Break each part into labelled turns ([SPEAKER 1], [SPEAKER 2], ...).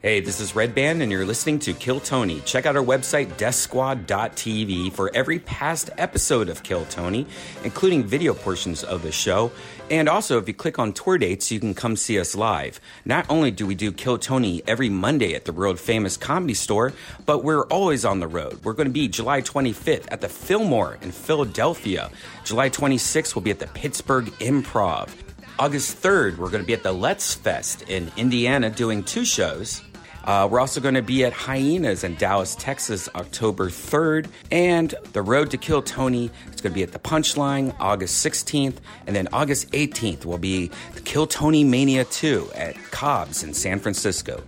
[SPEAKER 1] Hey, this is Red Band, and you're listening to Kill Tony. Check out our website, DeathSquad.tv, for every past episode of Kill Tony, including video portions of the show. And also, if you click on tour dates, you can come see us live. Not only do we do Kill Tony every Monday at the world famous comedy store, but we're always on the road. We're going to be July 25th at the Fillmore in Philadelphia. July 26th, we'll be at the Pittsburgh Improv. August 3rd, we're going to be at the Let's Fest in Indiana doing two shows. Uh, we're also going to be at Hyenas in Dallas, Texas, October 3rd. And The Road to Kill Tony is going to be at the Punchline August 16th. And then August 18th will be the Kill Tony Mania 2 at Cobb's in San Francisco.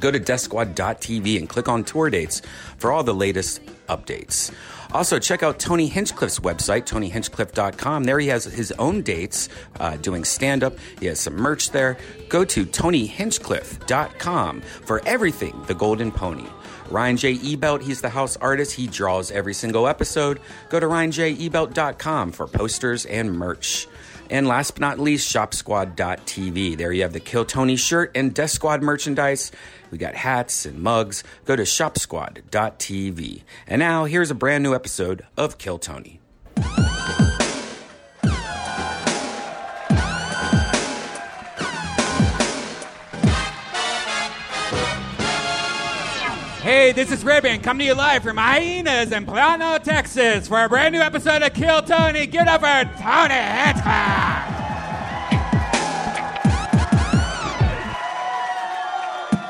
[SPEAKER 1] Go to DeathSquad.tv and click on tour dates for all the latest updates. Also, check out Tony Hinchcliffe's website, TonyHinchcliffe.com. There he has his own dates uh, doing stand up. He has some merch there. Go to TonyHinchcliffe.com for everything The Golden Pony. Ryan J. Ebelt, he's the house artist. He draws every single episode. Go to RyanJEbelt.com for posters and merch. And last but not least, shopsquad.tv. There you have the Kill Tony shirt and Death Squad merchandise. We got hats and mugs. Go to shopsquad.tv. And now, here's a brand new episode of Kill Tony.
[SPEAKER 2] Hey, this is Ribbon coming to you live from Hyenas in Plano, Texas, for a brand new episode of Kill Tony. Get up for Tony Hancock.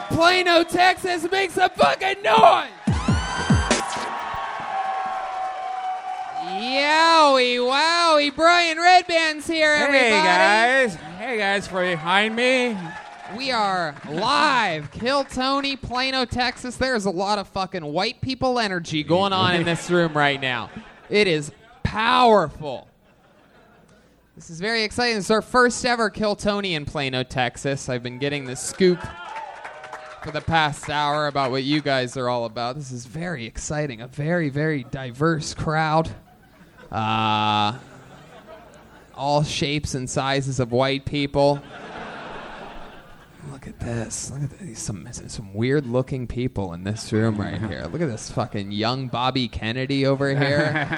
[SPEAKER 2] Plano, Texas, make some fucking noise. Yowie, wowie, Brian Redband's here, everybody.
[SPEAKER 3] Hey guys, hey guys, behind me.
[SPEAKER 2] We are live, Kill Tony, Plano, Texas. There's a lot of fucking white people energy going on in this room right now. It is powerful. This is very exciting. This is our first ever Kill Tony in Plano, Texas. I've been getting the scoop for the past hour about what you guys are all about. This is very exciting. A very, very diverse crowd. Uh, all shapes and sizes of white people. Look at this. Look at these some some weird looking people in this room right here. Look at this fucking young Bobby Kennedy over here.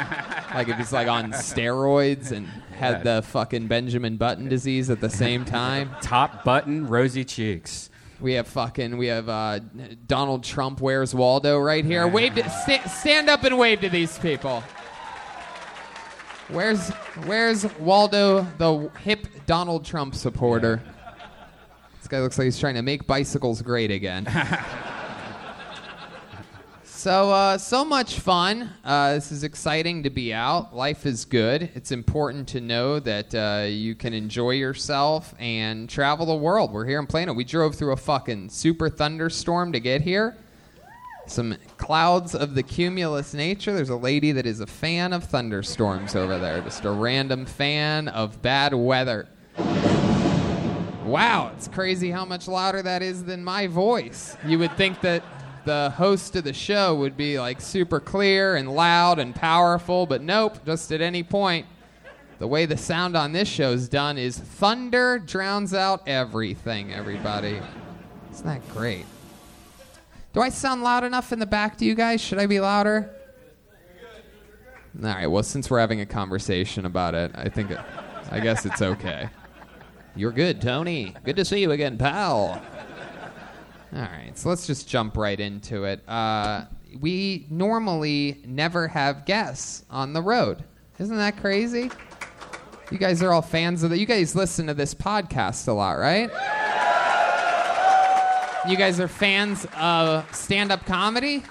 [SPEAKER 2] like if he's like on steroids and had the fucking Benjamin Button disease at the same time.
[SPEAKER 3] Top button, rosy cheeks.
[SPEAKER 2] We have fucking we have uh, Donald Trump wears Waldo right here. Wave to, sta- stand up and wave to these people. Where's where's Waldo the hip Donald Trump supporter? This guy looks like he's trying to make bicycles great again. so uh, so much fun. Uh, this is exciting to be out. Life is good. It's important to know that uh, you can enjoy yourself and travel the world. We're here in Plano. We drove through a fucking super thunderstorm to get here. Some clouds of the cumulus nature. There's a lady that is a fan of thunderstorms over there, just a random fan of bad weather. Wow, it's crazy how much louder that is than my voice. You would think that the host of the show would be like super clear and loud and powerful, but nope, just at any point. The way the sound on this show's done is thunder drowns out everything, everybody. Isn't that great? Do I sound loud enough in the back to you guys? Should I be louder? All right, well, since we're having a conversation about it, I think, it, I guess it's okay. You're good, Tony. Good to see you again, pal. All right, so let's just jump right into it. Uh, we normally never have guests on the road. Isn't that crazy? You guys are all fans of the. You guys listen to this podcast a lot, right? You guys are fans of stand up comedy?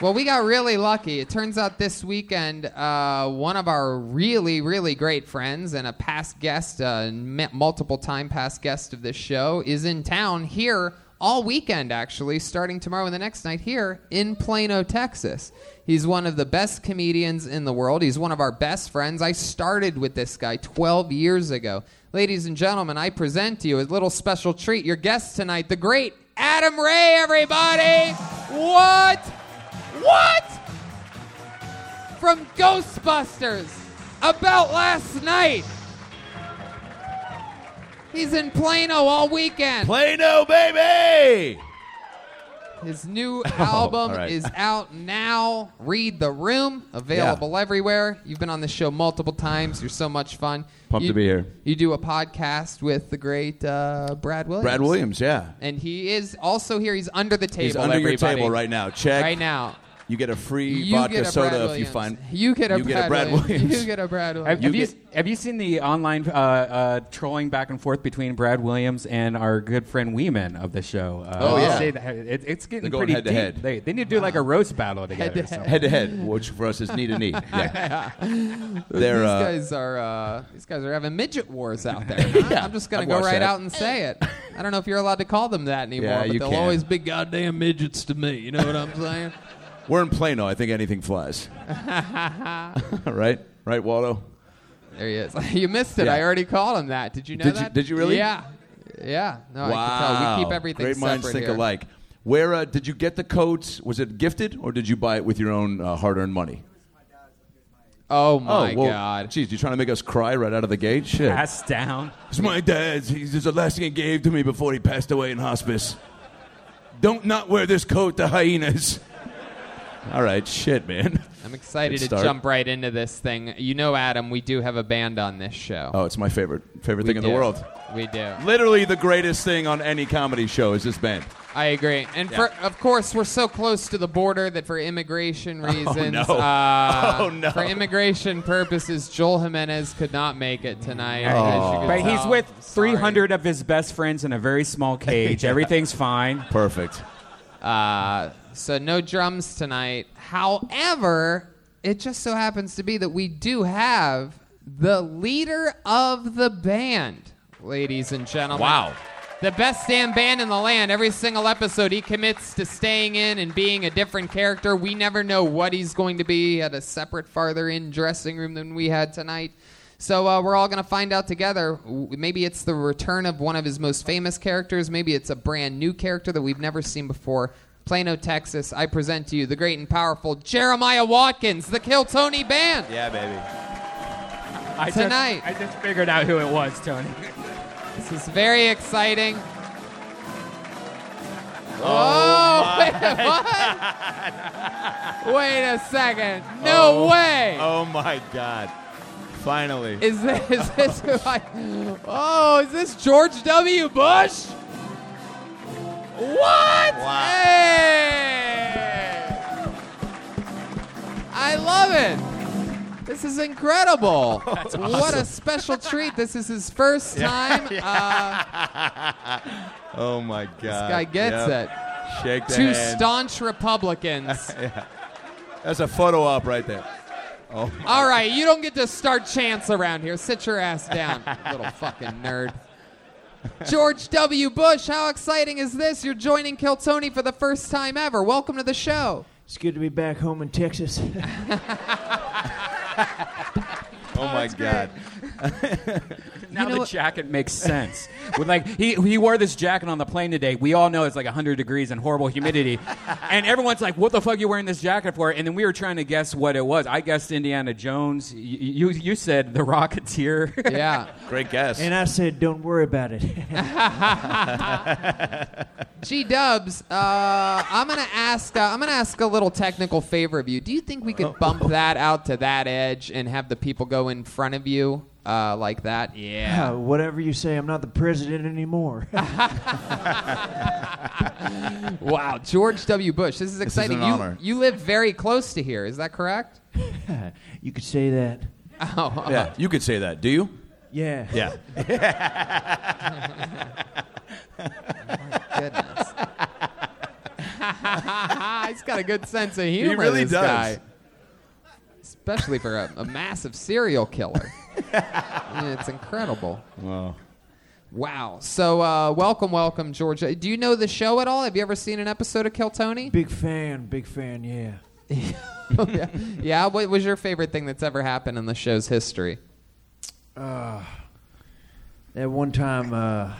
[SPEAKER 2] Well, we got really lucky. It turns out this weekend, uh, one of our really, really great friends and a past guest, uh, m- multiple time past guest of this show, is in town here all weekend, actually, starting tomorrow and the next night here in Plano, Texas. He's one of the best comedians in the world. He's one of our best friends. I started with this guy 12 years ago. Ladies and gentlemen, I present to you a little special treat. Your guest tonight, the great Adam Ray, everybody. What? What? From Ghostbusters about last night. He's in Plano all weekend.
[SPEAKER 4] Plano, baby!
[SPEAKER 2] His new album
[SPEAKER 4] Oh, all right.
[SPEAKER 2] is out now. Read the Room, available everywhere. You've been on this show multiple times. You're so much fun.
[SPEAKER 4] Pumped
[SPEAKER 2] You-
[SPEAKER 4] to be here.
[SPEAKER 2] You do a podcast with the great uh, Brad Williams.
[SPEAKER 4] Brad Williams, yeah.
[SPEAKER 2] and he is also here. He's under the table.
[SPEAKER 4] He's under your
[SPEAKER 2] everybody.
[SPEAKER 4] table right now. Check.
[SPEAKER 2] Right now.
[SPEAKER 4] You get a free
[SPEAKER 2] You
[SPEAKER 4] vodka
[SPEAKER 2] get a
[SPEAKER 4] soda
[SPEAKER 2] Brad
[SPEAKER 4] if you
[SPEAKER 2] Williams.
[SPEAKER 4] find.
[SPEAKER 2] You get a
[SPEAKER 4] you
[SPEAKER 2] Brad,
[SPEAKER 4] get a Brad Williams.
[SPEAKER 2] You get a Brad
[SPEAKER 3] Have,
[SPEAKER 2] Williams.
[SPEAKER 3] have
[SPEAKER 4] You
[SPEAKER 3] you,
[SPEAKER 4] get-
[SPEAKER 3] have you seen the online uh, uh, trolling back and forth between Brad Williams and our good friend Weeman of the show? Uh,
[SPEAKER 4] Oh,
[SPEAKER 3] they
[SPEAKER 4] yeah.
[SPEAKER 3] say that it- it's
[SPEAKER 4] They're
[SPEAKER 3] getting
[SPEAKER 4] going
[SPEAKER 3] pretty
[SPEAKER 4] head to
[SPEAKER 3] deep.
[SPEAKER 4] head.
[SPEAKER 3] They, they need to do like a roast battle together.
[SPEAKER 2] to
[SPEAKER 3] or something.
[SPEAKER 4] Head to head, which for us is knee to knee. Yeah. They're,
[SPEAKER 2] these
[SPEAKER 4] uh,
[SPEAKER 2] guys are uh, these guys are having midget wars out there. huh?
[SPEAKER 4] Yeah,
[SPEAKER 2] I'm just gonna
[SPEAKER 4] I've
[SPEAKER 2] go
[SPEAKER 4] watched
[SPEAKER 2] right
[SPEAKER 4] that.
[SPEAKER 2] out and say it. I don't know if you're allowed to call them that anymore,
[SPEAKER 4] Yeah,
[SPEAKER 2] but
[SPEAKER 4] you
[SPEAKER 2] they'll
[SPEAKER 4] can.
[SPEAKER 2] always be goddamn midgets to me. You know what I'm saying?
[SPEAKER 4] we're in Plano. I think anything flies. right? Right, Waldo?
[SPEAKER 2] There he is. you missed it.
[SPEAKER 4] Yeah.
[SPEAKER 2] I already called him that. Did you know
[SPEAKER 4] Did you-
[SPEAKER 2] that?
[SPEAKER 4] did you really?
[SPEAKER 2] Yeah. Yeah. No, I can
[SPEAKER 4] wow.
[SPEAKER 2] tell. We keep everything
[SPEAKER 4] Great
[SPEAKER 2] separate
[SPEAKER 4] minds think
[SPEAKER 2] here.
[SPEAKER 4] alike. Where uh, did you get the coats? Was it gifted or did you buy it with your own uh, hard earned money?
[SPEAKER 2] Oh my
[SPEAKER 4] oh, well,
[SPEAKER 2] god.
[SPEAKER 4] Geez, you trying to make us cry right out of the gate? Shit.
[SPEAKER 3] Ass down.
[SPEAKER 4] It's my dad's. He's it's the last thing he gave to me before he passed away in hospice. Don't not wear this coat to hyenas. All right, shit, man.
[SPEAKER 2] I'm excited
[SPEAKER 4] Good
[SPEAKER 2] to
[SPEAKER 4] start.
[SPEAKER 2] jump right into this thing. You know, Adam, we do have a band on this show.
[SPEAKER 4] Oh, it's my favorite favorite thing in the
[SPEAKER 2] do.
[SPEAKER 4] world.
[SPEAKER 2] We do.
[SPEAKER 4] Literally the greatest thing on any comedy show is this band.
[SPEAKER 2] I agree. And for, of course, we're so close to the border that for immigration reasons,
[SPEAKER 4] Oh, no.
[SPEAKER 2] uh,
[SPEAKER 4] Oh, no.
[SPEAKER 2] for immigration purposes, Joel Jimenez could not make it tonight. as you can
[SPEAKER 3] Oh. But he's
[SPEAKER 2] tell.
[SPEAKER 3] with
[SPEAKER 2] I'm sorry.
[SPEAKER 3] 300 of his best friends in a very small cage. Everything's fine.
[SPEAKER 4] Perfect.
[SPEAKER 2] Uh, so no drums tonight. However, it just so happens to be that we do have the leader of the band, ladies and gentlemen.
[SPEAKER 4] Wow.
[SPEAKER 2] The best damn band in the land. Every single episode, he commits to staying in and being a different character. We never know what he's going to be. He had a separate, farther in dressing room than we had tonight. So uh, we're all going to find out together. W- Maybe it's the return of one of his most famous characters. Maybe it's a brand new character that we've never seen before. Plano, Texas, I present to you the great and powerful Jeremiah Watkins, the Kill Tony Band.
[SPEAKER 4] Yeah, baby.
[SPEAKER 3] I just-
[SPEAKER 2] Tonight.
[SPEAKER 3] I just figured out who it was, Tony.
[SPEAKER 2] This is very exciting. Oh, wait, what? wait a second. No way.
[SPEAKER 4] Oh my god. Finally.
[SPEAKER 2] Is this, is this who I, Oh, is this George W. Bush? What?
[SPEAKER 4] Wow.
[SPEAKER 2] Hey! I love it. This is incredible. What a special treat. This is his first time. Uh,
[SPEAKER 4] oh my god. This
[SPEAKER 2] guy gets
[SPEAKER 4] it. Shake
[SPEAKER 2] it. Two staunch Republicans.
[SPEAKER 4] That's a photo op right there. Oh my
[SPEAKER 2] All right, you don't get to start chants around here. Sit your ass down, little fucking nerd. George W. Bush, how exciting is this? You're joining Kill Tony for the first time ever. Welcome to the show.
[SPEAKER 5] It's good to be back home in Texas.
[SPEAKER 4] Oh my god.
[SPEAKER 3] Now
[SPEAKER 2] know
[SPEAKER 3] the
[SPEAKER 2] what-
[SPEAKER 3] jacket makes sense. With like he, he wore this jacket on the plane today. We all know it's like 100 degrees and horrible humidity, and everyone's like, "What the fuck are you wearing this jacket for?" And then we were trying to guess what it was. I guessed Indiana Jones. Y- You you, you said the Rocketeer.
[SPEAKER 2] Yeah.
[SPEAKER 4] Great guess.
[SPEAKER 5] and I said, don't worry about it.
[SPEAKER 2] G Dubs, uh, I'm gonna ask. Uh, I'm gonna ask a little technical favor of you. Do you think we
[SPEAKER 5] Oh.
[SPEAKER 2] could bump that out to that edge and have the people go in front of you uh, like that? Yeah.
[SPEAKER 5] Uh, whatever you say, I'm not the president anymore.
[SPEAKER 2] Wow, George W. Bush. This is exciting.
[SPEAKER 4] an
[SPEAKER 2] you
[SPEAKER 4] honor.
[SPEAKER 2] you live very close to here. Is that correct?
[SPEAKER 5] you could say that.
[SPEAKER 2] Oh,
[SPEAKER 4] yeah, you could say that. Do you?
[SPEAKER 5] Yeah.
[SPEAKER 4] Yeah.
[SPEAKER 2] goodness. He's got a good sense of humor.
[SPEAKER 4] really
[SPEAKER 2] this
[SPEAKER 4] does.
[SPEAKER 2] guy. Especially for a, a massive serial killer. I mean, it's incredible.
[SPEAKER 4] Wow.
[SPEAKER 2] Wow. So, uh, welcome, welcome, Georgia. Do you know the show at all? Have you ever seen an episode of Kill Tony?
[SPEAKER 5] Big fan, big fan, yeah.
[SPEAKER 2] yeah. yeah. What was your favorite thing that's ever happened in the show's history?
[SPEAKER 5] Uh, That one time, uh,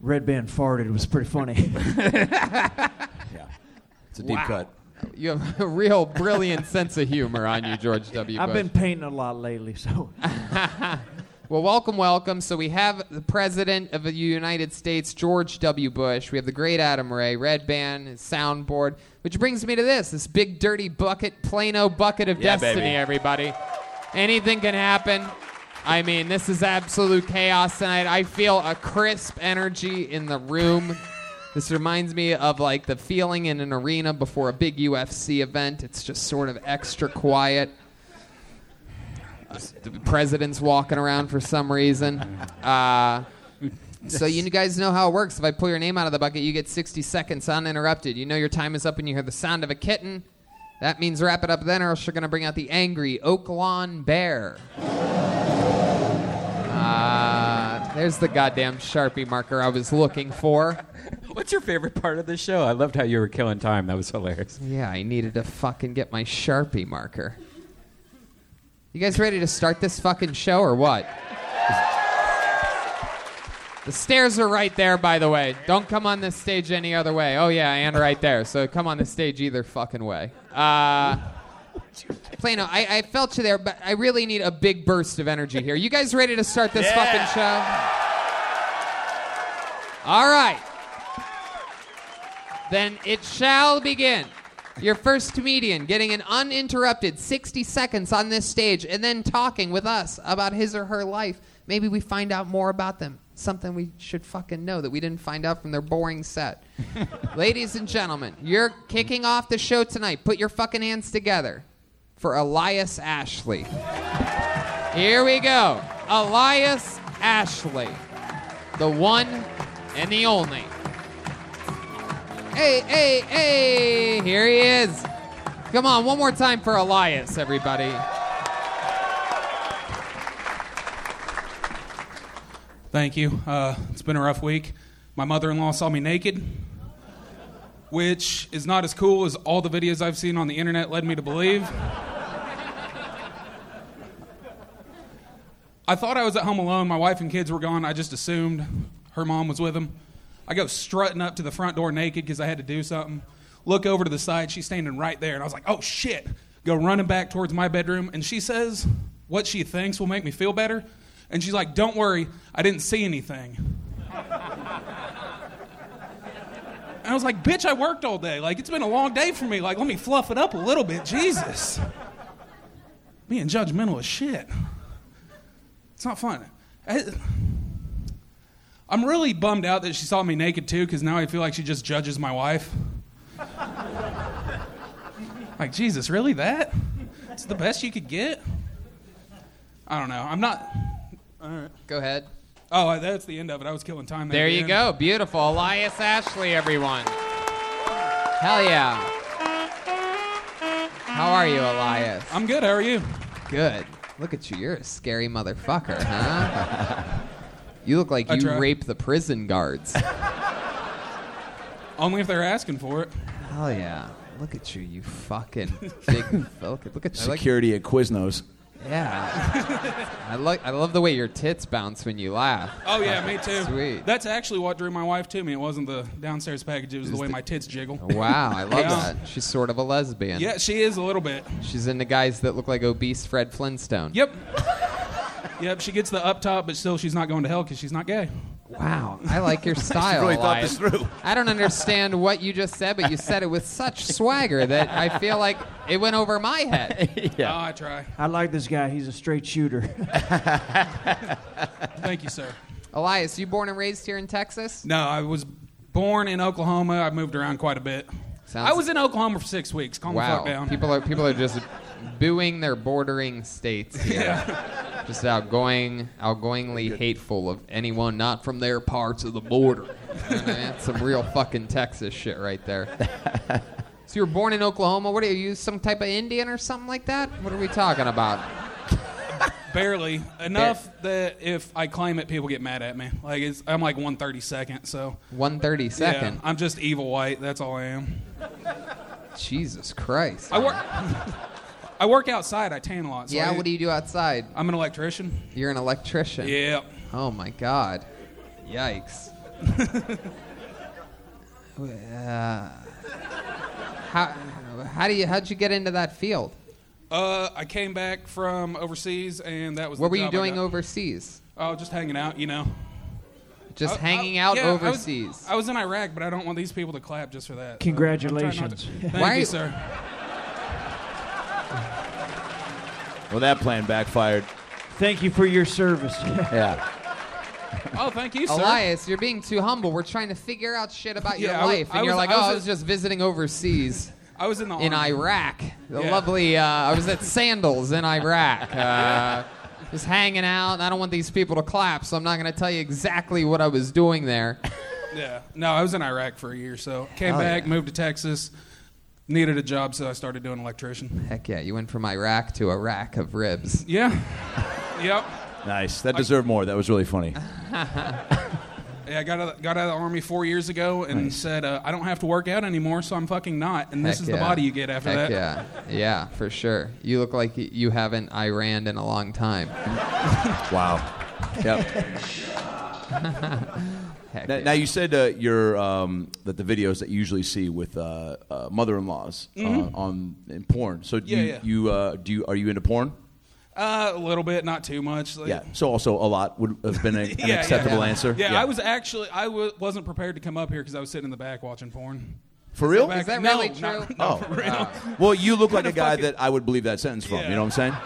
[SPEAKER 5] Red Band farted. It was pretty funny.
[SPEAKER 4] Yeah. It's a deep
[SPEAKER 2] Wow.
[SPEAKER 4] cut.
[SPEAKER 2] You have a real brilliant sense of humor on you, George W. Bush.
[SPEAKER 5] I've been painting a lot lately, so.
[SPEAKER 2] Well, welcome, welcome. So we have the President of the United States, George W. Bush. We have the great Adam Ray, Red Band, his soundboard, which brings me to this this big, dirty bucket, Plano bucket of
[SPEAKER 4] Yeah,
[SPEAKER 2] destiny,
[SPEAKER 4] baby.
[SPEAKER 2] everybody. Anything can happen. I mean, this is absolute chaos tonight. I feel a crisp energy in the room. This reminds me of like the feeling in an arena before a big UFC event. It's just sort of extra quiet the president's walking around for some reason. Uh, so you guys know how it works. If I pull your name out of the bucket, you get 60 seconds uninterrupted. You know your time is up when you hear the sound of a kitten. That means wrap it up then, or else you're going to bring out the angry Oak Lawn Bear. Uh, there's the goddamn Sharpie marker I was looking for.
[SPEAKER 3] What's your favorite part of the show? I loved how you were killing time. That was hilarious.
[SPEAKER 2] Yeah, I needed to fucking get my Sharpie marker. You guys ready to start this fucking show or what? The stairs are right there, by the way. Don't come on this stage any other way. Oh, yeah, and right there. So come on the stage either fucking way. Uh, Plano, I, I felt you there, but I really need a big burst of energy here. You guys ready to start this fucking show? All right. Then it shall begin. Your first comedian getting an uninterrupted 60 seconds on this stage and then talking with us about his or her life. Maybe we find out more about them. Something we should fucking know that we didn't find out from their boring set. Ladies and gentlemen, you're kicking off the show tonight. Put your fucking hands together for Elias Ashley. Here we go. Elias Ashley, the one and the only. Hey, hey, hey! Here he is. Come on, one more time for Elias, everybody.
[SPEAKER 6] Thank you. Uh, it's been a rough week. My mother in law saw me naked, which is not as cool as all the videos I've seen on the internet led me to believe. I thought I was at home alone. My wife and kids were gone. I just assumed her mom was with them. I go strutting up to the front door naked because I had to do something. Look over to the side. She's standing right there. And I was like, oh shit. Go running back towards my bedroom. And she says what she thinks will make me feel better. And she's like, don't worry. I didn't see anything. and I was like, bitch, I worked all day. Like, it's been a long day for me. Like, let me fluff it up a little bit. Jesus. Being judgmental as shit. It's not fun. I- I'm really bummed out that she saw me naked too, because now I feel like she just judges my wife. like, Jesus, really that? It's the best you could get? I don't know. I'm not.
[SPEAKER 2] Go ahead.
[SPEAKER 6] Oh, that's the end of it. I was killing time.
[SPEAKER 2] There
[SPEAKER 6] at the
[SPEAKER 2] you
[SPEAKER 6] end.
[SPEAKER 2] go. Beautiful. Elias Ashley, everyone. Hell yeah. How are you, Elias?
[SPEAKER 6] I'm good. How are you?
[SPEAKER 2] Good. Look at you. You're a scary motherfucker, huh? You look like
[SPEAKER 6] I
[SPEAKER 2] you
[SPEAKER 6] try.
[SPEAKER 2] raped the prison guards.
[SPEAKER 6] Only if they're asking for it.
[SPEAKER 2] Hell yeah. Look at you, you fucking big. Look at, look at you. I like-
[SPEAKER 4] Security at Quiznos.
[SPEAKER 2] yeah. I, like. I love the way your tits bounce when you laugh.
[SPEAKER 6] Oh yeah, me too.
[SPEAKER 2] Sweet.
[SPEAKER 6] That's actually what drew my wife to me. It wasn't the downstairs package. It was the way my tits jiggle.
[SPEAKER 2] Oh, Wow, I love
[SPEAKER 6] Yeah.
[SPEAKER 2] that. She's sort of a lesbian.
[SPEAKER 6] Yeah, she is a little bit.
[SPEAKER 2] She's into guys that look like obese Fred Flintstone.
[SPEAKER 6] Yep. yep, she gets the up top, but still she's not going to hell because she's not gay.
[SPEAKER 2] Wow, I like your style.
[SPEAKER 4] really thought
[SPEAKER 2] Elias.
[SPEAKER 4] this through.
[SPEAKER 2] I don't understand what you just said, but you said it with such swagger that I feel like it went over my head.
[SPEAKER 6] Oh, I try.
[SPEAKER 5] I like this guy. He's a straight shooter.
[SPEAKER 6] Thank you, sir.
[SPEAKER 2] Elias, you born and raised here in Texas?
[SPEAKER 6] No, I was born in Oklahoma. I moved around quite a bit.
[SPEAKER 2] Sounds-
[SPEAKER 6] I was in Oklahoma for six weeks. Calm the fuck
[SPEAKER 2] Wow,
[SPEAKER 6] down.
[SPEAKER 2] people are people are just booing their bordering states here. Just outgoing, outgoingly hateful of anyone not from their parts of the border. You know what I mean? That's some real fucking Texas shit right there. So you were born in Oklahoma. What are you, some type of Indian or something like that? What are we talking about?
[SPEAKER 6] Barely enough that if I claim it, people get mad at me. Like it's, I'm like 132nd, so
[SPEAKER 2] One thirty second.
[SPEAKER 6] yeah, I'm just evil white. That's all I am.
[SPEAKER 2] Jesus Christ.
[SPEAKER 6] I work. I work outside. I tan a lot. So
[SPEAKER 2] yeah.
[SPEAKER 6] I-
[SPEAKER 2] What do you do outside?
[SPEAKER 6] I'm an electrician.
[SPEAKER 2] You're an electrician.
[SPEAKER 6] Yeah.
[SPEAKER 2] Oh my God. Yikes. Uh, how, how do you how'd you get into that field?
[SPEAKER 6] Uh, I came back from overseas, and that was.
[SPEAKER 2] What
[SPEAKER 6] the
[SPEAKER 2] were you
[SPEAKER 6] job I
[SPEAKER 2] doing
[SPEAKER 6] got.
[SPEAKER 2] overseas?
[SPEAKER 6] Oh, just hanging out, you know.
[SPEAKER 2] Just
[SPEAKER 6] I- I-
[SPEAKER 2] hanging out
[SPEAKER 6] Uh, yeah, I was-
[SPEAKER 2] overseas.
[SPEAKER 6] I was, in Iraq, but I don't want these people to clap just for that.
[SPEAKER 5] Congratulations.
[SPEAKER 6] I'm trying not to- Thank
[SPEAKER 2] Why are
[SPEAKER 6] you,
[SPEAKER 2] you-
[SPEAKER 6] sir.
[SPEAKER 4] Well, that plan backfired.
[SPEAKER 5] Thank you for your service.
[SPEAKER 4] Yeah.
[SPEAKER 6] Oh, thank you, sir.
[SPEAKER 2] Elias, you're being too humble. We're trying to figure out shit about
[SPEAKER 6] Yeah, I
[SPEAKER 2] your
[SPEAKER 6] wa-
[SPEAKER 2] life,
[SPEAKER 6] I
[SPEAKER 2] and you're
[SPEAKER 6] was-
[SPEAKER 2] like,
[SPEAKER 6] I
[SPEAKER 2] "Oh,
[SPEAKER 6] was
[SPEAKER 2] I
[SPEAKER 6] a-
[SPEAKER 2] was just visiting overseas
[SPEAKER 6] I was in the
[SPEAKER 2] in
[SPEAKER 6] army.
[SPEAKER 2] Iraq. The
[SPEAKER 6] Yeah.
[SPEAKER 2] lovely, uh, I was at Sandals in Iraq, uh, just hanging out. And I don't want these people to clap, so I'm not going to tell you exactly what I was doing there.
[SPEAKER 6] Yeah. No, I was in Iraq for a year, so
[SPEAKER 4] Oh,
[SPEAKER 6] came back, moved to Texas, needed a job, so I started doing electrician.
[SPEAKER 2] Heck yeah, you went from Iraq to a rack of ribs.
[SPEAKER 6] Yeah. yep.
[SPEAKER 4] Nice. That deserved more. That was really funny.
[SPEAKER 6] Yeah, I got out, got out of the army four years ago and said uh, I don't have to work out anymore, so I'm fucking not. And this
[SPEAKER 2] Heck
[SPEAKER 6] is
[SPEAKER 2] yeah.
[SPEAKER 6] the body you get after
[SPEAKER 2] Heck
[SPEAKER 6] that.
[SPEAKER 2] yeah, yeah, for sure. You look like y- you haven't Iran in a long time.
[SPEAKER 4] Wow. Yep.
[SPEAKER 2] Heck
[SPEAKER 4] Now,
[SPEAKER 2] yeah.
[SPEAKER 4] now you said uh, your um, that the videos that you usually see with uh, uh, mother-in-laws uh, on in porn. So do
[SPEAKER 6] Mm-hmm. Yeah,
[SPEAKER 4] you,
[SPEAKER 6] yeah.
[SPEAKER 4] you uh, do you, are you into porn?
[SPEAKER 6] Uh, a little bit, not too much. Like,
[SPEAKER 4] Yeah. So also a lot would have been a, an
[SPEAKER 6] Oh, Yeah, yeah,
[SPEAKER 4] acceptable
[SPEAKER 2] yeah.
[SPEAKER 4] answer.
[SPEAKER 6] Yeah, I was actually I w- wasn't prepared to come up here because I was sitting in the back watching porn.
[SPEAKER 4] for real.
[SPEAKER 6] Back-
[SPEAKER 2] Is that
[SPEAKER 6] no,
[SPEAKER 2] really
[SPEAKER 6] not-
[SPEAKER 2] true?
[SPEAKER 6] no,
[SPEAKER 4] Oh.
[SPEAKER 6] for real.
[SPEAKER 4] Well, you look like
[SPEAKER 6] Kinda
[SPEAKER 4] a guy
[SPEAKER 6] fucking-
[SPEAKER 4] that I would believe that sentence from.
[SPEAKER 6] Yeah.
[SPEAKER 4] You know what I'm saying?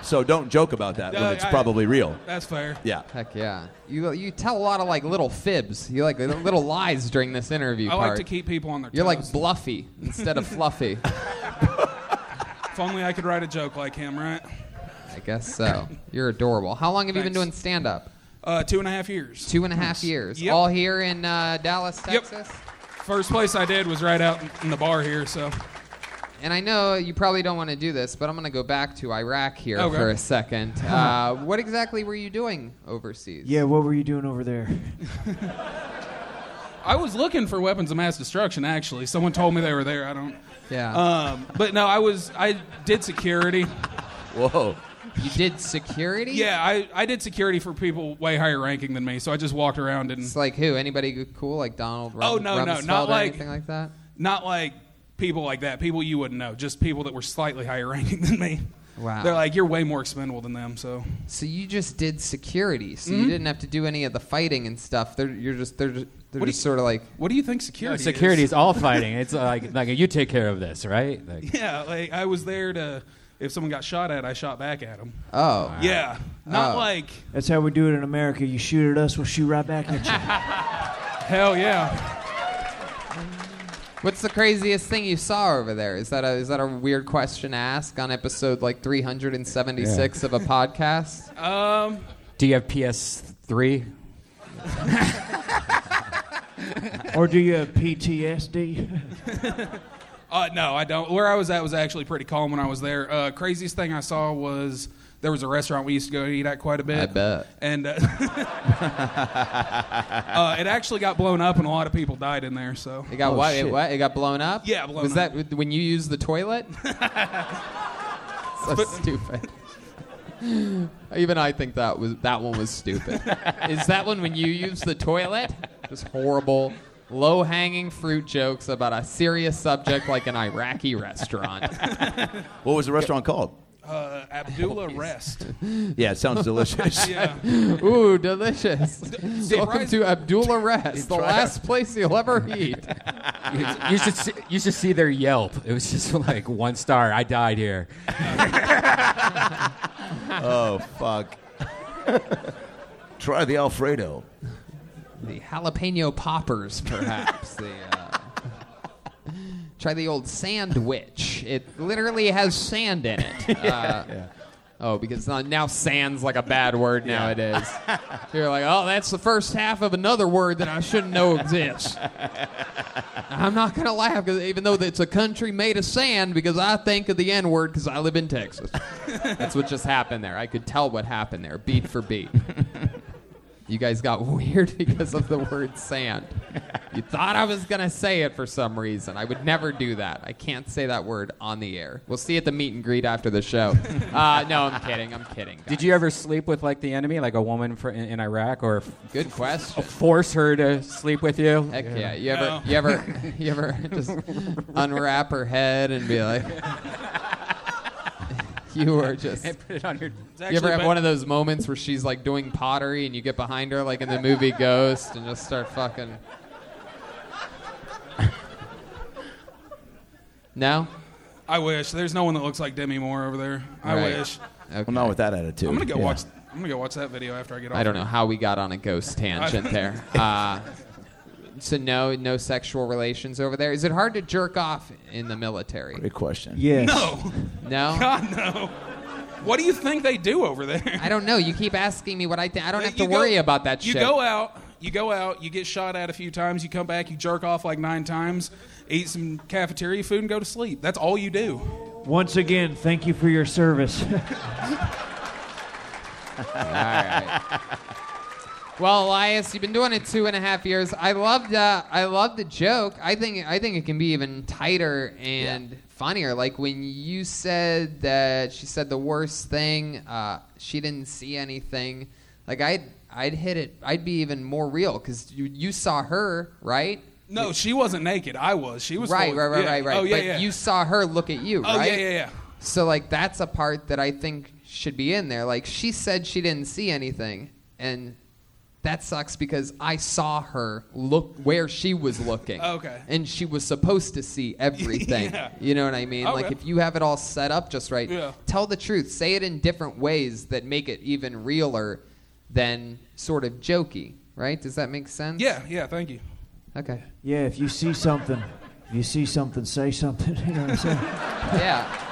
[SPEAKER 4] So don't joke about that
[SPEAKER 6] Uh,
[SPEAKER 4] when it's
[SPEAKER 6] I-
[SPEAKER 4] probably real.
[SPEAKER 6] That's fair.
[SPEAKER 4] Yeah.
[SPEAKER 2] Heck yeah. You you tell a lot of like little fibs. You like little lies during this interview
[SPEAKER 6] I
[SPEAKER 2] part.
[SPEAKER 6] like to keep people on their
[SPEAKER 2] You're like
[SPEAKER 6] toes.
[SPEAKER 2] bluffy instead of fluffy.
[SPEAKER 6] if only I could write a joke like him, right?
[SPEAKER 2] I guess so. You're adorable. How long have you been
[SPEAKER 6] Thanks.
[SPEAKER 2] doing stand up?
[SPEAKER 6] Uh, two and a half years.
[SPEAKER 2] Two and a half years.
[SPEAKER 6] Yep.
[SPEAKER 2] All here in uh, Dallas,
[SPEAKER 6] Yep.
[SPEAKER 2] Texas.
[SPEAKER 6] First place I did was right out in the bar here, so
[SPEAKER 2] And I know you probably don't want to do this, but I'm going to go back to Iraq here
[SPEAKER 6] Okay.
[SPEAKER 2] for a second. Uh, what exactly were you doing overseas?
[SPEAKER 5] yeah, what were you doing over there?
[SPEAKER 6] I was looking for weapons of mass destruction. Actually, someone told me they were there. I don't.
[SPEAKER 2] Yeah.
[SPEAKER 6] Um, but no, I was I did security.
[SPEAKER 4] Whoa.
[SPEAKER 2] you did security?
[SPEAKER 6] Yeah, I, I did security for people way higher ranking than me, so I just walked around and
[SPEAKER 2] It's like who? Anybody cool like Donald Rum-
[SPEAKER 6] Oh, no, no,
[SPEAKER 2] Rumsfeld
[SPEAKER 6] not
[SPEAKER 2] or
[SPEAKER 6] like-
[SPEAKER 2] anything like that?
[SPEAKER 6] not like people like that, people you wouldn't know, just people that were slightly higher ranking than me.
[SPEAKER 2] Wow.
[SPEAKER 6] They're like you're way more expendable than them, so Mm-hmm.
[SPEAKER 2] So you just did security. So you didn't have to do any of the fighting and stuff. They're you're just they're just, they're
[SPEAKER 6] What do
[SPEAKER 2] just
[SPEAKER 6] you-
[SPEAKER 2] sort of like
[SPEAKER 6] what do you think security?
[SPEAKER 3] Security
[SPEAKER 6] is?
[SPEAKER 3] is all fighting. It's like like you take care of this, right? Like,
[SPEAKER 6] Yeah, like I was there to if someone got shot at, I shot back at them.
[SPEAKER 2] oh
[SPEAKER 6] Yeah, not
[SPEAKER 2] Oh.
[SPEAKER 6] like
[SPEAKER 5] That's how we do it in America. You shoot at us, we'll shoot right back at you.
[SPEAKER 6] hell yeah.
[SPEAKER 2] What's the craziest thing you saw over there? Is that a is that a weird question to ask on episode like 376 of a podcast?
[SPEAKER 6] Um,
[SPEAKER 3] do you have PS3?
[SPEAKER 5] or do you have PTSD?
[SPEAKER 6] Uh, no, I don't. Where I was at was actually pretty calm when I was there. Uh, craziest thing I saw was there was a restaurant we used to go eat at quite a bit.
[SPEAKER 2] I bet.
[SPEAKER 6] And uh, uh, it actually got blown up, and a lot of people died in there. So
[SPEAKER 2] It got
[SPEAKER 5] Oh,
[SPEAKER 2] what? It,
[SPEAKER 5] shit.
[SPEAKER 2] what? It got blown up?
[SPEAKER 6] Yeah, blown
[SPEAKER 2] Was
[SPEAKER 6] up.
[SPEAKER 2] that when you used the toilet? so stupid. Even I think that was that one was stupid. Is that one when you use the toilet? Just horrible, low-hanging fruit jokes about a serious subject like an Iraqi restaurant.
[SPEAKER 4] What was the restaurant called?
[SPEAKER 6] uh, Abdullah Rest.
[SPEAKER 4] Yeah, it sounds delicious.
[SPEAKER 6] Yeah.
[SPEAKER 2] Ooh, delicious. Welcome
[SPEAKER 6] surprise-
[SPEAKER 2] to Abdullah Rest, the
[SPEAKER 4] Try-
[SPEAKER 2] last place you'll ever eat.
[SPEAKER 3] You, you should see, you should see their Yelp. It was just like one star. I died here.
[SPEAKER 4] Oh fuck. Try the Alfredo.
[SPEAKER 2] the jalapeno poppers, perhaps. the, uh, try the old sandwich. It literally has sand in it. Uh, Oh, because now- now sand's like a bad word nowadays. You're like, oh, that's the first half of another word that I shouldn't know exists. I'm not going to laugh, 'cause even though it's a country made of sand, because I think of the N word because I live in Texas. that's what just happened there. I could tell what happened there, beat for beat. You guys got weird because of the word sand. You thought I was going to say it for some reason. I would never do that. I can't say that word on the air. We'll see you at the meet and greet after the show. Uh, no, I'm kidding. I'm kidding.
[SPEAKER 3] Did
[SPEAKER 2] guys.
[SPEAKER 3] you ever sleep with like the enemy, like a woman for, in, in Iraq, or f-
[SPEAKER 2] Good question.
[SPEAKER 3] force her to sleep with you?
[SPEAKER 2] Heck yeah. You ever, you ever, you ever just unwrap her head and be like, you were just.
[SPEAKER 3] and put it on your.
[SPEAKER 2] You ever have one of those moments where she's like doing pottery and you get behind her, like in the movie Ghost, and just start fucking. No?
[SPEAKER 6] I wish. There's no one that looks like Demi Moore over there. I
[SPEAKER 2] Right.
[SPEAKER 6] wish.
[SPEAKER 2] Okay.
[SPEAKER 4] Well, not with that attitude.
[SPEAKER 6] I'm gonna go
[SPEAKER 4] Yeah.
[SPEAKER 6] watch. I'm gonna go watch that video after I get off.
[SPEAKER 2] I don't know how we got on a ghost tangent there. Uh, so no, no sexual relations over there. Is it hard to jerk off in the military?
[SPEAKER 4] Great question.
[SPEAKER 5] Yes.
[SPEAKER 6] No,
[SPEAKER 2] No,
[SPEAKER 6] God no. What do you think they do over there?
[SPEAKER 2] I don't know. You keep asking me what I think. I don't have to
[SPEAKER 6] You go-
[SPEAKER 2] worry about that
[SPEAKER 6] You
[SPEAKER 2] shit.
[SPEAKER 6] go out. You go out. You get shot at a few times. You come back. You jerk off like nine times. Eat some cafeteria food and go to sleep. That's all you do.
[SPEAKER 5] Once again, thank you for your service.
[SPEAKER 2] Well, Elias, you've been doing it two and a half years. I loved, uh, I loved the joke. I think, I think it can be even tighter and funnier. Like when you said that she said the worst thing, uh, she didn't see anything. Like I'd, I'd hit it. I'd be even more real because you, you saw her, right?
[SPEAKER 6] No, she wasn't naked. I was. She was
[SPEAKER 2] Right,
[SPEAKER 6] fully-
[SPEAKER 2] right, right,
[SPEAKER 6] yeah.
[SPEAKER 2] right, right.
[SPEAKER 6] Oh yeah,
[SPEAKER 2] but
[SPEAKER 6] yeah.
[SPEAKER 2] you saw her look at you,
[SPEAKER 6] oh
[SPEAKER 2] right?
[SPEAKER 6] yeah, yeah, yeah.
[SPEAKER 2] So like that's a part that I think should be in there. Like she said she didn't see anything and that sucks because I saw her look where she was looking.
[SPEAKER 6] Okay.
[SPEAKER 2] And she was supposed to see everything.
[SPEAKER 6] Yeah.
[SPEAKER 2] You know what I mean? Like
[SPEAKER 6] Okay.
[SPEAKER 2] if you have it all set up just right,
[SPEAKER 6] Yeah.
[SPEAKER 2] tell the truth. Say it in different ways that make it even realer than sort of jokey, right? Does that make sense?
[SPEAKER 6] Yeah, yeah. Thank you.
[SPEAKER 2] Okay.
[SPEAKER 5] yeah, if you see something, if you see something, say something. You know what I'm saying?
[SPEAKER 2] yeah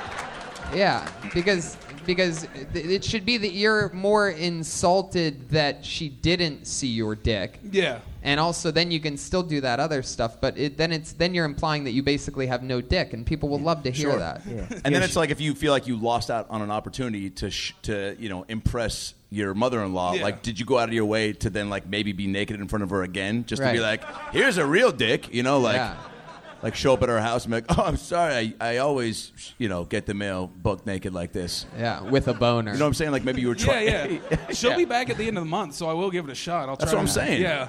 [SPEAKER 2] yeah because because th- it should be that you're more insulted that she didn't see your dick
[SPEAKER 6] Yeah.
[SPEAKER 2] and also then you can still do that other stuff but it, then it's then you're implying that you basically have no dick and people will love to hear
[SPEAKER 4] Sure.
[SPEAKER 2] that
[SPEAKER 5] Yeah.
[SPEAKER 4] And then it's like if you feel like you lost out on an opportunity to sh- to you know impress your mother-in-law,
[SPEAKER 6] Yeah.
[SPEAKER 4] like did you go out of your way to then like maybe be naked in front of her again, just to be
[SPEAKER 2] Right.
[SPEAKER 4] like, here's a real dick, you know, like.
[SPEAKER 2] Yeah.
[SPEAKER 4] Like show up at her house and be like, oh, I'm sorry, I, I always, you know, get the mail book naked like this.
[SPEAKER 2] yeah with a boner
[SPEAKER 4] You know what I'm saying? Like maybe you were
[SPEAKER 6] Yeah,
[SPEAKER 4] trying.
[SPEAKER 6] yeah. She'll be back at the end of the month, so I will give it a shot. I'll
[SPEAKER 4] That's
[SPEAKER 6] try
[SPEAKER 4] what I'm
[SPEAKER 6] to-
[SPEAKER 4] saying.
[SPEAKER 6] Yeah.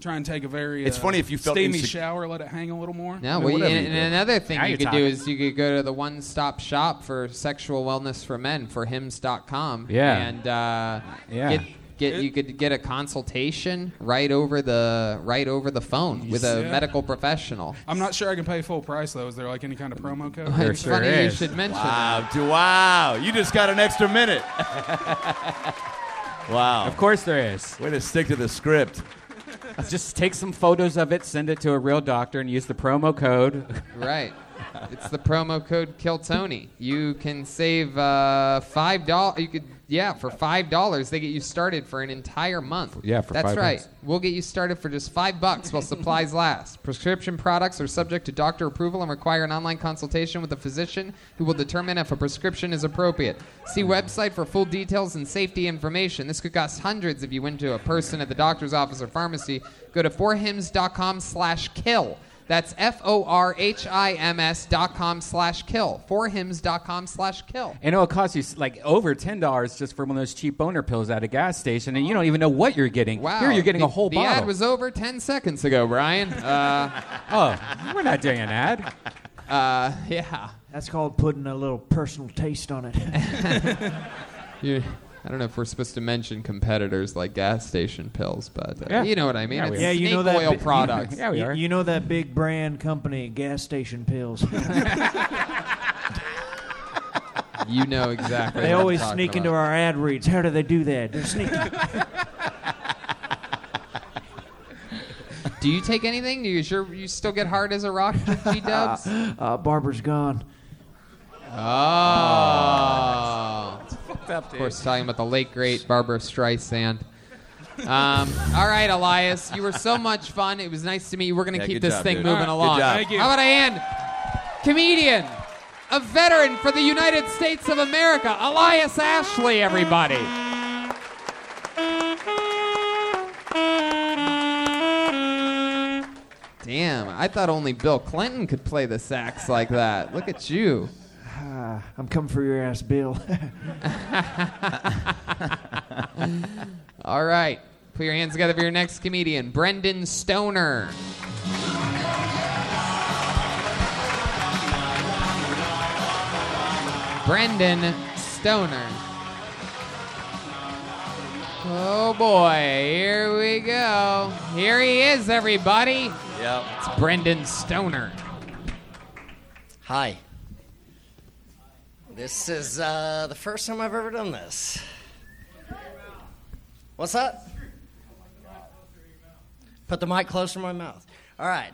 [SPEAKER 6] Try and take a very.
[SPEAKER 4] It's
[SPEAKER 6] uh,
[SPEAKER 4] funny if you felt
[SPEAKER 6] steamy
[SPEAKER 4] insec-
[SPEAKER 6] shower, let it hang a little more.
[SPEAKER 2] No,
[SPEAKER 4] mean,
[SPEAKER 2] well, you-
[SPEAKER 4] whatever
[SPEAKER 2] and,
[SPEAKER 4] you
[SPEAKER 2] and
[SPEAKER 4] do.
[SPEAKER 2] another thing
[SPEAKER 3] Now
[SPEAKER 2] you
[SPEAKER 3] you're
[SPEAKER 2] could do
[SPEAKER 3] talking.
[SPEAKER 2] is you could go to the one stop shop for sexual wellness for men for hims.com.
[SPEAKER 3] Yeah.
[SPEAKER 2] And uh,
[SPEAKER 3] Yeah.
[SPEAKER 2] get, get you could get a consultation right over the right over the phone with a
[SPEAKER 6] Yeah.
[SPEAKER 2] medical professional.
[SPEAKER 6] I'm not sure I can pay full price though. Is there like any kind of promo code?
[SPEAKER 3] There
[SPEAKER 2] it's
[SPEAKER 3] sure
[SPEAKER 2] funny
[SPEAKER 3] is.
[SPEAKER 2] you should mention
[SPEAKER 4] Wow, do- wow, you just got an extra minute. wow.
[SPEAKER 3] Of course there is.
[SPEAKER 4] Way to stick to the script.
[SPEAKER 3] Just take some photos of it, send it to a real doctor, and use the promo code.
[SPEAKER 2] that. Right. It's the promo code Kill Tony. You can save uh, five dollars. You could yeah for five dollars they get you started for an entire month.
[SPEAKER 3] Yeah, for
[SPEAKER 2] that's
[SPEAKER 3] five
[SPEAKER 2] right.
[SPEAKER 3] bucks.
[SPEAKER 2] We'll get you started for just five bucks while supplies last. Prescription products are subject to doctor approval and require an online consultation with a physician who will determine if a prescription is appropriate. See website for full details and safety information. This could cost hundreds if you went to a person at the doctor's office or pharmacy. Go to forhims.com slash kill. That's F-O-R-H-I-M-S dot com slash kill. Forhims.com slash kill.
[SPEAKER 3] And it'll cost you like over ten dollars just for one of those cheap boner pills at a gas station, and you don't even know what you're getting.
[SPEAKER 2] Wow.
[SPEAKER 3] Here you're getting
[SPEAKER 2] the,
[SPEAKER 3] a whole
[SPEAKER 2] the
[SPEAKER 3] bottle.
[SPEAKER 2] ad was over 10 seconds ago, Brian. Uh,
[SPEAKER 3] oh, we're not doing an ad.
[SPEAKER 2] yeah.
[SPEAKER 5] That's called putting a little personal taste on it.
[SPEAKER 2] You, I don't know if we're supposed to mention competitors like gas station pills, but uh,
[SPEAKER 3] Yeah.
[SPEAKER 2] you know what I mean.
[SPEAKER 3] Yeah, we
[SPEAKER 2] it's
[SPEAKER 3] are. Yeah,
[SPEAKER 5] you
[SPEAKER 2] snake
[SPEAKER 5] know that
[SPEAKER 2] oil
[SPEAKER 5] bit-
[SPEAKER 2] products.
[SPEAKER 3] Yeah, we
[SPEAKER 5] you,
[SPEAKER 3] are.
[SPEAKER 5] you know that big brand company, gas station pills.
[SPEAKER 2] You know exactly.
[SPEAKER 5] they
[SPEAKER 2] what I'm
[SPEAKER 5] always
[SPEAKER 2] talking
[SPEAKER 5] sneak into
[SPEAKER 2] about.
[SPEAKER 5] our ad reads. How do they do that? They're sneaky.
[SPEAKER 2] Do you take anything? Do you sure you still get hard as a rock, G Dubs?
[SPEAKER 5] Uh, Barber's gone.
[SPEAKER 3] Ah.
[SPEAKER 2] Oh. Of course, talking about the late great Barbara Streisand. Um, all right, Elias, you were so much fun. It was nice to meet you. We're going to
[SPEAKER 4] Yeah,
[SPEAKER 2] keep
[SPEAKER 4] good
[SPEAKER 2] this
[SPEAKER 4] job,
[SPEAKER 2] thing
[SPEAKER 4] dude.
[SPEAKER 2] moving
[SPEAKER 4] All right,
[SPEAKER 2] along.
[SPEAKER 4] good job.
[SPEAKER 6] Thank you.
[SPEAKER 2] How about I end? Comedian, a veteran for the United States of America, Elias Ashley, everybody. Damn, I thought only Bill Clinton could play the sax like that. Look at you.
[SPEAKER 5] Uh, I'm coming for your ass, Bill.
[SPEAKER 2] All right. Put your hands together for your next comedian, Brendan Stoner. Brendan Stoner. Oh boy, here we go. Here he is, everybody.
[SPEAKER 7] Yeah.
[SPEAKER 2] It's Brendan Stoner.
[SPEAKER 7] Hi. This is uh, the first time I've ever done this. What's that? Put the mic closer to my mouth. All right.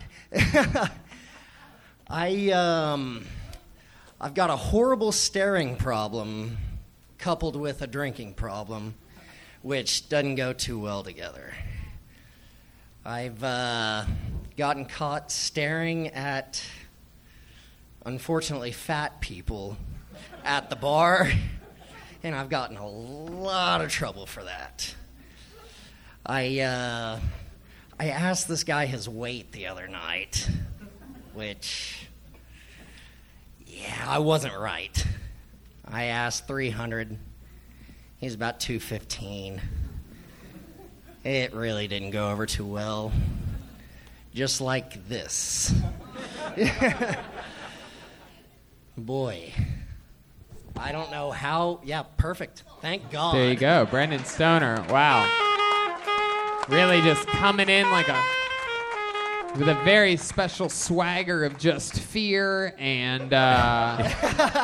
[SPEAKER 7] I um, I've got a horrible staring problem, coupled with a drinking problem, which doesn't go too well together. I've uh, gotten caught staring at, unfortunately, fat people at the bar, and I've gotten a lot of trouble for that. I, uh, I asked this guy his weight the other night, which, yeah, I wasn't right. I asked 300. He's about 215. It really didn't go over too well. Just like this. Boy. I don't know how. Yeah, perfect. Thank God.
[SPEAKER 2] There you go, Brendan Stoner. Wow. Really just coming in like a with a very special swagger of just fear and uh,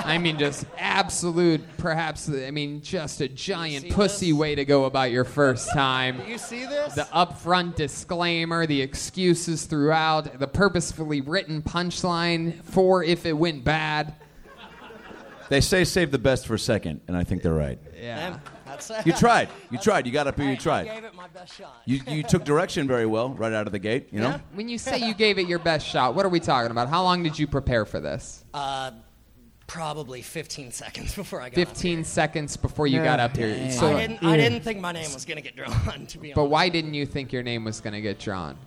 [SPEAKER 2] I mean just absolute perhaps I mean just a giant
[SPEAKER 7] see
[SPEAKER 2] pussy way to go about your first time.
[SPEAKER 7] You see this?
[SPEAKER 2] The upfront disclaimer, the excuses throughout, the purposefully written punchline for if it went bad.
[SPEAKER 4] They say save the best for second, and I think they're right.
[SPEAKER 2] Yeah.
[SPEAKER 7] That's
[SPEAKER 4] You tried. You tried. You got up here. You
[SPEAKER 7] I gave
[SPEAKER 4] tried.
[SPEAKER 7] it my best shot.
[SPEAKER 4] You, you took direction very well right out of the gate, you know?
[SPEAKER 7] Yeah.
[SPEAKER 2] When you say you gave it your best shot, what are we talking about? How long did you prepare for this?
[SPEAKER 7] Uh, probably 15 seconds before I got up.
[SPEAKER 2] 15 seconds before you got up here.
[SPEAKER 7] I
[SPEAKER 2] So,
[SPEAKER 7] didn't, I didn't think my name was going to get drawn, to be honest.
[SPEAKER 2] but why didn't you think your name was going to get drawn?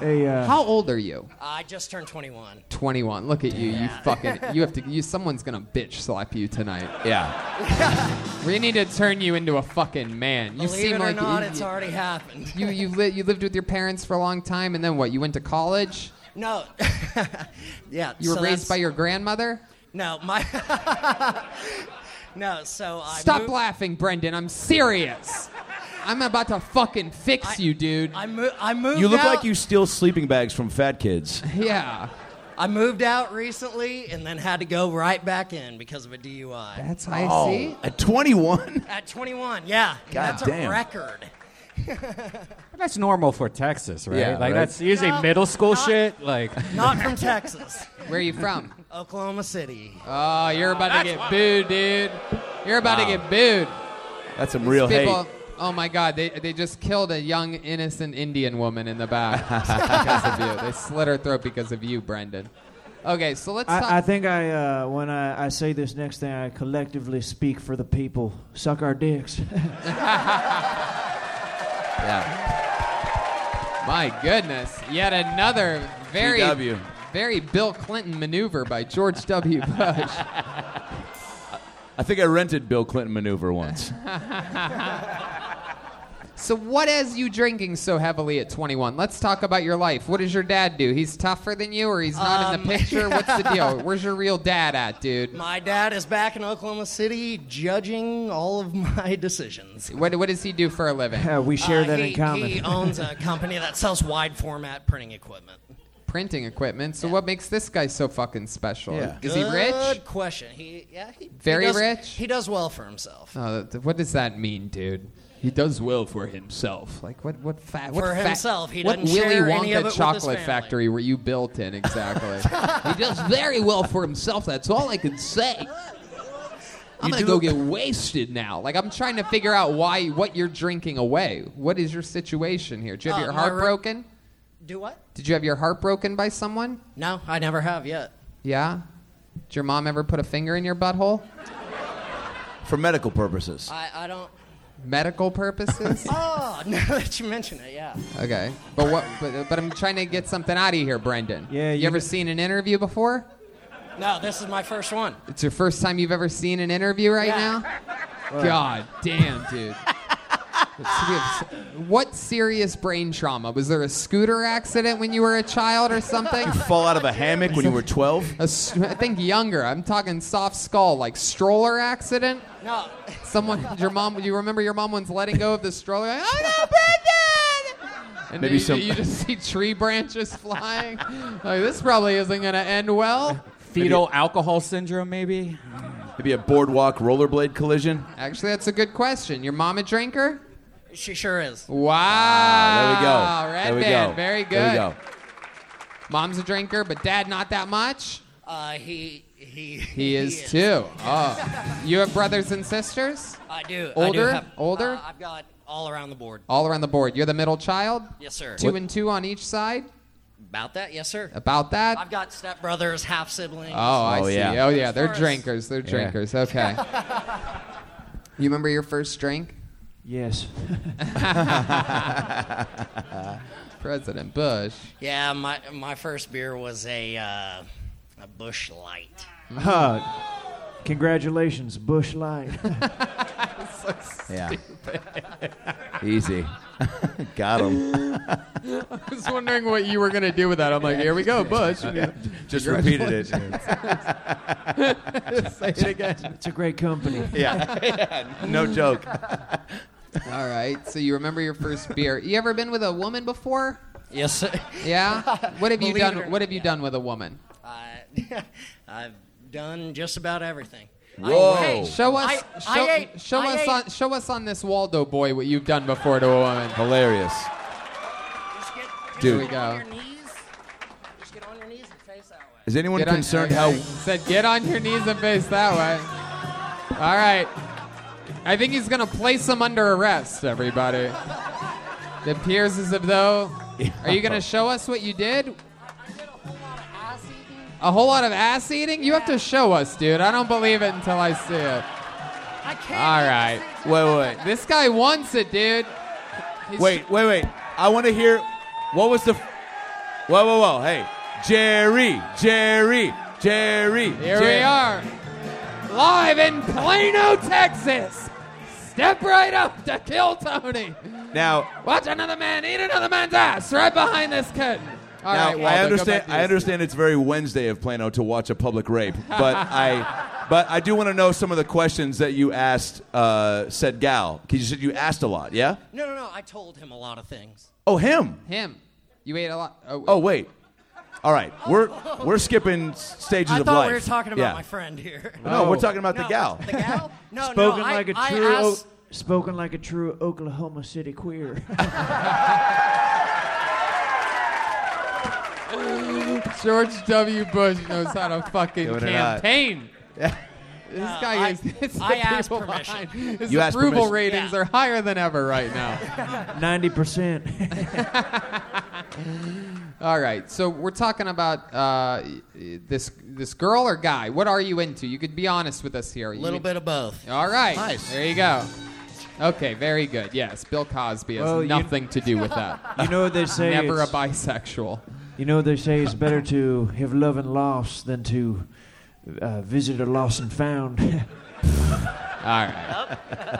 [SPEAKER 5] Hey, uh,
[SPEAKER 2] How old are you?
[SPEAKER 7] I just turned 21.
[SPEAKER 2] 21. Look at you. You fucking. You have to. You. Someone's gonna bitch slap you tonight.
[SPEAKER 4] Yeah.
[SPEAKER 2] We need to turn you into a fucking man. You
[SPEAKER 7] Believe
[SPEAKER 2] seem
[SPEAKER 7] it or
[SPEAKER 2] like
[SPEAKER 7] not,
[SPEAKER 2] you,
[SPEAKER 7] it's already happened.
[SPEAKER 2] you you, li- you lived with your parents for a long time, and then what? You went to college.
[SPEAKER 7] no. yeah.
[SPEAKER 2] You were
[SPEAKER 7] so
[SPEAKER 2] raised
[SPEAKER 7] that's-
[SPEAKER 2] by your grandmother.
[SPEAKER 7] No, my. no, so I.
[SPEAKER 2] Stop
[SPEAKER 7] moved,
[SPEAKER 2] laughing, Brendan. I'm serious. I'm about to fucking fix
[SPEAKER 7] I-
[SPEAKER 2] you, dude.
[SPEAKER 7] I, mo- I moved
[SPEAKER 4] You look
[SPEAKER 7] out.
[SPEAKER 4] like you steal sleeping bags from fat kids.
[SPEAKER 2] yeah.
[SPEAKER 7] I moved out recently and then had to go right back in because of a DUI.
[SPEAKER 2] That's I
[SPEAKER 4] Oh.
[SPEAKER 2] see.
[SPEAKER 4] At 21?
[SPEAKER 7] At 21, yeah.
[SPEAKER 4] God
[SPEAKER 7] that's
[SPEAKER 4] damn.
[SPEAKER 7] a record.
[SPEAKER 3] That's normal for Texas, right?
[SPEAKER 4] Yeah,
[SPEAKER 3] like
[SPEAKER 4] right.
[SPEAKER 3] that's usually
[SPEAKER 7] No,
[SPEAKER 3] middle school
[SPEAKER 7] not-
[SPEAKER 3] shit. Like
[SPEAKER 7] Not from Texas,
[SPEAKER 2] Where are you from?
[SPEAKER 7] Oklahoma City.
[SPEAKER 2] Oh, you're about to get booed, dude. You're about to get booed.
[SPEAKER 4] That's some real hate.
[SPEAKER 2] People, oh my God, they, they just killed a young, innocent Indian woman in the back because of you. They slit her throat because of you, Brendan. Okay, so let's talk.
[SPEAKER 5] I, I think I uh, when I, I say this next thing, I collectively speak for the people. Suck our dicks.
[SPEAKER 4] Yeah.
[SPEAKER 2] my goodness, yet another very,
[SPEAKER 4] GW.
[SPEAKER 2] very Bill Clinton maneuver by George W. Bush.
[SPEAKER 4] I think I rented Bill Clinton maneuver once.
[SPEAKER 2] so, what has you drinking so heavily at 21? Let's talk about your life. What does your dad do? He's tougher than you, or he's not in
[SPEAKER 7] Um,
[SPEAKER 2] the picture? What's the deal? Where's your real dad at, dude?
[SPEAKER 7] My dad is back in Oklahoma City judging all of my decisions.
[SPEAKER 2] What, what does he do for a living?
[SPEAKER 5] Uh, we share
[SPEAKER 7] Uh,
[SPEAKER 5] that
[SPEAKER 7] he,
[SPEAKER 5] in common.
[SPEAKER 7] He owns a company that sells wide format printing equipment.
[SPEAKER 2] printing equipment. So what makes this guy so fucking special?
[SPEAKER 4] Yeah.
[SPEAKER 2] Is he
[SPEAKER 7] Good
[SPEAKER 2] rich?
[SPEAKER 7] question. He yeah. He,
[SPEAKER 2] Very
[SPEAKER 7] he does-
[SPEAKER 2] rich?
[SPEAKER 7] He does well for himself.
[SPEAKER 2] Oh, th- what does that mean, dude? He does well for himself. Like what? What fat? What
[SPEAKER 7] For
[SPEAKER 2] fa-
[SPEAKER 7] himself, he
[SPEAKER 2] what
[SPEAKER 7] doesn't
[SPEAKER 2] Willy
[SPEAKER 7] share
[SPEAKER 2] Wonka
[SPEAKER 7] any of it with his
[SPEAKER 2] chocolate
[SPEAKER 7] family.
[SPEAKER 2] factory were you built in exactly? he does very well for himself. That's all I can say. I'm gonna
[SPEAKER 4] do
[SPEAKER 2] go
[SPEAKER 4] look-
[SPEAKER 2] get wasted now. Like I'm trying to figure out why what you're drinking away. What is your situation here? Did you have
[SPEAKER 7] Uh,
[SPEAKER 2] your
[SPEAKER 7] my
[SPEAKER 2] heart
[SPEAKER 7] re-
[SPEAKER 2] broken?
[SPEAKER 7] Do what?
[SPEAKER 2] Did you have your heart broken by someone?
[SPEAKER 7] No, I never have yet.
[SPEAKER 2] Yeah. Did your mom ever put a finger in your butthole?
[SPEAKER 4] For medical purposes.
[SPEAKER 7] I, I don't.
[SPEAKER 2] medical purposes.
[SPEAKER 7] Oh, now that you mention it, yeah.
[SPEAKER 2] okay, but what? But, but I'm trying to get something out of here, Brendan.
[SPEAKER 5] Yeah,
[SPEAKER 2] you,
[SPEAKER 5] you-
[SPEAKER 2] ever seen an interview before?
[SPEAKER 7] No, this is my first one.
[SPEAKER 2] It's your first time you've ever seen an interview right
[SPEAKER 7] Yeah.
[SPEAKER 2] now. God damn, dude. Let's see if- What serious brain trauma? Was there a scooter accident when you were a child or something?
[SPEAKER 4] Fall out of a hammock when you were 12?
[SPEAKER 2] A s- I think younger. I'm talking soft skull, like stroller accident.
[SPEAKER 7] No,
[SPEAKER 2] Someone, your mom. You remember your mom once letting go of the stroller? Like, oh no, Brendan! And
[SPEAKER 4] Maybe
[SPEAKER 2] you,
[SPEAKER 4] some-
[SPEAKER 2] you just see tree branches flying. Like this probably isn't gonna end well.
[SPEAKER 3] Fetal alcohol syndrome, maybe?
[SPEAKER 4] Maybe a boardwalk rollerblade collision?
[SPEAKER 2] Actually, that's a good question. Your mom a drinker?
[SPEAKER 7] she sure is.
[SPEAKER 2] Wow.
[SPEAKER 4] Ah,
[SPEAKER 2] Red
[SPEAKER 4] there we go.
[SPEAKER 2] band,
[SPEAKER 4] There
[SPEAKER 2] very
[SPEAKER 4] we go.
[SPEAKER 2] good.
[SPEAKER 4] There we go.
[SPEAKER 2] Mom's a drinker, but dad not that much.
[SPEAKER 7] Uh, he he
[SPEAKER 2] He is too. Oh, you have brothers and sisters?
[SPEAKER 7] I do. I do
[SPEAKER 2] Older?
[SPEAKER 7] have-
[SPEAKER 2] Older?
[SPEAKER 7] uh, I've got all around the board.
[SPEAKER 2] All around the board. You're the middle child.
[SPEAKER 7] Yes, sir.
[SPEAKER 2] Two and two on each side.
[SPEAKER 7] About that, yes, sir.
[SPEAKER 2] About that.
[SPEAKER 7] I've got stepbrothers, half siblings.
[SPEAKER 2] Oh, I
[SPEAKER 4] Oh,
[SPEAKER 2] see.
[SPEAKER 4] yeah.
[SPEAKER 2] Oh, yeah. They're
[SPEAKER 7] First.
[SPEAKER 2] drinkers. They're drinkers. Okay. you remember your first drink?
[SPEAKER 5] Yes.
[SPEAKER 2] President Bush.
[SPEAKER 7] Yeah, my my first beer was a uh, a Bush Light.
[SPEAKER 5] Congratulations, Bush Light.
[SPEAKER 4] Yeah. Easy. Got him.
[SPEAKER 2] I was wondering what you were going to do with that. I'm like, here we go, Bush.
[SPEAKER 4] Just repeated it.
[SPEAKER 2] Say it again.
[SPEAKER 5] it's a great company.
[SPEAKER 4] No joke.
[SPEAKER 2] All right. So you remember your first beer. You ever been with a woman before?
[SPEAKER 7] Yes, sir.
[SPEAKER 2] Yeah. What have you
[SPEAKER 7] Believe it or
[SPEAKER 2] done? What have you
[SPEAKER 7] not,
[SPEAKER 2] done with a woman?
[SPEAKER 7] I, I've done just about everything.
[SPEAKER 4] Whoa.
[SPEAKER 7] I, hey,
[SPEAKER 2] Show us.
[SPEAKER 7] I,
[SPEAKER 2] show
[SPEAKER 7] I ate,
[SPEAKER 2] show
[SPEAKER 7] I
[SPEAKER 2] us
[SPEAKER 7] ate-
[SPEAKER 2] on. Show us on this Waldo boy what you've done before to a woman.
[SPEAKER 4] Hilarious.
[SPEAKER 7] Just get, just
[SPEAKER 4] Dude.
[SPEAKER 2] Here we
[SPEAKER 7] get on
[SPEAKER 2] go.
[SPEAKER 7] your knees. Just get on your knees and face that way.
[SPEAKER 4] Is anyone
[SPEAKER 2] Get on-
[SPEAKER 4] concerned how
[SPEAKER 2] said get on your knees and face that way. All right. I think he's gonna place him under arrest, everybody. It appears as if though. Are you gonna show us what you did? A whole lot of ass eating? You have to show us, dude. I don't believe it until I see it.
[SPEAKER 7] I can't.
[SPEAKER 2] All right.
[SPEAKER 4] Wait, wait, wait.
[SPEAKER 2] This guy wants it, dude. He's-
[SPEAKER 4] Wait, wait, wait. I want to hear what was the Whoa, whoa, whoa. Hey. Jerry, Jerry, Jerry.
[SPEAKER 2] Here we are, live in Plano, Texas. Step right up to kill Tony.
[SPEAKER 4] Now,
[SPEAKER 2] Watch another man eat another man's ass right behind this curtain. All
[SPEAKER 4] now
[SPEAKER 2] right, Waldo,
[SPEAKER 4] I
[SPEAKER 2] go
[SPEAKER 4] understand
[SPEAKER 2] back to your
[SPEAKER 4] I understand it's very Wednesday of Plano to watch a public rape, but I but I do want to know some of the questions that you asked uh, said gal. 'Cause you said you asked a lot, yeah?
[SPEAKER 7] No, no, no. I told him a lot of things.
[SPEAKER 4] Oh, him.
[SPEAKER 2] seat. Him. You ate a lot. Oh,
[SPEAKER 4] Oh, wait. All right. We're we're skipping s- stages
[SPEAKER 7] I
[SPEAKER 4] of
[SPEAKER 7] thought
[SPEAKER 4] life.
[SPEAKER 7] we were talking about
[SPEAKER 4] Yeah.
[SPEAKER 7] my friend here.
[SPEAKER 4] No, Oh, we're talking about the
[SPEAKER 7] No,
[SPEAKER 4] gal.
[SPEAKER 7] The gal? Oh, No,
[SPEAKER 5] Spoken
[SPEAKER 7] no. I-
[SPEAKER 5] like a
[SPEAKER 7] I
[SPEAKER 5] true. O-
[SPEAKER 7] asked-
[SPEAKER 5] spoken like a true Oklahoma City queer.
[SPEAKER 2] George W. Bush knows how to fucking
[SPEAKER 4] Do it or not.
[SPEAKER 2] campaign. This guy
[SPEAKER 7] Uh, I-
[SPEAKER 2] is. it's the
[SPEAKER 7] I asked
[SPEAKER 2] people
[SPEAKER 7] permission.
[SPEAKER 2] behind. His
[SPEAKER 4] You asked
[SPEAKER 2] approval
[SPEAKER 4] permission.
[SPEAKER 2] ratings
[SPEAKER 7] Yeah.
[SPEAKER 2] are higher than ever right now.
[SPEAKER 5] Ninety percent.
[SPEAKER 2] All right, so we're talking about uh, this this girl or guy. What are you into? You could be honest with us here.
[SPEAKER 7] A little bit of both.
[SPEAKER 2] All right.
[SPEAKER 7] Nice.
[SPEAKER 2] There you go. Okay, very good. Yes, Bill Cosby has
[SPEAKER 5] Well, you-
[SPEAKER 2] nothing to do with that.
[SPEAKER 5] You know what they say.
[SPEAKER 2] Never a
[SPEAKER 5] it's-
[SPEAKER 2] bisexual.
[SPEAKER 5] You know what they say. It's better to have love and loss than to uh, visit a lost and found.
[SPEAKER 2] All right.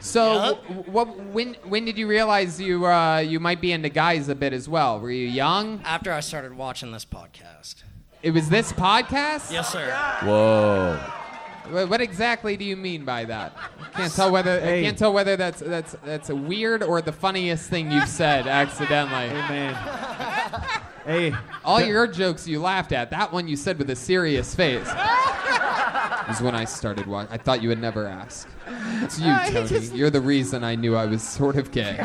[SPEAKER 2] So, wh- what? When? When did you realize you uh, you might be into guys a bit as well? Were you young?
[SPEAKER 7] After I started watching this podcast.
[SPEAKER 2] It was this podcast.
[SPEAKER 7] Yes, sir.
[SPEAKER 4] Whoa.
[SPEAKER 2] Wha- What exactly do you mean by that? Can't tell whether I
[SPEAKER 5] Hey.
[SPEAKER 2] can't tell whether that's that's that's weird or the funniest thing you've said accidentally.
[SPEAKER 5] Man. Hey,
[SPEAKER 2] All your jokes you laughed at. That one you said with a serious face. Is when I started watching. I thought you would never ask. It's you, Tony. You're the reason I knew I was sort of gay.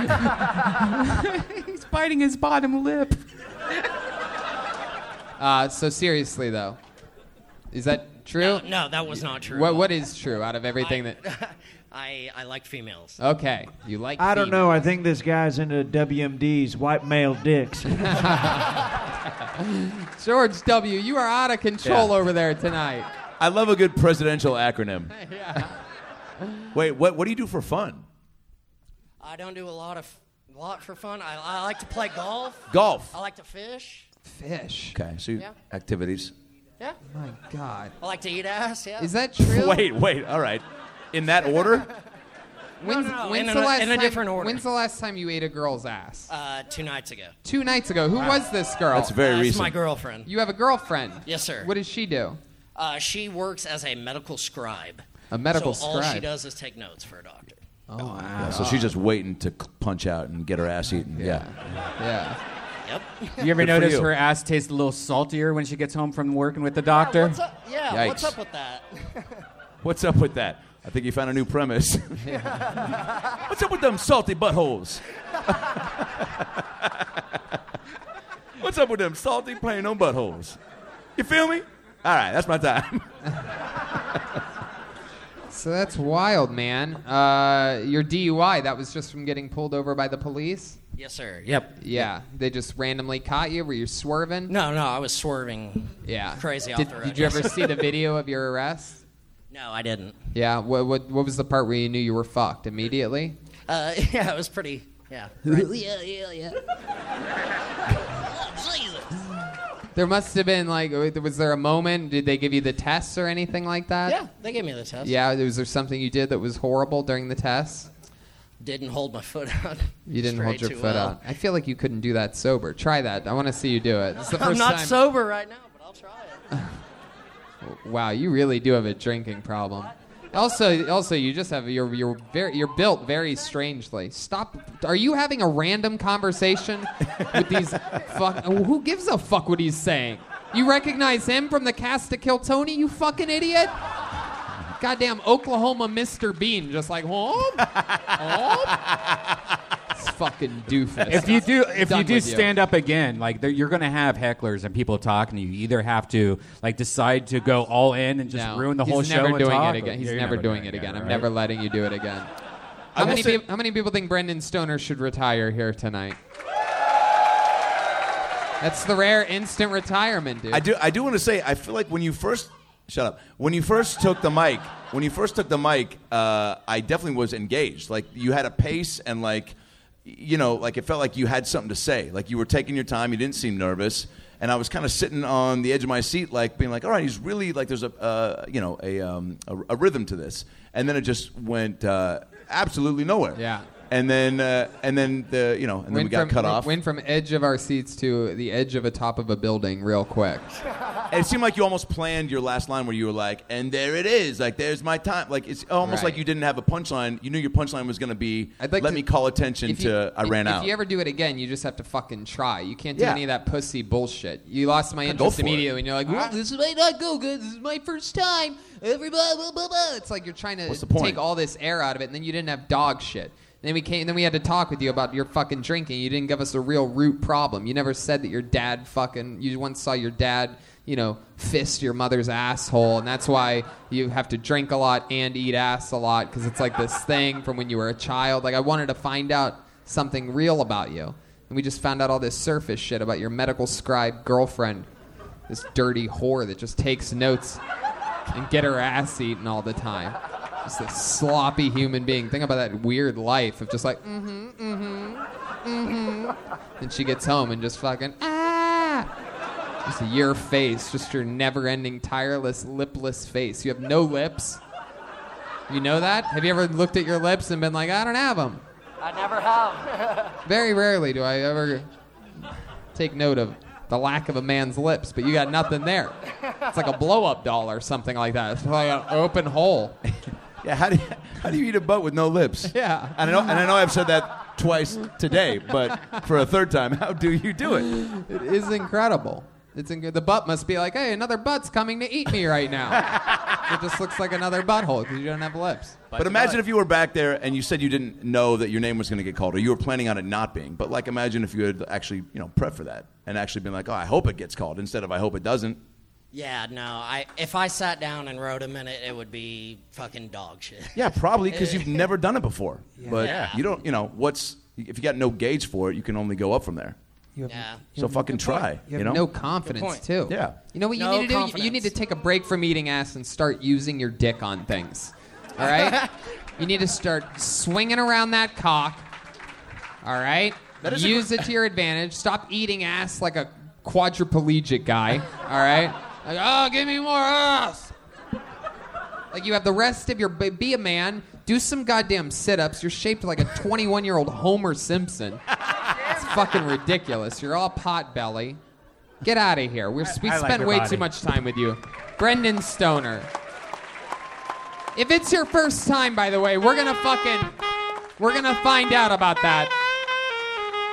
[SPEAKER 3] He's biting his bottom lip.
[SPEAKER 2] Uh, so seriously though, is that true?
[SPEAKER 7] No, that was not true.
[SPEAKER 2] What what is true out of everything that?
[SPEAKER 7] I, I like females.
[SPEAKER 2] Okay, you like.
[SPEAKER 5] I don't know.
[SPEAKER 2] females.
[SPEAKER 5] I think this guy's into WMDs, white male dicks. Uh,
[SPEAKER 2] George W. You are out of control
[SPEAKER 4] Yeah.
[SPEAKER 2] over there tonight.
[SPEAKER 4] I love a good presidential acronym. Wait, what what do you do for fun?
[SPEAKER 7] I don't do a lot of lot for fun. I, I like to play golf.
[SPEAKER 4] Golf.
[SPEAKER 7] I like to fish.
[SPEAKER 2] Fish.
[SPEAKER 4] Okay, so you-
[SPEAKER 7] Yeah.
[SPEAKER 4] activities.
[SPEAKER 7] Yeah.
[SPEAKER 2] My God.
[SPEAKER 7] I like to eat ass. Yeah.
[SPEAKER 2] Is that true?
[SPEAKER 4] Wait, wait. All right. In that order?
[SPEAKER 2] When's,
[SPEAKER 7] no, no,
[SPEAKER 2] when's
[SPEAKER 7] in
[SPEAKER 2] the
[SPEAKER 7] a-
[SPEAKER 2] last
[SPEAKER 7] in a
[SPEAKER 2] time,
[SPEAKER 7] different order.
[SPEAKER 2] When's the last time you ate a girl's ass?
[SPEAKER 7] Uh, two nights ago.
[SPEAKER 2] Two nights ago. Who was this girl?
[SPEAKER 4] That's very
[SPEAKER 7] Uh, it's
[SPEAKER 4] recent.
[SPEAKER 7] my girlfriend.
[SPEAKER 2] You have a girlfriend.
[SPEAKER 7] Yes, sir.
[SPEAKER 2] What does she do?
[SPEAKER 7] Uh, she works as a medical scribe.
[SPEAKER 2] A medical
[SPEAKER 7] so all she
[SPEAKER 2] scribe.
[SPEAKER 7] does is take notes for a doctor.
[SPEAKER 4] Yeah, so she's just waiting to c- punch out and get her ass eaten. Yeah.
[SPEAKER 2] Yeah.
[SPEAKER 7] Yep.
[SPEAKER 3] You ever
[SPEAKER 4] Good for
[SPEAKER 3] notice
[SPEAKER 4] you.
[SPEAKER 3] her ass tastes a little saltier when she gets home from working with the doctor?
[SPEAKER 7] What's up? Yeah. What's
[SPEAKER 4] Yikes.
[SPEAKER 7] up with that?
[SPEAKER 4] What's up with that? I think you found a new premise. What's up with them salty buttholes? What's up with them salty plain on buttholes? You feel me? All right, that's my time.
[SPEAKER 2] So that's wild, man. Uh, your DUI, that was just from getting pulled over by the police?
[SPEAKER 7] yes, sir. Yep.
[SPEAKER 2] Yeah. They just randomly caught you? Were you swerving?
[SPEAKER 7] No, no, I was swerving.
[SPEAKER 2] Yeah.
[SPEAKER 7] Crazy off
[SPEAKER 2] Did,
[SPEAKER 7] the road.
[SPEAKER 2] did you ever see the video of your arrest?
[SPEAKER 7] No, I didn't.
[SPEAKER 2] Yeah. What, what, what was the part where you knew you were fucked immediately?
[SPEAKER 7] Uh, yeah, it was pretty. Yeah. Right. yeah, yeah, yeah. Oh, Jesus.
[SPEAKER 2] There must have been like, was there a moment? Did they give you the tests or anything like that?
[SPEAKER 7] Yeah, they gave me the test.
[SPEAKER 2] Yeah. Was there something you did that was horrible during the tests?
[SPEAKER 7] Didn't hold my foot out.
[SPEAKER 2] You didn't hold
[SPEAKER 7] straight
[SPEAKER 2] your
[SPEAKER 7] too
[SPEAKER 2] foot
[SPEAKER 7] well.
[SPEAKER 2] out. I feel like you couldn't do that sober. Try that. I want to see you do it. It's the
[SPEAKER 7] I'm
[SPEAKER 2] first
[SPEAKER 7] not
[SPEAKER 2] time.
[SPEAKER 7] sober right now, but I'll try it.
[SPEAKER 2] Wow, you really do have a drinking problem. Also, also, you just have you're you're very you're built very strangely. Stop. Are you having a random conversation with these fuck? Who gives a fuck what he's saying? You recognize him from the cast to Kill Tony? You fucking idiot! Goddamn Oklahoma Mr. Bean, just like home, home. It's fucking doofus.
[SPEAKER 3] If you do, if
[SPEAKER 2] Done
[SPEAKER 3] you do
[SPEAKER 2] with you.
[SPEAKER 3] stand up again, like there- you're gonna have hecklers and people talking to you. You either have to like decide to go all in and just
[SPEAKER 2] No,
[SPEAKER 3] ruin the
[SPEAKER 2] he's
[SPEAKER 3] whole show.
[SPEAKER 2] never
[SPEAKER 3] and
[SPEAKER 2] doing
[SPEAKER 3] talk,
[SPEAKER 2] it
[SPEAKER 3] or-
[SPEAKER 2] again. He's
[SPEAKER 3] Yeah, you're
[SPEAKER 2] never, doing it again. I'm
[SPEAKER 3] right?
[SPEAKER 2] never letting you do it again. How
[SPEAKER 4] will
[SPEAKER 2] many,
[SPEAKER 4] say-
[SPEAKER 2] peop- how many people think Brendan Stoner should retire here tonight? That's the rare instant retirement, dude.
[SPEAKER 4] I do. I do want to say. I feel like when you first shut up. When you first took the mic. When you first took the mic, uh, I definitely was engaged. Like you had a pace and like, you know, like it felt like you had something to say. Like you were taking your time. You didn't seem nervous. And I was kind of sitting on the edge of my seat, like being like, all right, he's really like there's a uh, you know a, um, a a rhythm to this. And then it just went uh, absolutely nowhere.
[SPEAKER 2] Yeah.
[SPEAKER 4] And then uh, and then the you know and then we got
[SPEAKER 2] from,
[SPEAKER 4] cut off.
[SPEAKER 2] Went from edge of our seats to the edge of a top of a building real quick.
[SPEAKER 4] it seemed like you almost planned your last line where you were like, and there it is. Like, there's my time. Like, it's almost
[SPEAKER 2] Right.
[SPEAKER 4] like you didn't have a punchline. You knew your punchline was going to be,
[SPEAKER 2] I'd like
[SPEAKER 4] let
[SPEAKER 2] to-
[SPEAKER 4] me call attention
[SPEAKER 2] If you-
[SPEAKER 4] to I
[SPEAKER 2] if-
[SPEAKER 4] ran
[SPEAKER 2] if
[SPEAKER 4] out.
[SPEAKER 2] you ever do it again, you just have to fucking try. You can't do
[SPEAKER 4] Yeah.
[SPEAKER 2] any of that pussy bullshit. You lost my
[SPEAKER 4] go
[SPEAKER 2] interest
[SPEAKER 4] for it.
[SPEAKER 2] immediately, and you're like, well, this might not go good. This is my first time. Everybody, blah, blah, blah. It's like you're trying to
[SPEAKER 4] What's the
[SPEAKER 2] take
[SPEAKER 4] point?
[SPEAKER 2] all this air out of it, and then you didn't have dog shit. Then we came. Then we had to talk with you about your fucking drinking. You didn't give us a real root problem. You never said that your dad fucking. You once saw your dad, you know, fist your mother's asshole, and that's why you have to drink a lot and eat ass a lot because it's like this thing from when you were a child. Like I wanted to find out something real about you, and we just found out all this surface shit about your medical scribe girlfriend, this dirty whore that just takes notes and get her ass eaten all the time. Just a sloppy human being. Think about that weird life of just like, mm hmm, mm hmm, mm hmm. And she gets home and just fucking, ah! Just your face, just your never ending, tireless, lipless face. You have no lips. You know that? Have you ever looked at your lips and been like, I don't have them?
[SPEAKER 7] I never have.
[SPEAKER 2] Very rarely do I ever take note of the lack of a man's lips, but you got nothing there. It's like a blow up doll or something like that. It's like an open hole.
[SPEAKER 4] yeah, how do, you, how do you eat a butt with no lips?
[SPEAKER 2] Yeah.
[SPEAKER 4] And I, know, and I know I've said that twice today, but for a third time, how do you do it?
[SPEAKER 2] It is incredible. It's in, the butt must be like, hey, another butt's coming to eat me right now. it just looks like another butthole because you don't have lips.
[SPEAKER 4] But imagine if you were back there and you said you didn't know that your name was going to get called, or you were planning on it not being. But like, imagine if you had actually, you know, prep for that and actually been like, "Oh, I hope it gets called," instead of "I hope it doesn't."
[SPEAKER 7] Yeah, no. I if I sat down and wrote a minute, it would be fucking dog shit.
[SPEAKER 4] Yeah, probably because you've never done it before. But
[SPEAKER 7] Yeah.
[SPEAKER 4] you don't, you know, what's if you got no gauge for it, you can only go up from there.
[SPEAKER 7] Yeah.
[SPEAKER 4] So fucking try.
[SPEAKER 2] You
[SPEAKER 4] You,
[SPEAKER 2] have
[SPEAKER 4] know,
[SPEAKER 2] no confidence
[SPEAKER 7] point.
[SPEAKER 2] too.
[SPEAKER 4] Yeah.
[SPEAKER 2] You know what you
[SPEAKER 7] No
[SPEAKER 2] need to do? You- You
[SPEAKER 7] confidence.
[SPEAKER 2] need to take a break from eating ass and start using your dick on things. All right. you need to start swinging around that cock. All right.
[SPEAKER 4] That is a
[SPEAKER 2] Use it to your advantage. Stop eating ass like a quadriplegic guy. All right. Like, oh, give me more ass. Like you have the rest of your be be a man. Do some goddamn sit ups. You're shaped like a 21 year old Homer Simpson. It's fucking ridiculous. You're all pot belly. Get out of here. We've, we
[SPEAKER 8] I like
[SPEAKER 2] spent
[SPEAKER 8] your
[SPEAKER 2] way
[SPEAKER 8] body.
[SPEAKER 2] too much time with you. Brendan Stoner. If it's your first time, by the way, we're gonna fucking we're gonna find out about that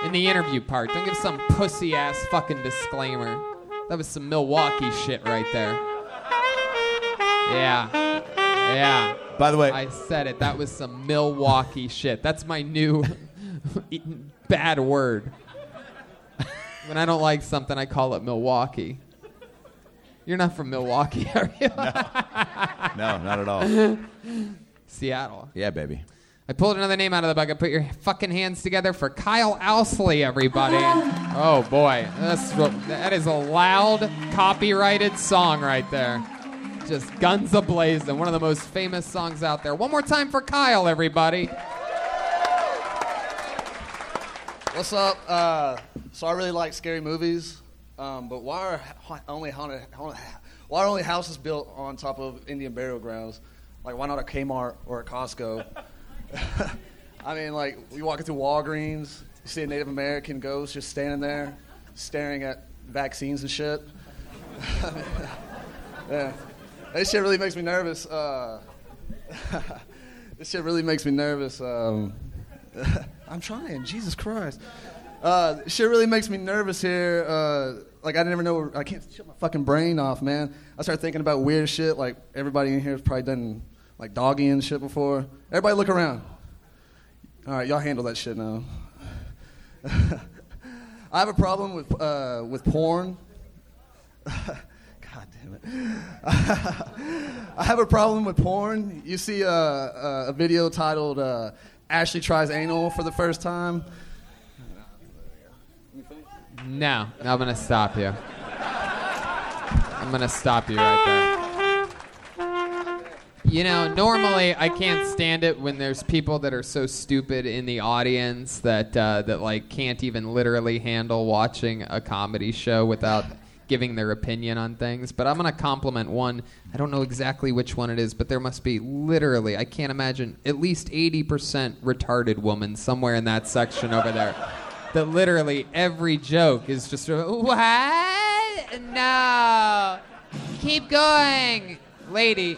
[SPEAKER 2] in the interview part. Don't give some pussy ass fucking disclaimer. That was some Milwaukee shit right there. Yeah. Yeah.
[SPEAKER 4] By the way,
[SPEAKER 2] I said it. That was some Milwaukee shit. That's my new bad word. When I don't like something, I call it Milwaukee. You're not from Milwaukee, are you?
[SPEAKER 4] no, not at all.
[SPEAKER 2] Seattle.
[SPEAKER 4] Yeah, baby.
[SPEAKER 2] I pulled another name out of the bucket. Put your fucking hands together for Kyle Ousley, everybody. Oh boy, that's ro- that is a loud, copyrighted song right there. Just guns ablazing, one of the most famous songs out there. One more time for Kyle, everybody.
[SPEAKER 9] What's up? Uh, so I really like scary movies, um, but why are ha- only haunted, haunted, why are only houses built on top of Indian burial grounds? Like why not a Kmart or a Costco? I mean, like you walk into Walgreens, you see a Native American ghost just standing there, staring at vaccines and shit. yeah, that shit really makes me nervous. Uh, this shit really makes me nervous. Um, I'm trying. Jesus Christ. Uh, shit really makes me nervous here. Uh, like I never know. I can't shut my fucking brain off, man. I start thinking about weird shit. Like everybody in here has probably done like doggy and shit before. Everybody look around. All right, y'all handle that shit now. I have a problem with uh, with porn. God damn it. I have a problem with porn. You see a, a, a video titled uh, Ashley Tries Anal for the First Time.
[SPEAKER 2] No, I'm gonna stop you. I'm gonna stop you right there. You know, normally I can't stand it when there's people that are so stupid in the audience that uh, that like can't even literally handle watching a comedy show without giving their opinion on things. But I'm gonna compliment one. I don't know exactly which one it is, but there must be literally I can't imagine at least 80% retarded woman somewhere in that section over there that literally every joke is just what? No, keep going, lady.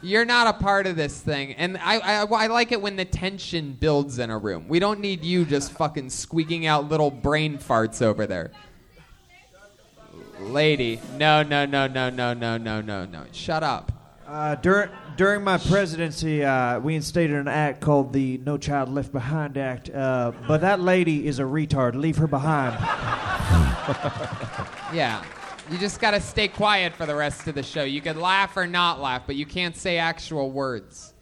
[SPEAKER 2] You're not a part of this thing, and I, I I like it when the tension builds in a room. We don't need you just fucking squeaking out little brain farts over there. Lady, no, no, no, no, no, no, no, no, no. Shut up.
[SPEAKER 5] Uh, during during my presidency, uh, we instated an act called the No Child Left Behind Act. Uh, but that lady is a retard. Leave her behind.
[SPEAKER 2] Yeah. You just gotta stay quiet for the rest of the show. You could laugh or not laugh, but you can't say actual words.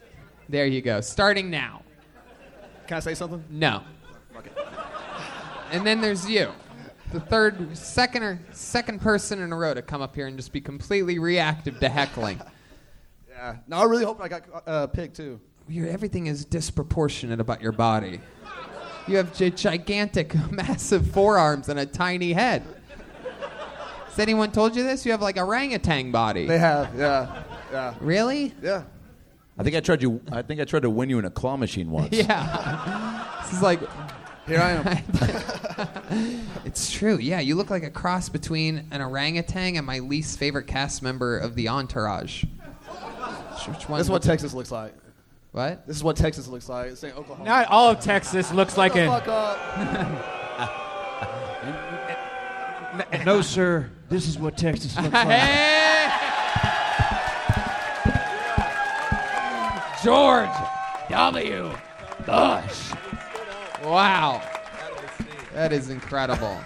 [SPEAKER 2] There you go. Starting now.
[SPEAKER 9] Can I say something?
[SPEAKER 2] No. And then there's you. The third second or second person in a row to come up here and just be completely reactive to heckling.
[SPEAKER 9] Yeah. No, I really hope I got uh, picked too.
[SPEAKER 2] Your everything is disproportionate about your body. You have gi- gigantic, massive forearms and a tiny head. Has anyone told you this? You have like orangutan body.
[SPEAKER 9] They have. Yeah. Yeah.
[SPEAKER 2] really?
[SPEAKER 9] Yeah.
[SPEAKER 4] I think I tried you. I think I tried to win you in a claw machine once.
[SPEAKER 2] Yeah. this is like,
[SPEAKER 9] Here I am.
[SPEAKER 2] it's true. Yeah, you look like a cross between an orangutan and my least favorite cast member of the Entourage. Which- Which one?
[SPEAKER 9] this is what Texas looks like.
[SPEAKER 2] what?
[SPEAKER 9] This is what Texas looks like. It's in Oklahoma.
[SPEAKER 8] Not all of Texas looks like
[SPEAKER 9] Shut the
[SPEAKER 8] a.
[SPEAKER 9] fuck up.
[SPEAKER 5] no, sir. This is what Texas looks like.
[SPEAKER 2] Hey! George W. Bush. Wow. That is incredible.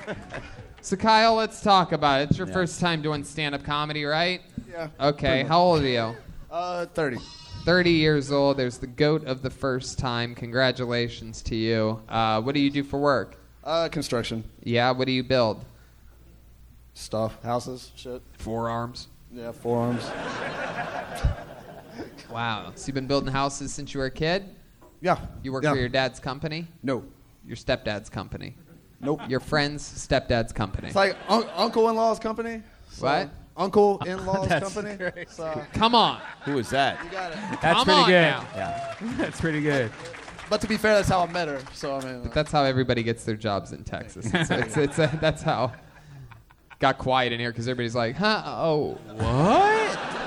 [SPEAKER 2] so, Kyle, let's talk about it. It's your first time doing stand up comedy, right?
[SPEAKER 9] Yeah.
[SPEAKER 2] Okay, how old are you?
[SPEAKER 9] Uh, thirty.
[SPEAKER 2] 30 years old. There's the goat of the first time. Congratulations to you. Uh, what do you do for work?
[SPEAKER 9] Uh, construction
[SPEAKER 2] Yeah, what do you build?
[SPEAKER 9] stuff, houses, shit.
[SPEAKER 2] Forearms.
[SPEAKER 9] Yeah, forearms.
[SPEAKER 2] Wow. So you've been building houses since you were a kid?
[SPEAKER 9] Yeah.
[SPEAKER 2] You work
[SPEAKER 9] yeah.
[SPEAKER 2] for your dad's company?
[SPEAKER 9] No.
[SPEAKER 2] Your stepdad's company?
[SPEAKER 9] Nope.
[SPEAKER 2] Your friend's stepdad's company?
[SPEAKER 9] It's like un- uncle-in-law's company. So
[SPEAKER 2] What?
[SPEAKER 9] uncle in law's company. So
[SPEAKER 2] Come on.
[SPEAKER 4] Who is that?
[SPEAKER 9] you got it.
[SPEAKER 3] That's
[SPEAKER 2] Come
[SPEAKER 3] pretty
[SPEAKER 2] on
[SPEAKER 3] good.
[SPEAKER 2] now.
[SPEAKER 3] Yeah. That's pretty good.
[SPEAKER 9] But to be fair, that's how I met her. So I mean,
[SPEAKER 2] That's how everybody gets their jobs in Texas. It's, it's, it's, uh, that's how. Got quiet in here because everybody's like, huh? Oh, what?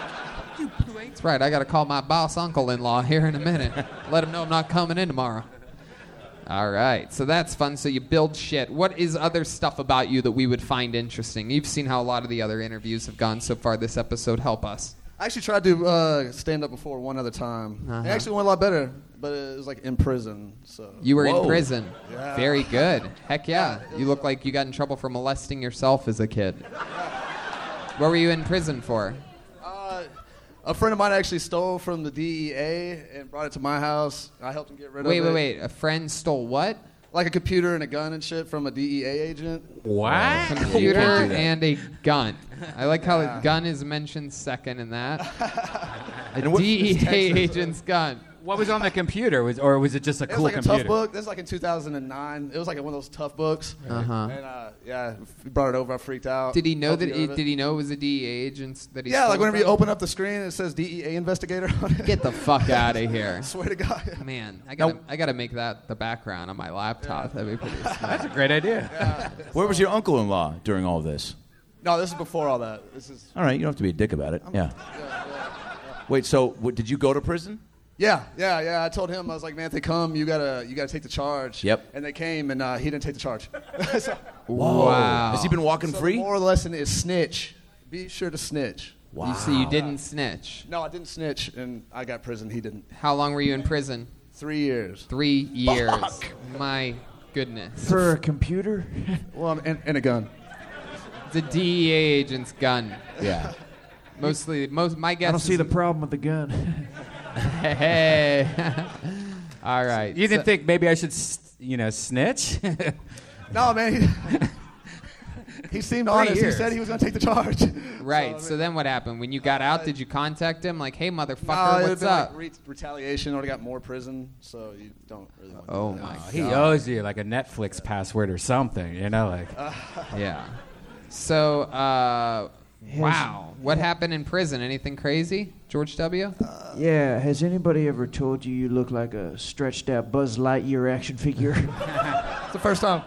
[SPEAKER 2] That's right. I got to call my boss uncle in law here in a minute. Let him know I'm not coming in tomorrow. All right. So that's fun. So you build shit. What is other stuff about you that we would find interesting? You've seen how a lot of the other interviews have gone so far this episode. Help us.
[SPEAKER 9] I actually tried to uh, stand up before one other time.
[SPEAKER 2] Uh-huh.
[SPEAKER 9] It actually went a lot better, but it was like in prison. So
[SPEAKER 2] You were in
[SPEAKER 4] Whoa.
[SPEAKER 2] prison.
[SPEAKER 9] Yeah.
[SPEAKER 2] Very good. Heck yeah. You look like you got in trouble for molesting yourself as a kid. What were you in prison for?
[SPEAKER 9] Uh, a friend of mine actually stole from the DEA and brought it to my house. I helped him get rid
[SPEAKER 2] Wait,
[SPEAKER 9] of
[SPEAKER 2] wait, wait.
[SPEAKER 9] it.
[SPEAKER 2] A friend stole what?
[SPEAKER 9] Like a computer and a gun and shit from a DEA agent.
[SPEAKER 3] What?
[SPEAKER 2] Computer and a gun. I like how the gun is mentioned second in that. A
[SPEAKER 4] what-
[SPEAKER 2] DEA
[SPEAKER 9] Texas.
[SPEAKER 2] agent's gun.
[SPEAKER 3] What was on the computer? Was or was it just a
[SPEAKER 9] It
[SPEAKER 3] cool
[SPEAKER 9] was like a
[SPEAKER 3] computer?
[SPEAKER 9] tough book. This was like in 2009. It was like one of those tough books.
[SPEAKER 2] Uh-huh.
[SPEAKER 9] And uh, yeah, f- brought it over. I freaked out.
[SPEAKER 2] Did he know
[SPEAKER 9] Helped
[SPEAKER 2] that?
[SPEAKER 9] get
[SPEAKER 2] He,
[SPEAKER 9] rid of
[SPEAKER 2] did he know it was a DEA agent that he?
[SPEAKER 9] Yeah,
[SPEAKER 2] stole
[SPEAKER 9] like whenever you
[SPEAKER 2] from?
[SPEAKER 9] open up the screen, it says DEA investigator on it.
[SPEAKER 2] Get the fuck out of here,
[SPEAKER 9] Swear to God.
[SPEAKER 2] man! I gotta, I gotta make that the background on my laptop. That'd be pretty. Smart.
[SPEAKER 3] That's a great idea.
[SPEAKER 4] Where was your uncle-in-law during all this?
[SPEAKER 9] No, this is before all that. This is
[SPEAKER 4] All right, you don't have to be a dick about it. Yeah. Wait, so what, did you go to prison?
[SPEAKER 9] Yeah, yeah, yeah. I told him I was like, man, if they come, you gotta, you gotta take the charge.
[SPEAKER 4] Yep.
[SPEAKER 9] And they came, and uh, he didn't take the charge. so,
[SPEAKER 4] Whoa.
[SPEAKER 2] Wow.
[SPEAKER 4] Has he been walking
[SPEAKER 9] so
[SPEAKER 4] free?
[SPEAKER 9] The moral lesson is snitch. Be sure to snitch.
[SPEAKER 4] wow.
[SPEAKER 2] You see, you didn't snitch.
[SPEAKER 9] No, I didn't snitch, and I got prison. He didn't.
[SPEAKER 2] How long were you in prison?
[SPEAKER 9] Three years.
[SPEAKER 2] Three years. My goodness.
[SPEAKER 5] For a computer?
[SPEAKER 9] Well, and, and a gun.
[SPEAKER 2] It's E a DEA agent's gun.
[SPEAKER 4] Yeah.
[SPEAKER 2] Mostly, most. My guess.
[SPEAKER 5] I don't see
[SPEAKER 2] is,
[SPEAKER 5] the problem with the gun.
[SPEAKER 2] Hey. All right.
[SPEAKER 3] You didn't
[SPEAKER 2] So-
[SPEAKER 3] think maybe I should, s- you know, snitch?
[SPEAKER 9] No, man. He, he seemed honest.
[SPEAKER 3] years.
[SPEAKER 9] He said he was gonna take the charge.
[SPEAKER 2] right. So then, what happened when you got out? Did you contact him? Like, hey,
[SPEAKER 9] No,
[SPEAKER 2] motherfucker,
[SPEAKER 9] it would have
[SPEAKER 2] what's
[SPEAKER 9] been
[SPEAKER 2] up?
[SPEAKER 9] Oh, like re- retaliation, or got more prison. So you don't really. Want to
[SPEAKER 2] oh
[SPEAKER 9] do that.
[SPEAKER 2] my.
[SPEAKER 3] he owes you like a Netflix password or something, you know, like
[SPEAKER 2] Yeah. So, uh, wow. What happened in prison? Anything crazy, George W?
[SPEAKER 5] yeah, has anybody ever told you you look like a stretched out Buzz Lightyear action figure?
[SPEAKER 9] It's the first time.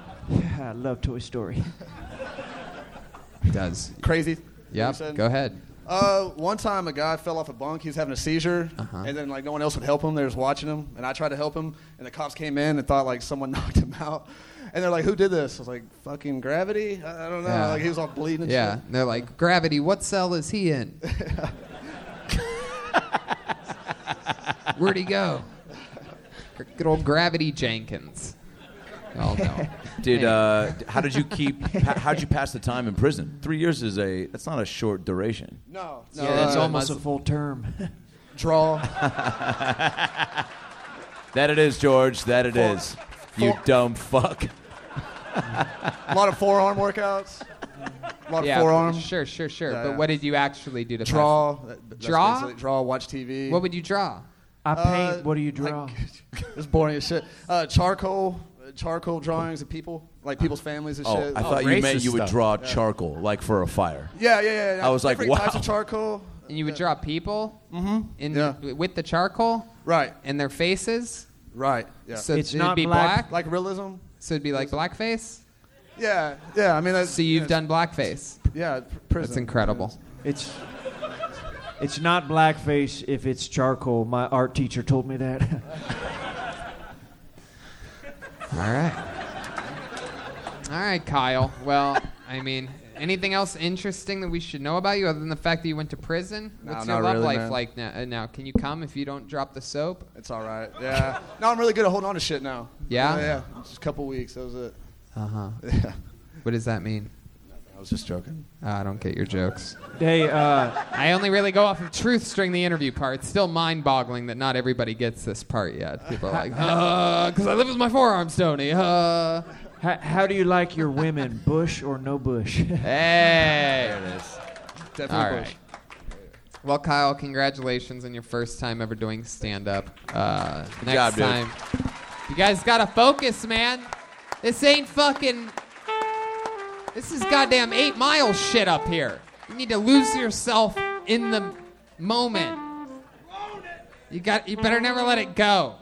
[SPEAKER 5] I love Toy Story.
[SPEAKER 2] Does.
[SPEAKER 9] Crazy. You
[SPEAKER 2] Yep.
[SPEAKER 9] said?
[SPEAKER 2] Go ahead.
[SPEAKER 9] Uh, one time a guy fell off a bunk. He was having a seizure,
[SPEAKER 2] Uh-huh.
[SPEAKER 9] and then like no one else would help him. They were just watching him, and I tried to help him, and the cops came in and thought like someone knocked him out, and they're like, "Who did this?" I was like, "Fucking gravity." I, I don't know.
[SPEAKER 2] Yeah.
[SPEAKER 9] Like he was all bleeding. And
[SPEAKER 2] Yeah.
[SPEAKER 9] shit.
[SPEAKER 2] And they're like, gravity. What cell is he in? Where'd he go? Good old gravity Jenkins. You all know.
[SPEAKER 4] Oh, Did uh, how did you keep? pa- How did you pass the time in prison? Three years is a that's not a short duration.
[SPEAKER 9] No. No.
[SPEAKER 2] Yeah,
[SPEAKER 5] That's
[SPEAKER 2] Uh,
[SPEAKER 5] almost a
[SPEAKER 2] Muslim-
[SPEAKER 5] full term.
[SPEAKER 9] draw.
[SPEAKER 4] That it is, George. That it is. You
[SPEAKER 9] Four-
[SPEAKER 4] dumb fuck.
[SPEAKER 9] a lot of forearm workouts. A lot
[SPEAKER 2] Yeah.
[SPEAKER 9] of forearm.
[SPEAKER 2] Sure, sure, sure.
[SPEAKER 9] Yeah,
[SPEAKER 2] but
[SPEAKER 9] yeah.
[SPEAKER 2] what did you actually do to pass-
[SPEAKER 9] Draw. That- that's
[SPEAKER 2] Draw?
[SPEAKER 9] basically it. Draw. Watch TV.
[SPEAKER 2] What would you draw?
[SPEAKER 5] I paint.
[SPEAKER 9] Uh,
[SPEAKER 5] what do you
[SPEAKER 9] like-
[SPEAKER 5] draw?
[SPEAKER 9] it's boring as shit. Uh, charcoal. uh, Charcoal drawings of people, like people's families and
[SPEAKER 4] Oh,
[SPEAKER 9] shit.
[SPEAKER 4] I thought you
[SPEAKER 3] racist
[SPEAKER 4] meant you would
[SPEAKER 3] stuff.
[SPEAKER 4] draw charcoal, like for a fire.
[SPEAKER 9] Yeah, yeah, yeah. yeah.
[SPEAKER 4] I was like,
[SPEAKER 9] Different types
[SPEAKER 4] wow.
[SPEAKER 9] of charcoal.
[SPEAKER 2] And you would draw people mm-hmm. in
[SPEAKER 9] Yeah.
[SPEAKER 2] with the charcoal
[SPEAKER 9] Right,
[SPEAKER 2] and their faces.
[SPEAKER 9] right. Yeah.
[SPEAKER 2] So
[SPEAKER 5] It's
[SPEAKER 2] it'd
[SPEAKER 5] not
[SPEAKER 2] be
[SPEAKER 5] black.
[SPEAKER 9] like realism.
[SPEAKER 2] So it'd be like blackface.
[SPEAKER 9] Yeah, yeah. I mean, that's,
[SPEAKER 2] So you've
[SPEAKER 9] yeah,
[SPEAKER 2] done blackface.
[SPEAKER 9] Yeah, pr- prison.
[SPEAKER 2] That's incredible.
[SPEAKER 5] It's it's not blackface if it's charcoal. My art teacher told me that.
[SPEAKER 2] All right. All right, Kyle. Well, I mean, anything else interesting that we should know about you other than the fact that you went to prison?
[SPEAKER 9] No,
[SPEAKER 2] What's
[SPEAKER 9] not
[SPEAKER 2] your love
[SPEAKER 9] really,
[SPEAKER 2] life
[SPEAKER 9] man.
[SPEAKER 2] like now, uh, now? Can you come if you don't drop the soap?
[SPEAKER 9] It's all right. Yeah. no, I'm really good at holding on to shit now.
[SPEAKER 2] Yeah?
[SPEAKER 9] Yeah. yeah. Just a couple weeks. That was it.
[SPEAKER 2] Uh huh.
[SPEAKER 9] Yeah.
[SPEAKER 2] What does that mean?
[SPEAKER 9] I was just joking.
[SPEAKER 2] Uh, I don't get your jokes.
[SPEAKER 5] hey, uh,
[SPEAKER 2] I only really go off of truths during the interview part. It's still mind boggling that not everybody gets this part yet. People are like, uh, because I live with my forearms, Tony. Uh.
[SPEAKER 5] How, how do you like your women, bush or no bush?
[SPEAKER 2] Hey. it is.
[SPEAKER 9] Definitely.
[SPEAKER 2] All
[SPEAKER 9] Bush.
[SPEAKER 2] right. Well, Kyle, congratulations on your first time ever doing stand up. Uh, next
[SPEAKER 4] job, dude.
[SPEAKER 2] time, you guys gotta focus, man. This ain't fucking. This is goddamn eight mile shit up here. You You need to lose yourself in the moment. You got. You better never let it go.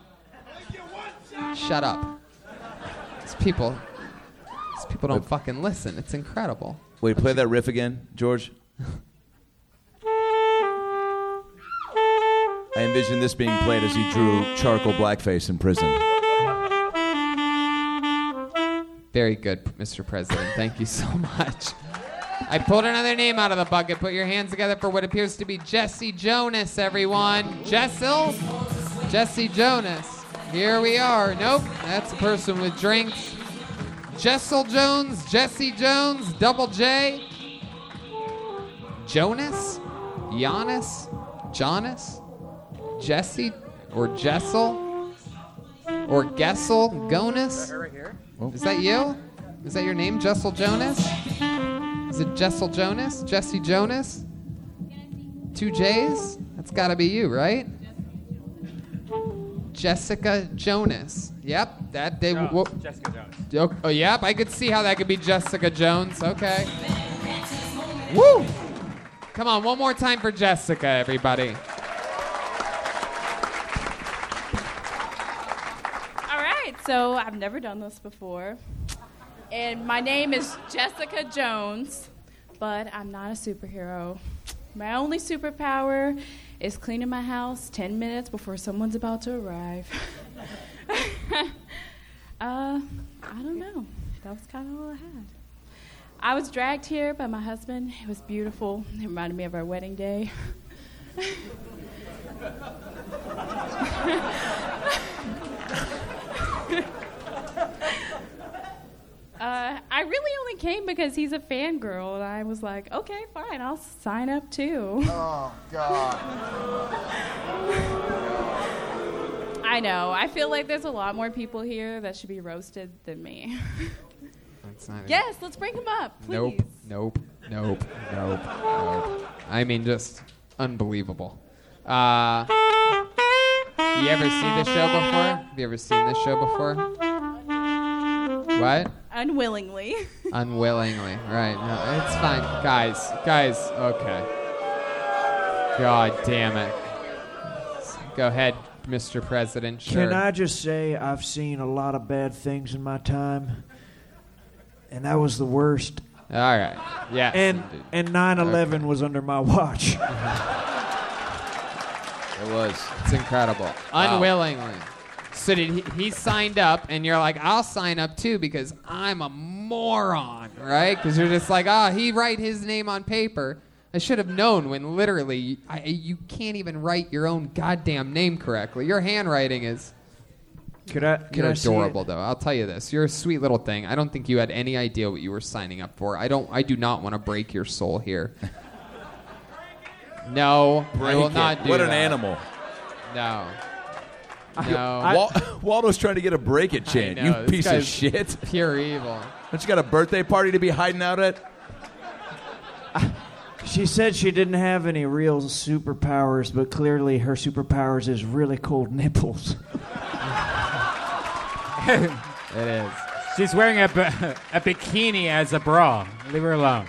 [SPEAKER 2] Shut up. These people. These people don't fucking listen. It's incredible.
[SPEAKER 4] Wait, play that riff again, George. I envision this being played as he drew charcoal blackface in prison.
[SPEAKER 2] Very good, Mr. President. Thank you so much. I pulled another name out of the bucket. Put your hands together for what appears to be Jesse Jonas, everyone. Jessel? Jesse Jonas. Here we are. Nope, that's a person with drinks. Jessel Jones, Jesse Jones, Double J. Jonas? Giannis? Jonas? Jesse? Or Jessel? Or Gessel? Gonas? Is that you? Is that your name, Jessel Jonas? Is it Jessel Jonas? Jesse Jonas? Two J's? That's gotta be you, right? Jessica Jonas. Yep, that they. wo-
[SPEAKER 3] Jessica Jones.
[SPEAKER 2] Oh, oh, yep, I could see how that could be Jessica Jones. Okay. Woo! Come on, one more time for Jessica, everybody.
[SPEAKER 8] All right, so I've never done this before. And my name is Jessica Jones, but I'm not a superhero. My only superpower is cleaning my house 10 minutes before someone's about to arrive. uh, I don't know. That was kind of all I had. I was dragged here by my husband. It was beautiful. It reminded me of our wedding day. Uh, I really only came because he's a fangirl, and I was like, okay, fine, I'll sign up too.
[SPEAKER 9] Oh God.
[SPEAKER 8] I know. I feel like there's a lot more people here that should be roasted than me.
[SPEAKER 2] That's not
[SPEAKER 8] yes, let's bring him up, please.
[SPEAKER 2] Nope, nope, nope, nope, nope. I mean, just unbelievable. Uh, you ever see this show before? Have you ever seen this show before? What?
[SPEAKER 8] Unwillingly.
[SPEAKER 2] Unwillingly. Right. No, it's fine. Guys, guys, okay. God damn it. Go ahead, Mr. President. Sure.
[SPEAKER 5] Can I just say I've seen a lot of bad things in my time, and that was the worst.
[SPEAKER 2] All right. Yes.
[SPEAKER 5] And
[SPEAKER 2] indeed.
[SPEAKER 5] and 9/11 was under my watch.
[SPEAKER 4] It was.
[SPEAKER 2] It's incredible. Unwillingly. So did he, he signed up, and you're like, I'll sign up too because I'm a moron, right? Because you're just like, ah, he write his name on paper. I should have known when literally I, you can't even write your own goddamn name correctly. Your handwriting is
[SPEAKER 5] could I? Could
[SPEAKER 2] You're
[SPEAKER 5] I see it?
[SPEAKER 2] adorable, though. I'll tell you this: you're a sweet little thing. I don't think you had any idea what you were signing up for. I don't. I do not want to break your soul here. No, I will
[SPEAKER 4] Break it.
[SPEAKER 2] not do
[SPEAKER 4] what an
[SPEAKER 2] that.
[SPEAKER 4] animal.
[SPEAKER 2] No, no.
[SPEAKER 4] Wal- Waldo's trying to get a break it chant.
[SPEAKER 2] know,
[SPEAKER 4] you
[SPEAKER 2] this
[SPEAKER 4] piece of
[SPEAKER 2] guy's-
[SPEAKER 4] shit.
[SPEAKER 2] Pure evil.
[SPEAKER 4] Don't you got a birthday party to be hiding out at?
[SPEAKER 5] She said she didn't have any real superpowers, but clearly her superpowers is really cold nipples.
[SPEAKER 2] It is.
[SPEAKER 3] She's wearing a, ba- a bikini as a bra. Leave her alone.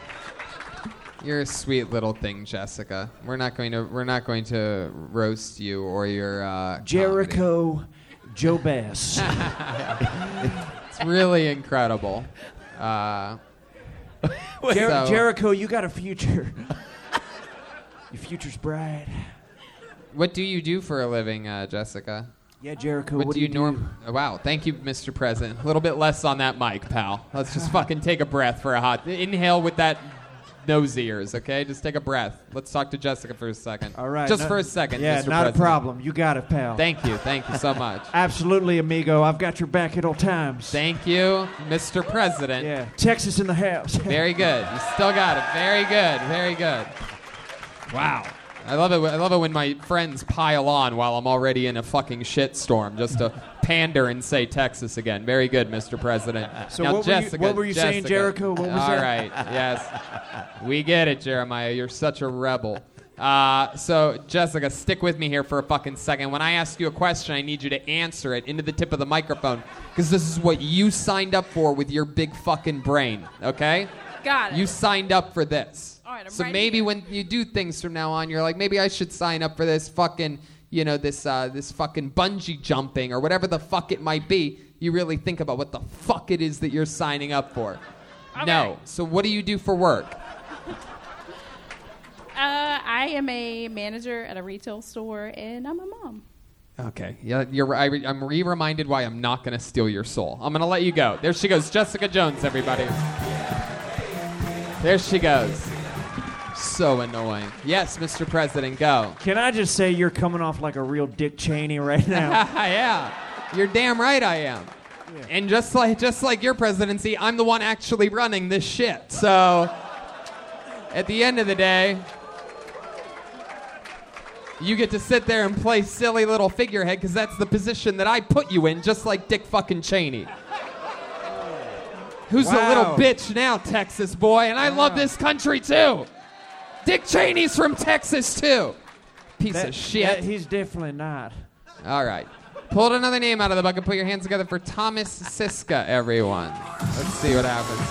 [SPEAKER 2] You're a sweet little thing, Jessica. We're not going to. We're not going to roast you or your uh, comedy.
[SPEAKER 5] Jericho, Joe Bass.
[SPEAKER 2] It's really incredible. Uh,
[SPEAKER 5] Jer-
[SPEAKER 2] So-
[SPEAKER 5] Jericho, you got a future. Your future's bright.
[SPEAKER 2] what do you do for a living, uh, Jessica?
[SPEAKER 5] Yeah, Jericho.
[SPEAKER 2] What, do you,
[SPEAKER 5] normally?
[SPEAKER 2] norm? oh, Wow, thank you, Mr. President. A little bit less on that mic, pal. Let's just fucking take a breath for a hot. Inhale with that nose ears, okay? Just take a breath. Let's talk to Jessica for a second.
[SPEAKER 5] All right.
[SPEAKER 2] just
[SPEAKER 5] no-
[SPEAKER 2] for a second.
[SPEAKER 5] Yeah,
[SPEAKER 2] Mr.
[SPEAKER 5] not
[SPEAKER 2] President.
[SPEAKER 5] a problem. You got it, pal.
[SPEAKER 2] Thank you, thank you so much.
[SPEAKER 5] Absolutely, amigo. I've got your back at all times.
[SPEAKER 2] thank you, Mr. President.
[SPEAKER 5] yeah, Texas in the house.
[SPEAKER 2] Very good. You still got it. Very good. Very good. Wow. I love it. I love it when my friends pile on while I'm already in a fucking shitstorm just to pander and say Texas again. Very good, Mr. President.
[SPEAKER 5] So
[SPEAKER 2] now,
[SPEAKER 5] what were you-
[SPEAKER 2] Jessica,
[SPEAKER 5] what were you saying,
[SPEAKER 2] Jessica.
[SPEAKER 5] Jericho? What was
[SPEAKER 2] All
[SPEAKER 5] that?
[SPEAKER 2] right. Yes. We get it, Jeremiah. You're such a rebel. Uh, so, Jessica, stick with me here for a fucking second. When I ask you a question, I need you to answer it into the tip of the microphone because this is what you signed up for with your big fucking brain, okay?
[SPEAKER 8] Got it.
[SPEAKER 2] You signed up for this.
[SPEAKER 8] all right, I'm
[SPEAKER 2] so
[SPEAKER 8] right
[SPEAKER 2] maybe
[SPEAKER 8] here.
[SPEAKER 2] when you do things from now on, you're like, maybe I should sign up for this fucking, you know, this uh, this fucking bungee jumping or whatever the fuck it might be. You really think about what the fuck it is that you're signing up for. No. So what do you do for work?
[SPEAKER 8] Uh, I am a manager at a retail store, and I'm a mom.
[SPEAKER 2] Okay. Yeah, you're. I, re- I'm re-reminded why I'm not gonna steal your soul. I'm gonna let you go. There she goes, Jessica Jones. Everybody. There she goes. So annoying. Yes, Mr. President, go.
[SPEAKER 5] Can I just say you're coming off like a real Dick Cheney right now?
[SPEAKER 2] yeah, you're damn right I am. And just like just like your presidency, I'm the one actually running this shit. So at the end of the day, you get to sit there and play silly little figurehead because that's the position that I put you in, just like Dick fucking Cheney. Who's a little
[SPEAKER 5] Wow.
[SPEAKER 2] bitch now, Texas boy? And I love this country too. Dick Cheney's from Texas too. Piece
[SPEAKER 5] That-
[SPEAKER 2] of shit.
[SPEAKER 5] that- he's definitely not.
[SPEAKER 2] All right. Pulled another name out of the bucket. Put your hands together for Thomas Siska, everyone. Let's see what happens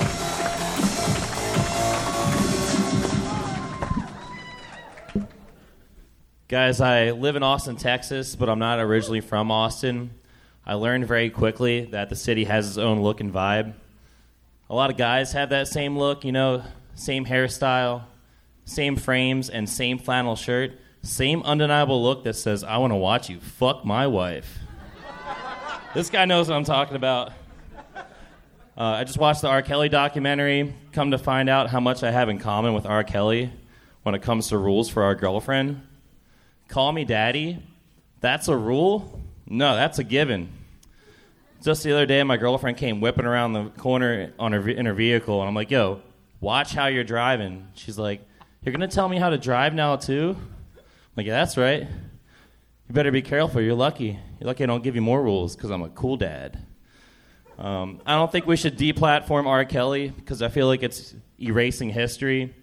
[SPEAKER 2] here.
[SPEAKER 10] Guys, I live in Austin, Texas, but I'm not originally from Austin. I learned very quickly that the city has its own look and vibe. A lot of guys have that same look, you know, same hairstyle, same frames, and same flannel shirt, same undeniable look that says, I want to watch you fuck my wife. this guy knows what I'm talking about. Uh, I just watched the R. Kelly documentary, come to find out how much I have in common with R. Kelly when it comes to rules for our girlfriend call me daddy, that's a rule? No, that's a given. Just the other day, my girlfriend came whipping around the corner on her, in her vehicle, and I'm like, yo, watch how you're driving. She's like, you're going to tell me how to drive now, too? I'm like, yeah, that's right. You better be careful. You're lucky. You're lucky I don't give you more rules because I'm a cool dad. Um, I don't think we should deplatform R. Kelly because I feel like it's erasing history.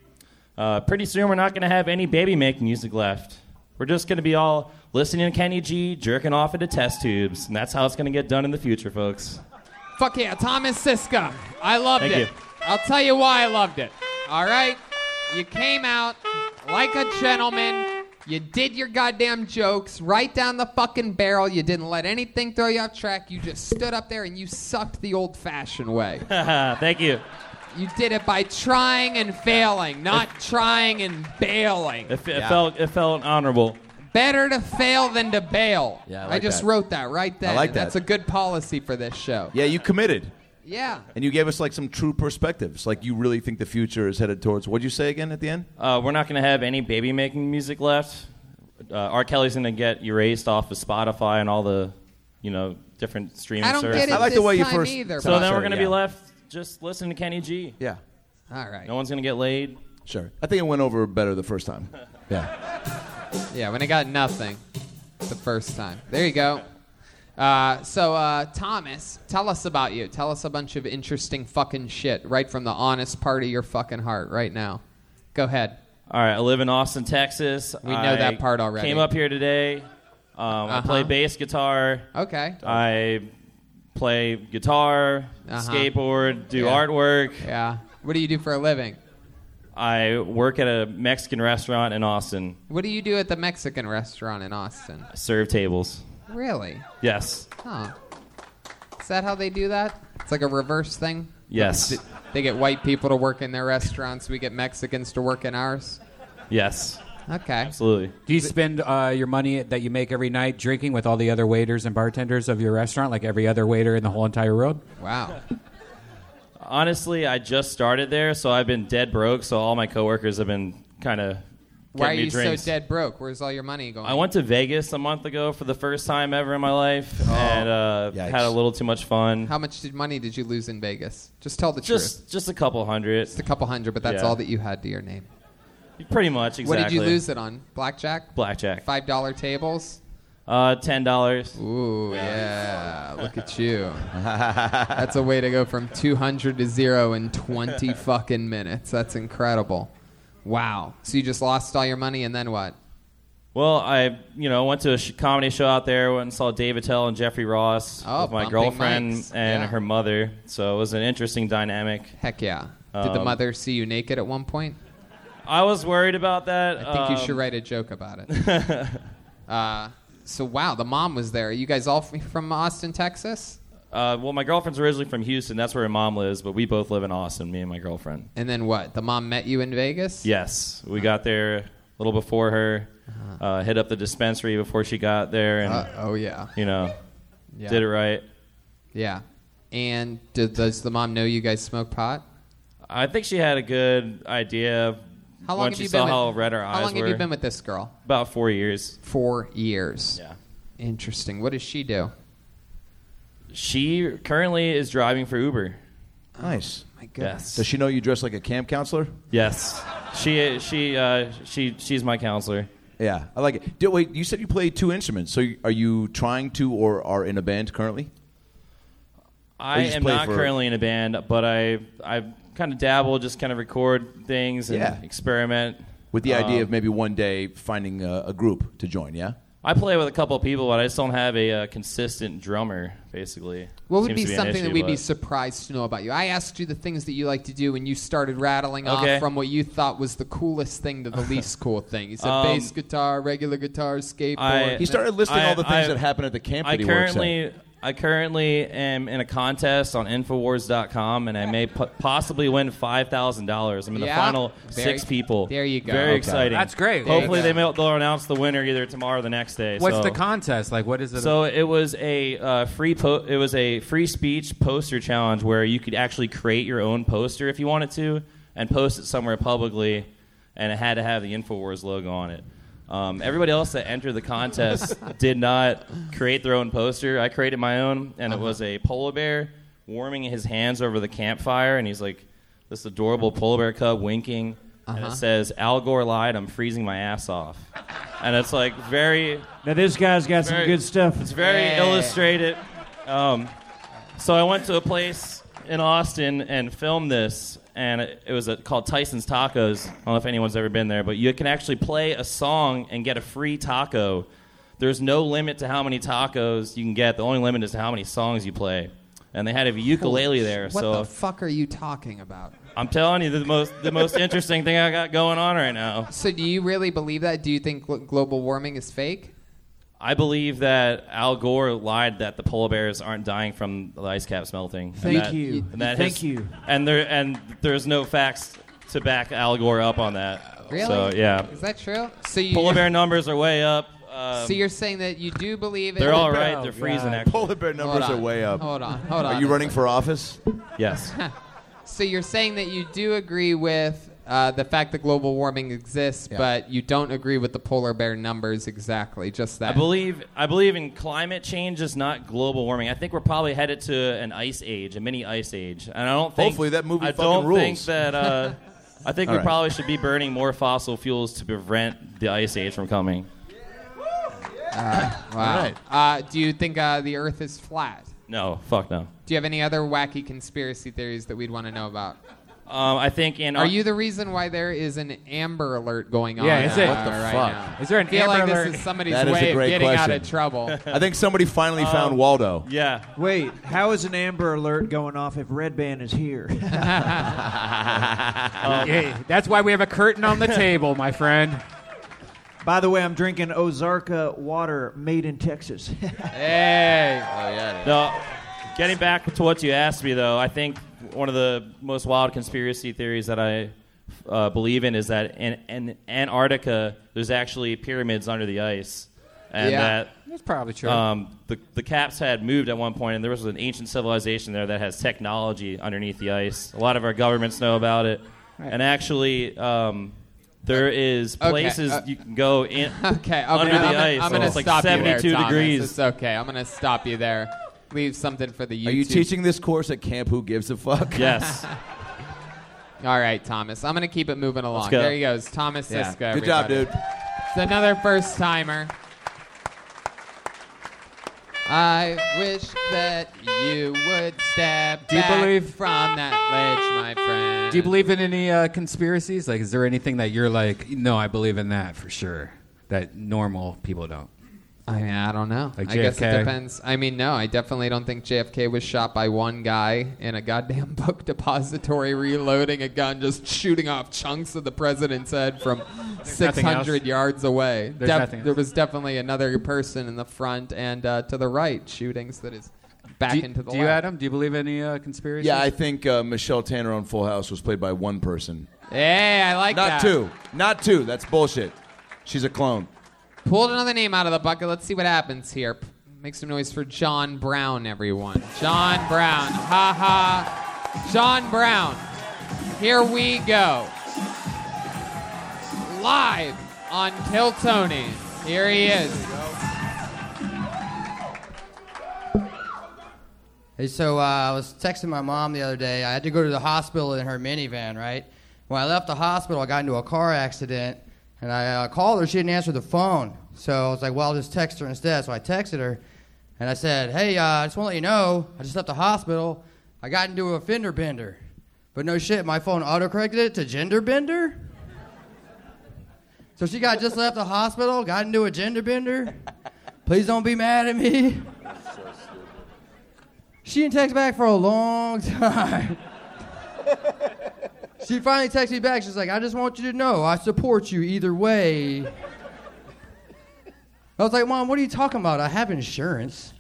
[SPEAKER 10] Uh, pretty soon, we're not going to have any baby making music left. We're just going to be all listening to Kenny G, jerking off into test tubes, and that's how it's going to get done in the future, folks.
[SPEAKER 2] Fuck yeah, Thomas Siska. I loved
[SPEAKER 10] Thank
[SPEAKER 2] it.
[SPEAKER 10] you.
[SPEAKER 2] I'll tell you why I loved it. All right? You came out like a gentleman. You did your goddamn jokes right down the fucking barrel. You didn't let anything throw you off track. You just stood up there and you sucked the old fashioned way.
[SPEAKER 10] Thank you.
[SPEAKER 2] you did it by trying and failing, not trying and bailing.
[SPEAKER 10] It, f- it felt it felt honorable.
[SPEAKER 2] Better to fail than to bail.
[SPEAKER 4] Yeah, I
[SPEAKER 2] I,
[SPEAKER 4] like
[SPEAKER 2] just
[SPEAKER 4] that.
[SPEAKER 2] wrote that right there.
[SPEAKER 4] like that.
[SPEAKER 2] That's a good policy for this show.
[SPEAKER 4] Yeah, you committed.
[SPEAKER 2] Yeah.
[SPEAKER 4] And you gave us like some true perspectives. Like you really think the future is headed towards. What'd you say again at the end?
[SPEAKER 10] Uh, we're not going to have any baby making music left. Uh, R. Kelly's going to get erased off of Spotify and all the, you know, different streaming
[SPEAKER 2] I don't
[SPEAKER 10] services.
[SPEAKER 2] get it
[SPEAKER 4] I like the
[SPEAKER 2] this
[SPEAKER 4] way you
[SPEAKER 2] time
[SPEAKER 4] first-
[SPEAKER 2] either.
[SPEAKER 10] So
[SPEAKER 2] but-
[SPEAKER 10] then we're going to be
[SPEAKER 4] Yeah.
[SPEAKER 10] left just listening to Kenny G.
[SPEAKER 4] Yeah,
[SPEAKER 2] All right.
[SPEAKER 10] No one's going to get laid.
[SPEAKER 4] sure. I think it went over better the first time. Yeah.
[SPEAKER 2] Yeah, when I got nothing the first time. There you go. Uh, so, uh, Thomas, tell us about you. Tell us a bunch of interesting fucking shit right from the honest part of your fucking heart right now. Go ahead.
[SPEAKER 10] All right, I live in Austin, Texas.
[SPEAKER 2] We know
[SPEAKER 10] I
[SPEAKER 2] that part already.
[SPEAKER 10] Came up here today. Um, I play
[SPEAKER 2] Uh-huh.
[SPEAKER 10] bass guitar.
[SPEAKER 2] Okay.
[SPEAKER 10] I play guitar,
[SPEAKER 2] Uh-huh.
[SPEAKER 10] skateboard, do
[SPEAKER 2] Yeah.
[SPEAKER 10] artwork.
[SPEAKER 2] Yeah. What do you do for a living?
[SPEAKER 10] I work at a Mexican restaurant in Austin.
[SPEAKER 2] What do you do at the Mexican restaurant in Austin?
[SPEAKER 10] I serve tables.
[SPEAKER 2] Really?
[SPEAKER 10] Yes.
[SPEAKER 2] Huh. Is that how they do that? It's like a reverse thing?
[SPEAKER 10] Yes.
[SPEAKER 2] They get white people to work in their restaurants, we get Mexicans to work in ours.
[SPEAKER 10] Yes.
[SPEAKER 2] Okay.
[SPEAKER 10] Absolutely.
[SPEAKER 3] Do you spend uh, your money that you make every night drinking with all the other waiters and bartenders of your restaurant, like every other waiter in the whole entire world?
[SPEAKER 2] Wow.
[SPEAKER 10] Honestly, I just started there, so I've been dead broke, so all my coworkers have been kind of
[SPEAKER 2] Why are
[SPEAKER 10] me
[SPEAKER 2] you
[SPEAKER 10] drinks.
[SPEAKER 2] so dead broke? Where's all your money going?
[SPEAKER 10] I went to Vegas a month ago for the first time ever in my life and uh,
[SPEAKER 4] Yikes.
[SPEAKER 10] had a little too much fun.
[SPEAKER 2] How much did money did you lose in Vegas? Just tell the
[SPEAKER 10] just
[SPEAKER 2] truth.
[SPEAKER 10] just a couple hundred.
[SPEAKER 2] Just a couple hundred, but that's
[SPEAKER 10] Yeah.
[SPEAKER 2] all that you had to your name.
[SPEAKER 10] Pretty much, exactly.
[SPEAKER 2] What did you lose it on? Blackjack?
[SPEAKER 10] Blackjack.
[SPEAKER 2] Five dollar tables?
[SPEAKER 10] Uh, ten dollars.
[SPEAKER 2] Ooh, yeah. Look at you. That's a way to go from 200 to zero in 20 fucking minutes. That's incredible. Wow. So you just lost all your money and then what?
[SPEAKER 10] Well, I you know went to a sh- comedy show out there, went and saw Dave Attell and Jeffrey Ross
[SPEAKER 2] Oh,
[SPEAKER 10] with my
[SPEAKER 2] bumping
[SPEAKER 10] girlfriend
[SPEAKER 2] mics.
[SPEAKER 10] and
[SPEAKER 2] Yeah.
[SPEAKER 10] her mother. So it was an interesting dynamic.
[SPEAKER 2] Heck yeah. Did the
[SPEAKER 10] Um,
[SPEAKER 2] mother see you naked at one point?
[SPEAKER 10] I was worried about that. um,
[SPEAKER 2] I think you should write a joke about it. uh, so wow, the mom was there. Are you guys all f- from Austin, Texas?
[SPEAKER 10] Uh, well, my girlfriend's originally from Houston. That's where her mom lives, but we both live in Austin, me and my girlfriend.
[SPEAKER 2] And then what? The mom met you in Vegas?
[SPEAKER 10] Yes, we got there a little before her, uh, hit up the dispensary before she got there. and
[SPEAKER 2] Uh-huh. Uh, oh, yeah.
[SPEAKER 10] You know,
[SPEAKER 2] Yeah.
[SPEAKER 10] did it right.
[SPEAKER 2] Yeah. And did, does the mom know you guys smoke pot?
[SPEAKER 10] I think she had a good idea of
[SPEAKER 2] How long
[SPEAKER 10] once
[SPEAKER 2] have
[SPEAKER 10] she
[SPEAKER 2] you
[SPEAKER 10] saw
[SPEAKER 2] been
[SPEAKER 10] how
[SPEAKER 2] with,
[SPEAKER 10] red her eyes
[SPEAKER 2] How long
[SPEAKER 10] were.
[SPEAKER 2] have you been with this girl?
[SPEAKER 10] About four years.
[SPEAKER 2] Four years.
[SPEAKER 10] Yeah.
[SPEAKER 2] Interesting. What does she do?
[SPEAKER 10] She currently is driving for Uber.
[SPEAKER 4] Nice.
[SPEAKER 2] My
[SPEAKER 10] goodness.
[SPEAKER 4] Does she know you dress like a camp counselor?
[SPEAKER 10] Yes, she she uh, she she's my counselor.
[SPEAKER 4] Yeah, I like it. Do, wait, you said you play two instruments. So you- are you trying to or are in a band currently? Or
[SPEAKER 10] I
[SPEAKER 4] you just
[SPEAKER 10] am
[SPEAKER 4] play
[SPEAKER 10] not
[SPEAKER 4] for-
[SPEAKER 10] currently in a band, but I I kind of dabble, just kind of record things and
[SPEAKER 4] Yeah.
[SPEAKER 10] experiment
[SPEAKER 4] With the idea
[SPEAKER 10] Um,
[SPEAKER 4] of maybe one day finding a, a group to join, yeah?
[SPEAKER 10] I play with a couple of people, but I just don't have a uh, consistent drummer. Basically,
[SPEAKER 2] What would
[SPEAKER 10] Seems
[SPEAKER 2] be
[SPEAKER 10] to an
[SPEAKER 2] something
[SPEAKER 10] issue,
[SPEAKER 2] that we'd be
[SPEAKER 10] but-
[SPEAKER 2] surprised to know about you? I asked you the things that you like to do, and you started rattling
[SPEAKER 10] Okay.
[SPEAKER 2] off from what you thought was the coolest thing to the least cool thing. You said
[SPEAKER 10] Um,
[SPEAKER 2] bass guitar, regular guitar, skateboard.
[SPEAKER 10] I-
[SPEAKER 4] He started listing all the things that happen at the camp
[SPEAKER 10] I
[SPEAKER 4] that he works at.
[SPEAKER 10] currently, I currently am in a contest on Infowars.com, and I may po- possibly win five thousand dollars. I'm in the
[SPEAKER 2] Yeah.
[SPEAKER 10] final
[SPEAKER 2] Very-
[SPEAKER 10] six people.
[SPEAKER 2] there you go.
[SPEAKER 10] Very
[SPEAKER 2] Okay.
[SPEAKER 10] exciting.
[SPEAKER 3] That's great. There you
[SPEAKER 10] Hopefully,
[SPEAKER 2] go.
[SPEAKER 10] they may, they'll announce the winner either tomorrow or the next day.
[SPEAKER 3] What's
[SPEAKER 10] so.
[SPEAKER 3] the contest? Like, what is it?
[SPEAKER 10] So it was a uh, free po- it was a free speech poster challenge where you could actually create your own poster if you wanted to and post it somewhere publicly, and it had to have the Infowars logo on it. Um, everybody else that entered the contest did not create their own poster. I created my own, and it was a polar bear warming his hands over the campfire, and he's like this adorable polar bear cub winking, and
[SPEAKER 2] Uh-huh.
[SPEAKER 10] it says Al Gore lied. I'm freezing my ass off, and it's like very
[SPEAKER 5] Now this guy's got some
[SPEAKER 10] Very-
[SPEAKER 5] good stuff.
[SPEAKER 10] it's very illustrated. Um, so I went to a place in Austin and filmed this, and it, it was a, called Tyson's Tacos. I don't know if anyone's ever been there, but you can actually play a song and get a free taco. There's no limit to how many tacos you can get. The only limit is to how many songs you play. And they had a ukulele there,
[SPEAKER 2] what
[SPEAKER 10] so
[SPEAKER 2] the fuck are you talking about?
[SPEAKER 10] I'm telling you the most the most interesting thing I got going on right now.
[SPEAKER 2] So, do you really believe that? Do you think gl- global warming is fake?
[SPEAKER 10] I believe that Al Gore lied that the polar bears aren't dying from the ice caps melting. And
[SPEAKER 5] Thank
[SPEAKER 10] that-
[SPEAKER 5] you.
[SPEAKER 10] and that
[SPEAKER 5] Thank
[SPEAKER 10] his-
[SPEAKER 5] you.
[SPEAKER 10] And there and there's no facts to back Al Gore up on that.
[SPEAKER 2] Really?
[SPEAKER 10] So yeah,
[SPEAKER 2] Is that true? So you
[SPEAKER 10] polar bear numbers are way up. Um,
[SPEAKER 2] So you're saying that you do believe it?
[SPEAKER 10] they're all
[SPEAKER 5] bear-
[SPEAKER 10] right. They're freezing.
[SPEAKER 5] God.
[SPEAKER 10] Actually,
[SPEAKER 4] Polar bear
[SPEAKER 2] Hold
[SPEAKER 4] numbers are
[SPEAKER 2] on.
[SPEAKER 4] way up.
[SPEAKER 2] Hold on, hold on.
[SPEAKER 4] Are you running for office?
[SPEAKER 10] yes.
[SPEAKER 2] So you're saying that you do agree with uh, the fact that global warming exists,
[SPEAKER 4] Yeah.
[SPEAKER 2] but you don't agree with the polar bear numbers exactly. Just that.
[SPEAKER 10] I believe I believe in climate change, just not global warming. I think we're probably headed to an ice age, a mini ice age, and I don't think
[SPEAKER 4] Hopefully that movie
[SPEAKER 10] I
[SPEAKER 4] fucking
[SPEAKER 10] don't think
[SPEAKER 4] rules.
[SPEAKER 10] that. Uh, I think we
[SPEAKER 4] All right.
[SPEAKER 10] probably should be burning more fossil fuels to prevent the ice age from coming.
[SPEAKER 2] Wow.
[SPEAKER 4] Right.
[SPEAKER 2] Uh, do you think uh, the Earth is flat?
[SPEAKER 10] No, fuck no.
[SPEAKER 2] Do you have any other wacky conspiracy theories that we'd want to know about?
[SPEAKER 10] Um, I think in
[SPEAKER 2] Are you the reason why there is an Amber Alert going on?
[SPEAKER 3] Yeah, is
[SPEAKER 2] uh,
[SPEAKER 3] it- What
[SPEAKER 4] the
[SPEAKER 2] right
[SPEAKER 4] fuck?
[SPEAKER 2] now?
[SPEAKER 3] Is there an
[SPEAKER 2] I feel
[SPEAKER 3] Amber
[SPEAKER 2] like
[SPEAKER 3] Alert?
[SPEAKER 2] this is somebody's
[SPEAKER 4] That is a
[SPEAKER 2] way
[SPEAKER 4] great
[SPEAKER 2] of getting out of
[SPEAKER 4] question.
[SPEAKER 2] trouble.
[SPEAKER 4] I think somebody finally
[SPEAKER 10] Um,
[SPEAKER 4] found Waldo.
[SPEAKER 10] Yeah.
[SPEAKER 5] Wait, how is an Amber Alert going off if Red Band is here?
[SPEAKER 11] Uh-huh.
[SPEAKER 3] Yeah, that's why we have a curtain on the table, my friend.
[SPEAKER 5] By the way, I'm drinking Ozarka water made in Texas.
[SPEAKER 2] hey.
[SPEAKER 10] No. Getting back to what you asked me, though, I think one of the most wild conspiracy theories that I uh, believe in is that in, in Antarctica, there's actually pyramids under the ice, and
[SPEAKER 2] Yeah.
[SPEAKER 3] That's probably true.
[SPEAKER 10] that um, the the caps had moved at one point, and there was an ancient civilization there that has technology underneath the ice. A lot of our governments know about it, and actually. Um, there is
[SPEAKER 2] Okay,
[SPEAKER 10] places
[SPEAKER 2] uh,
[SPEAKER 10] you can go in
[SPEAKER 2] Okay, I'm
[SPEAKER 10] under
[SPEAKER 2] gonna,
[SPEAKER 10] the
[SPEAKER 2] I'm gonna-
[SPEAKER 10] ice.
[SPEAKER 2] I'm gonna
[SPEAKER 10] it's like
[SPEAKER 2] stop you
[SPEAKER 10] 72
[SPEAKER 2] there, Thomas.
[SPEAKER 10] degrees.
[SPEAKER 2] It's okay. I'm gonna stop you there. Leave something for the YouTube.
[SPEAKER 4] Are you teaching this course at camp? Who gives a fuck?
[SPEAKER 10] Yes.
[SPEAKER 2] All right, Thomas. I'm gonna keep it moving along.
[SPEAKER 10] go.
[SPEAKER 2] There he goes, Thomas
[SPEAKER 10] Yeah.
[SPEAKER 2] Siska.
[SPEAKER 4] Good job,
[SPEAKER 2] everybody.
[SPEAKER 4] dude.
[SPEAKER 2] It's another first timer. I wish that you would step
[SPEAKER 3] Do you
[SPEAKER 2] back
[SPEAKER 3] believe-
[SPEAKER 2] from that ledge, my friend.
[SPEAKER 3] Do you believe in any uh, conspiracies? Like, is there anything that you're like, no, I believe in that for sure, that normal people don't?
[SPEAKER 2] I mean, I don't know.
[SPEAKER 3] Like
[SPEAKER 2] I guess it
[SPEAKER 3] JFK.
[SPEAKER 2] depends. I mean, no, I definitely don't think JFK was shot by one guy in a goddamn book depository reloading a gun, just shooting off chunks of the president's head from
[SPEAKER 3] nothing else.
[SPEAKER 2] 600 yards away.
[SPEAKER 3] There's nothing
[SPEAKER 2] there was definitely another person in the front and uh, to the right, shootings that is back
[SPEAKER 3] do,
[SPEAKER 2] into the
[SPEAKER 3] do
[SPEAKER 2] left.
[SPEAKER 3] you, Adam? Do you believe any uh, conspiracies?
[SPEAKER 4] Yeah, I think uh, Michelle Tanner on Full House was played by one person.
[SPEAKER 2] Yeah, I like that.
[SPEAKER 4] Not two. Not two. That's bullshit. She's a clone.
[SPEAKER 2] Pulled another name out of the bucket. Let's see what happens here. P- Make some noise for John Brown, everyone. John Brown. Ha ha. John Brown. Here we go. Live on Kill Tony. Here he is.
[SPEAKER 11] Hey, so uh, I was texting my mom the other day. I had to go to the hospital in her minivan, right? When I left the hospital, I got into a car accident, and I uh, called her. She didn't answer the phone, so I was like, "Well, I'll just text her instead." So I texted her, and I said, "Hey, uh, I just want to let you know, I just left the hospital. I got into a fender bender, but no shit, my phone autocorrected it to gender bender." So she got just left the hospital, got into a gender bender. Please don't be mad at me. She didn't text back for a long time. she finally texted me back. She's like, I just want you to know I support you either way. I was like, Mom, what are you talking about? I have insurance.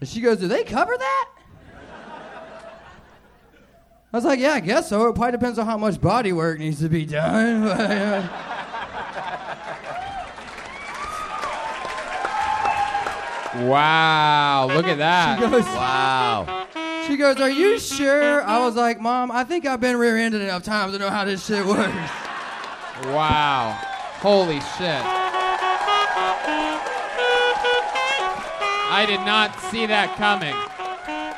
[SPEAKER 11] And she goes, Do they cover that? I was like, Yeah, I guess so. It probably depends on how much body work needs to be done. But, uh,
[SPEAKER 2] Wow. Look at that.
[SPEAKER 11] She goes-
[SPEAKER 2] wow.
[SPEAKER 11] She goes, Are you sure? I was like, Mom, I think I've been rear ended enough times to know how this shit works.
[SPEAKER 2] Wow. Holy shit. I did not see that coming.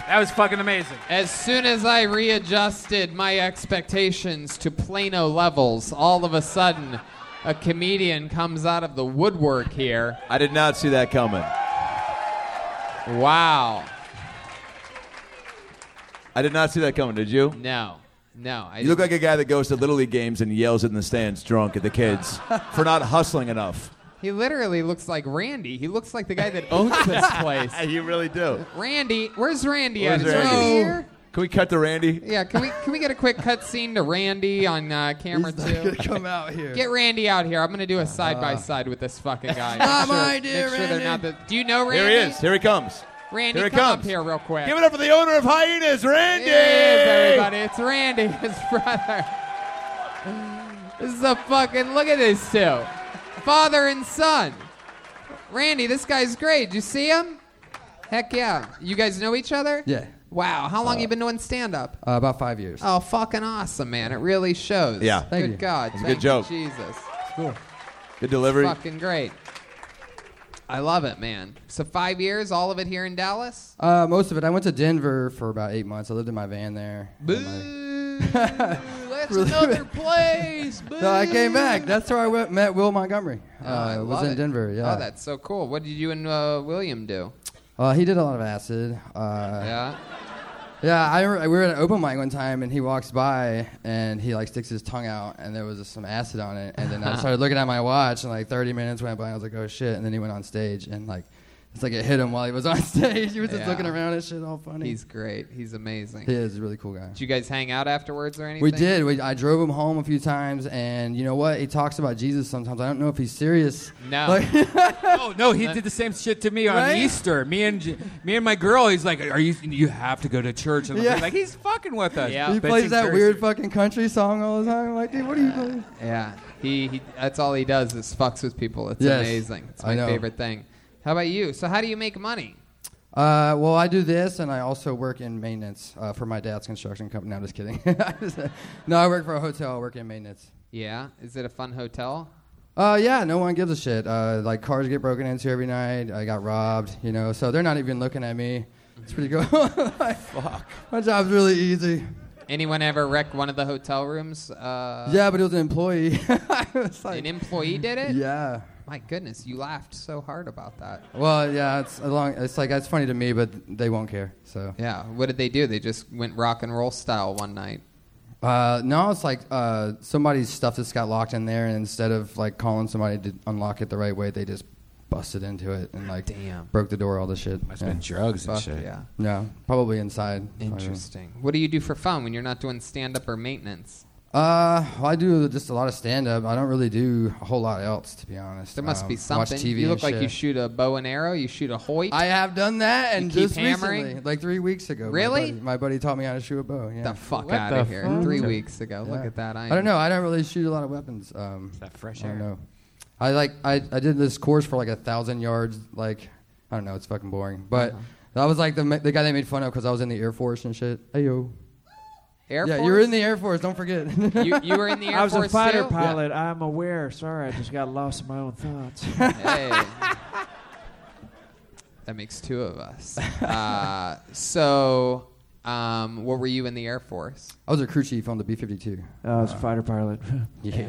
[SPEAKER 3] That was fucking amazing.
[SPEAKER 2] As soon as I readjusted my expectations to Plano levels, all of a sudden, a comedian comes out of the woodwork here.
[SPEAKER 4] I did not see that coming.
[SPEAKER 2] Wow.
[SPEAKER 4] I did not see that coming. Did you?
[SPEAKER 2] No, no. I
[SPEAKER 4] You look like a guy that goes to little league games and yells in the stands drunk at the kids for not hustling enough.
[SPEAKER 2] He literally looks like Randy. He looks like the guy that owns this place.
[SPEAKER 4] you really do.
[SPEAKER 2] Randy, where's Randy
[SPEAKER 4] Where's
[SPEAKER 2] at? Is
[SPEAKER 4] Randy?
[SPEAKER 2] Randy here?
[SPEAKER 4] Can we cut to Randy?
[SPEAKER 2] Yeah, can we can we get a quick cut scene to Randy on uh, camera
[SPEAKER 11] He's not
[SPEAKER 2] two?
[SPEAKER 11] gonna come out here.
[SPEAKER 2] Get Randy out here. I'm gonna
[SPEAKER 4] Uh-huh.
[SPEAKER 2] do a side by side with this fucking guy.
[SPEAKER 11] Not
[SPEAKER 2] Make sure-
[SPEAKER 11] my idea,
[SPEAKER 2] make sure they're
[SPEAKER 11] Randy.
[SPEAKER 2] not the- Do you know Randy?
[SPEAKER 4] Here he is. Here he comes.
[SPEAKER 2] Randy,
[SPEAKER 4] here he
[SPEAKER 2] come
[SPEAKER 4] comes.
[SPEAKER 2] up here real quick.
[SPEAKER 4] Give it up for the owner of Hyenas, Randy.
[SPEAKER 2] Here he is, everybody. It's Randy, his brother. This is a fucking look at these two, father and son. Randy, this guy's great. Do you see him? Heck yeah. You guys know each other?
[SPEAKER 11] Yeah.
[SPEAKER 2] Wow. How
[SPEAKER 4] Uh,
[SPEAKER 2] long you been doing stand up?
[SPEAKER 11] Uh, about five years.
[SPEAKER 2] Oh, fucking awesome, man. It really shows.
[SPEAKER 4] Yeah.
[SPEAKER 11] Thank
[SPEAKER 2] Good
[SPEAKER 11] you.
[SPEAKER 2] God.
[SPEAKER 4] It's a
[SPEAKER 2] Thank
[SPEAKER 4] good joke.
[SPEAKER 2] You, Jesus.
[SPEAKER 11] Cool.
[SPEAKER 4] Good delivery.
[SPEAKER 2] Fucking great. I love it, man. So five years, all of it here in Dallas.
[SPEAKER 11] Uh, most of it. I went to Denver for about eight months. I lived in my van there.
[SPEAKER 2] Boo! That's another place. Boo!
[SPEAKER 11] No, I came back. That's where I went, met Will Montgomery.
[SPEAKER 2] Oh, I
[SPEAKER 11] Uh, was
[SPEAKER 2] love
[SPEAKER 11] in
[SPEAKER 2] it.
[SPEAKER 11] Denver. Yeah.
[SPEAKER 2] Oh, that's so cool. What did you and uh, William do?
[SPEAKER 11] Uh, he did a lot of acid. Uh,
[SPEAKER 2] Yeah.
[SPEAKER 11] Yeah, I remember, we were at an open mic one time, and he walks by, and he like sticks his tongue out, and there was just some acid on it. And then I started looking at my watch, and like 30 minutes went by, and I was like, oh shit. And then he went on stage, and like it's like it hit him while he was on stage. He was just
[SPEAKER 2] Yeah.
[SPEAKER 11] looking around and shit, all funny.
[SPEAKER 2] He's great. He's amazing.
[SPEAKER 11] he is a really cool guy.
[SPEAKER 2] Did you guys hang out afterwards or anything?
[SPEAKER 11] We did. We, I drove him home a few times, and you know what? He talks about Jesus sometimes. I don't know if he's serious.
[SPEAKER 2] No.
[SPEAKER 11] Like,
[SPEAKER 3] Oh no, he did the same shit to me on
[SPEAKER 11] Right?
[SPEAKER 3] Easter. Me and J- me and my girl. He's like, "Are you? You have to go to church." And I'm
[SPEAKER 11] Yeah.
[SPEAKER 3] like, he's fucking with us.
[SPEAKER 2] Yeah.
[SPEAKER 11] he
[SPEAKER 3] But
[SPEAKER 11] plays
[SPEAKER 3] it's
[SPEAKER 11] that
[SPEAKER 3] very
[SPEAKER 11] weird
[SPEAKER 3] serious.
[SPEAKER 11] fucking country song all the time. I'm like, dude, what are you playing?
[SPEAKER 2] Yeah. He, he. That's all he does is fucks with people. It's
[SPEAKER 11] Yes.
[SPEAKER 2] amazing. It's
[SPEAKER 11] I
[SPEAKER 2] my
[SPEAKER 11] know.
[SPEAKER 2] favorite thing. How about you? So how do you make money?
[SPEAKER 11] Uh, well, I do this, and I also work in maintenance uh, for my dad's construction company. No, I'm just kidding. no, I work for a hotel. I work in maintenance.
[SPEAKER 2] Yeah. Is it a fun hotel?
[SPEAKER 11] Uh, yeah, no one gives a shit. Uh, like cars get broken into every night. I got robbed, you know. So they're not even looking at me. It's pretty cool. Like, My job's really easy.
[SPEAKER 2] Anyone ever wreck one of the hotel rooms? Uh,
[SPEAKER 11] yeah, but it was an employee. I was like,
[SPEAKER 2] An employee did it?
[SPEAKER 11] yeah.
[SPEAKER 2] My goodness, you laughed so hard about that.
[SPEAKER 11] Well, yeah, it's a long. It's like it's funny to me, but they won't care. So
[SPEAKER 2] Yeah. What did they do? They just went rock and roll style one night.
[SPEAKER 11] Uh, no, it's like uh, somebody's stuff just got locked in there, and instead of like calling somebody to unlock it the right way, they just busted into it and like
[SPEAKER 2] Damn.
[SPEAKER 11] broke the door, all this shit. Must
[SPEAKER 2] have been drugs and
[SPEAKER 11] Fuck
[SPEAKER 2] shit.
[SPEAKER 11] Yeah, no, probably inside.
[SPEAKER 2] Interesting. What do you do for fun when you're not doing stand up or maintenance?
[SPEAKER 11] Uh, well, I do just a lot of stand up. I don't really do a whole lot else, to be honest.
[SPEAKER 2] There must
[SPEAKER 11] Um,
[SPEAKER 2] be something.
[SPEAKER 11] Watch TV
[SPEAKER 2] you
[SPEAKER 11] and
[SPEAKER 2] look like you
[SPEAKER 11] shit.
[SPEAKER 2] shoot a bow and arrow. You shoot a Hoyt.
[SPEAKER 11] I have done that, and
[SPEAKER 2] you
[SPEAKER 11] just
[SPEAKER 2] keep hammering.
[SPEAKER 11] recently, like three weeks ago. my
[SPEAKER 2] Really?
[SPEAKER 11] buddy- My buddy, taught me how to shoot a bow. Yeah.
[SPEAKER 2] The fuck
[SPEAKER 11] What
[SPEAKER 2] out
[SPEAKER 11] the
[SPEAKER 2] of here!
[SPEAKER 11] fuck?
[SPEAKER 2] Three
[SPEAKER 11] Yeah.
[SPEAKER 2] weeks ago. Look
[SPEAKER 11] Yeah.
[SPEAKER 2] at that.
[SPEAKER 11] I don't know. I don't really shoot a lot of weapons. Um,
[SPEAKER 2] that fresh
[SPEAKER 11] I don't
[SPEAKER 2] air.
[SPEAKER 11] know. I like I, I did this course for like a thousand yards. Like I don't know. It's fucking boring. But
[SPEAKER 2] Uh-huh.
[SPEAKER 11] that was like the ma- the guy they made fun of because I was in the Air Force and shit. Hey yo.
[SPEAKER 2] Air
[SPEAKER 11] yeah,
[SPEAKER 2] Force.
[SPEAKER 11] you were in the Air Force. Don't forget.
[SPEAKER 2] You, you were in the Air
[SPEAKER 5] I was a
[SPEAKER 2] Force
[SPEAKER 5] fighter
[SPEAKER 2] too?
[SPEAKER 5] pilot. I'm aware. Sorry, I just got lost in my own thoughts.
[SPEAKER 2] Hey. that makes two of us. Uh, so, um, what were you in the Air Force?
[SPEAKER 11] I was a crew chief on the B fifty two.
[SPEAKER 5] Uh,
[SPEAKER 11] Uh,
[SPEAKER 5] I was a fighter pilot.
[SPEAKER 11] Yeah.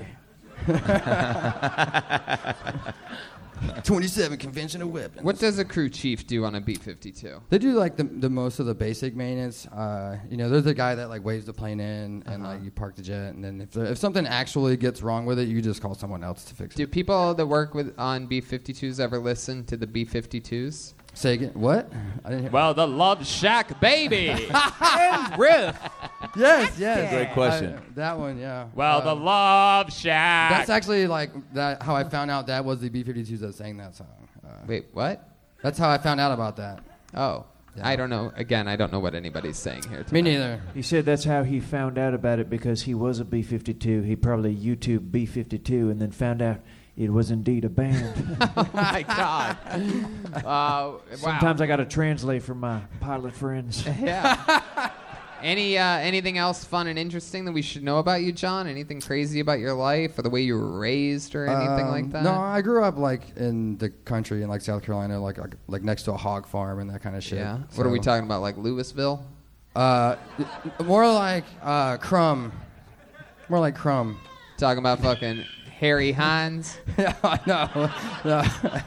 [SPEAKER 11] 27 conventional weapons.
[SPEAKER 2] What does a crew chief do on a B 52?
[SPEAKER 11] They do like the, the most of the basic maintenance. Uh, you know, they're the guy that like waves the plane in and
[SPEAKER 2] Uh-huh.
[SPEAKER 11] like you park the jet, and then if there, if something actually gets wrong with it, you just call someone else to fix it.
[SPEAKER 2] Do people that work with on B 52s ever listen to the B 52s?
[SPEAKER 11] Say again, what? I didn't hear.
[SPEAKER 3] Well, the Love Shack baby. Riff.
[SPEAKER 11] Yes, yes.
[SPEAKER 4] Great question.
[SPEAKER 11] I- that one, yeah.
[SPEAKER 3] Well,
[SPEAKER 11] Uh,
[SPEAKER 3] the Love
[SPEAKER 2] Ah.
[SPEAKER 3] Shack.
[SPEAKER 11] that's actually like that. How I found out that was the B-52s that sang that song. Uh,
[SPEAKER 2] Wait, what?
[SPEAKER 11] that's how I found out about that.
[SPEAKER 2] Oh, I don't know. Again, I don't know what anybody's saying here.
[SPEAKER 11] Me
[SPEAKER 2] Tonight.
[SPEAKER 11] neither.
[SPEAKER 5] He said that's how he found out about it because he was a B 52. He probably YouTube B 52 and then found out it was indeed a band.
[SPEAKER 2] oh my God. Uh, wow.
[SPEAKER 5] Sometimes I got to translate for my pilot friends.
[SPEAKER 2] Yeah. Any uh, anything else fun and interesting that we should know about you, John? Anything crazy about your life or the way you were raised or anything like
[SPEAKER 11] Um,
[SPEAKER 2] that?
[SPEAKER 11] No, I grew up like in the country in like South Carolina, like like, like next to a hog farm and that kind of shit.
[SPEAKER 2] yeah. What are we
[SPEAKER 11] So,
[SPEAKER 2] talking about? Like Louisville?
[SPEAKER 11] Uh, more like uh, crumb, more like crumb.
[SPEAKER 2] Talking about fucking Harry Hines?
[SPEAKER 11] yeah, I know. yeah,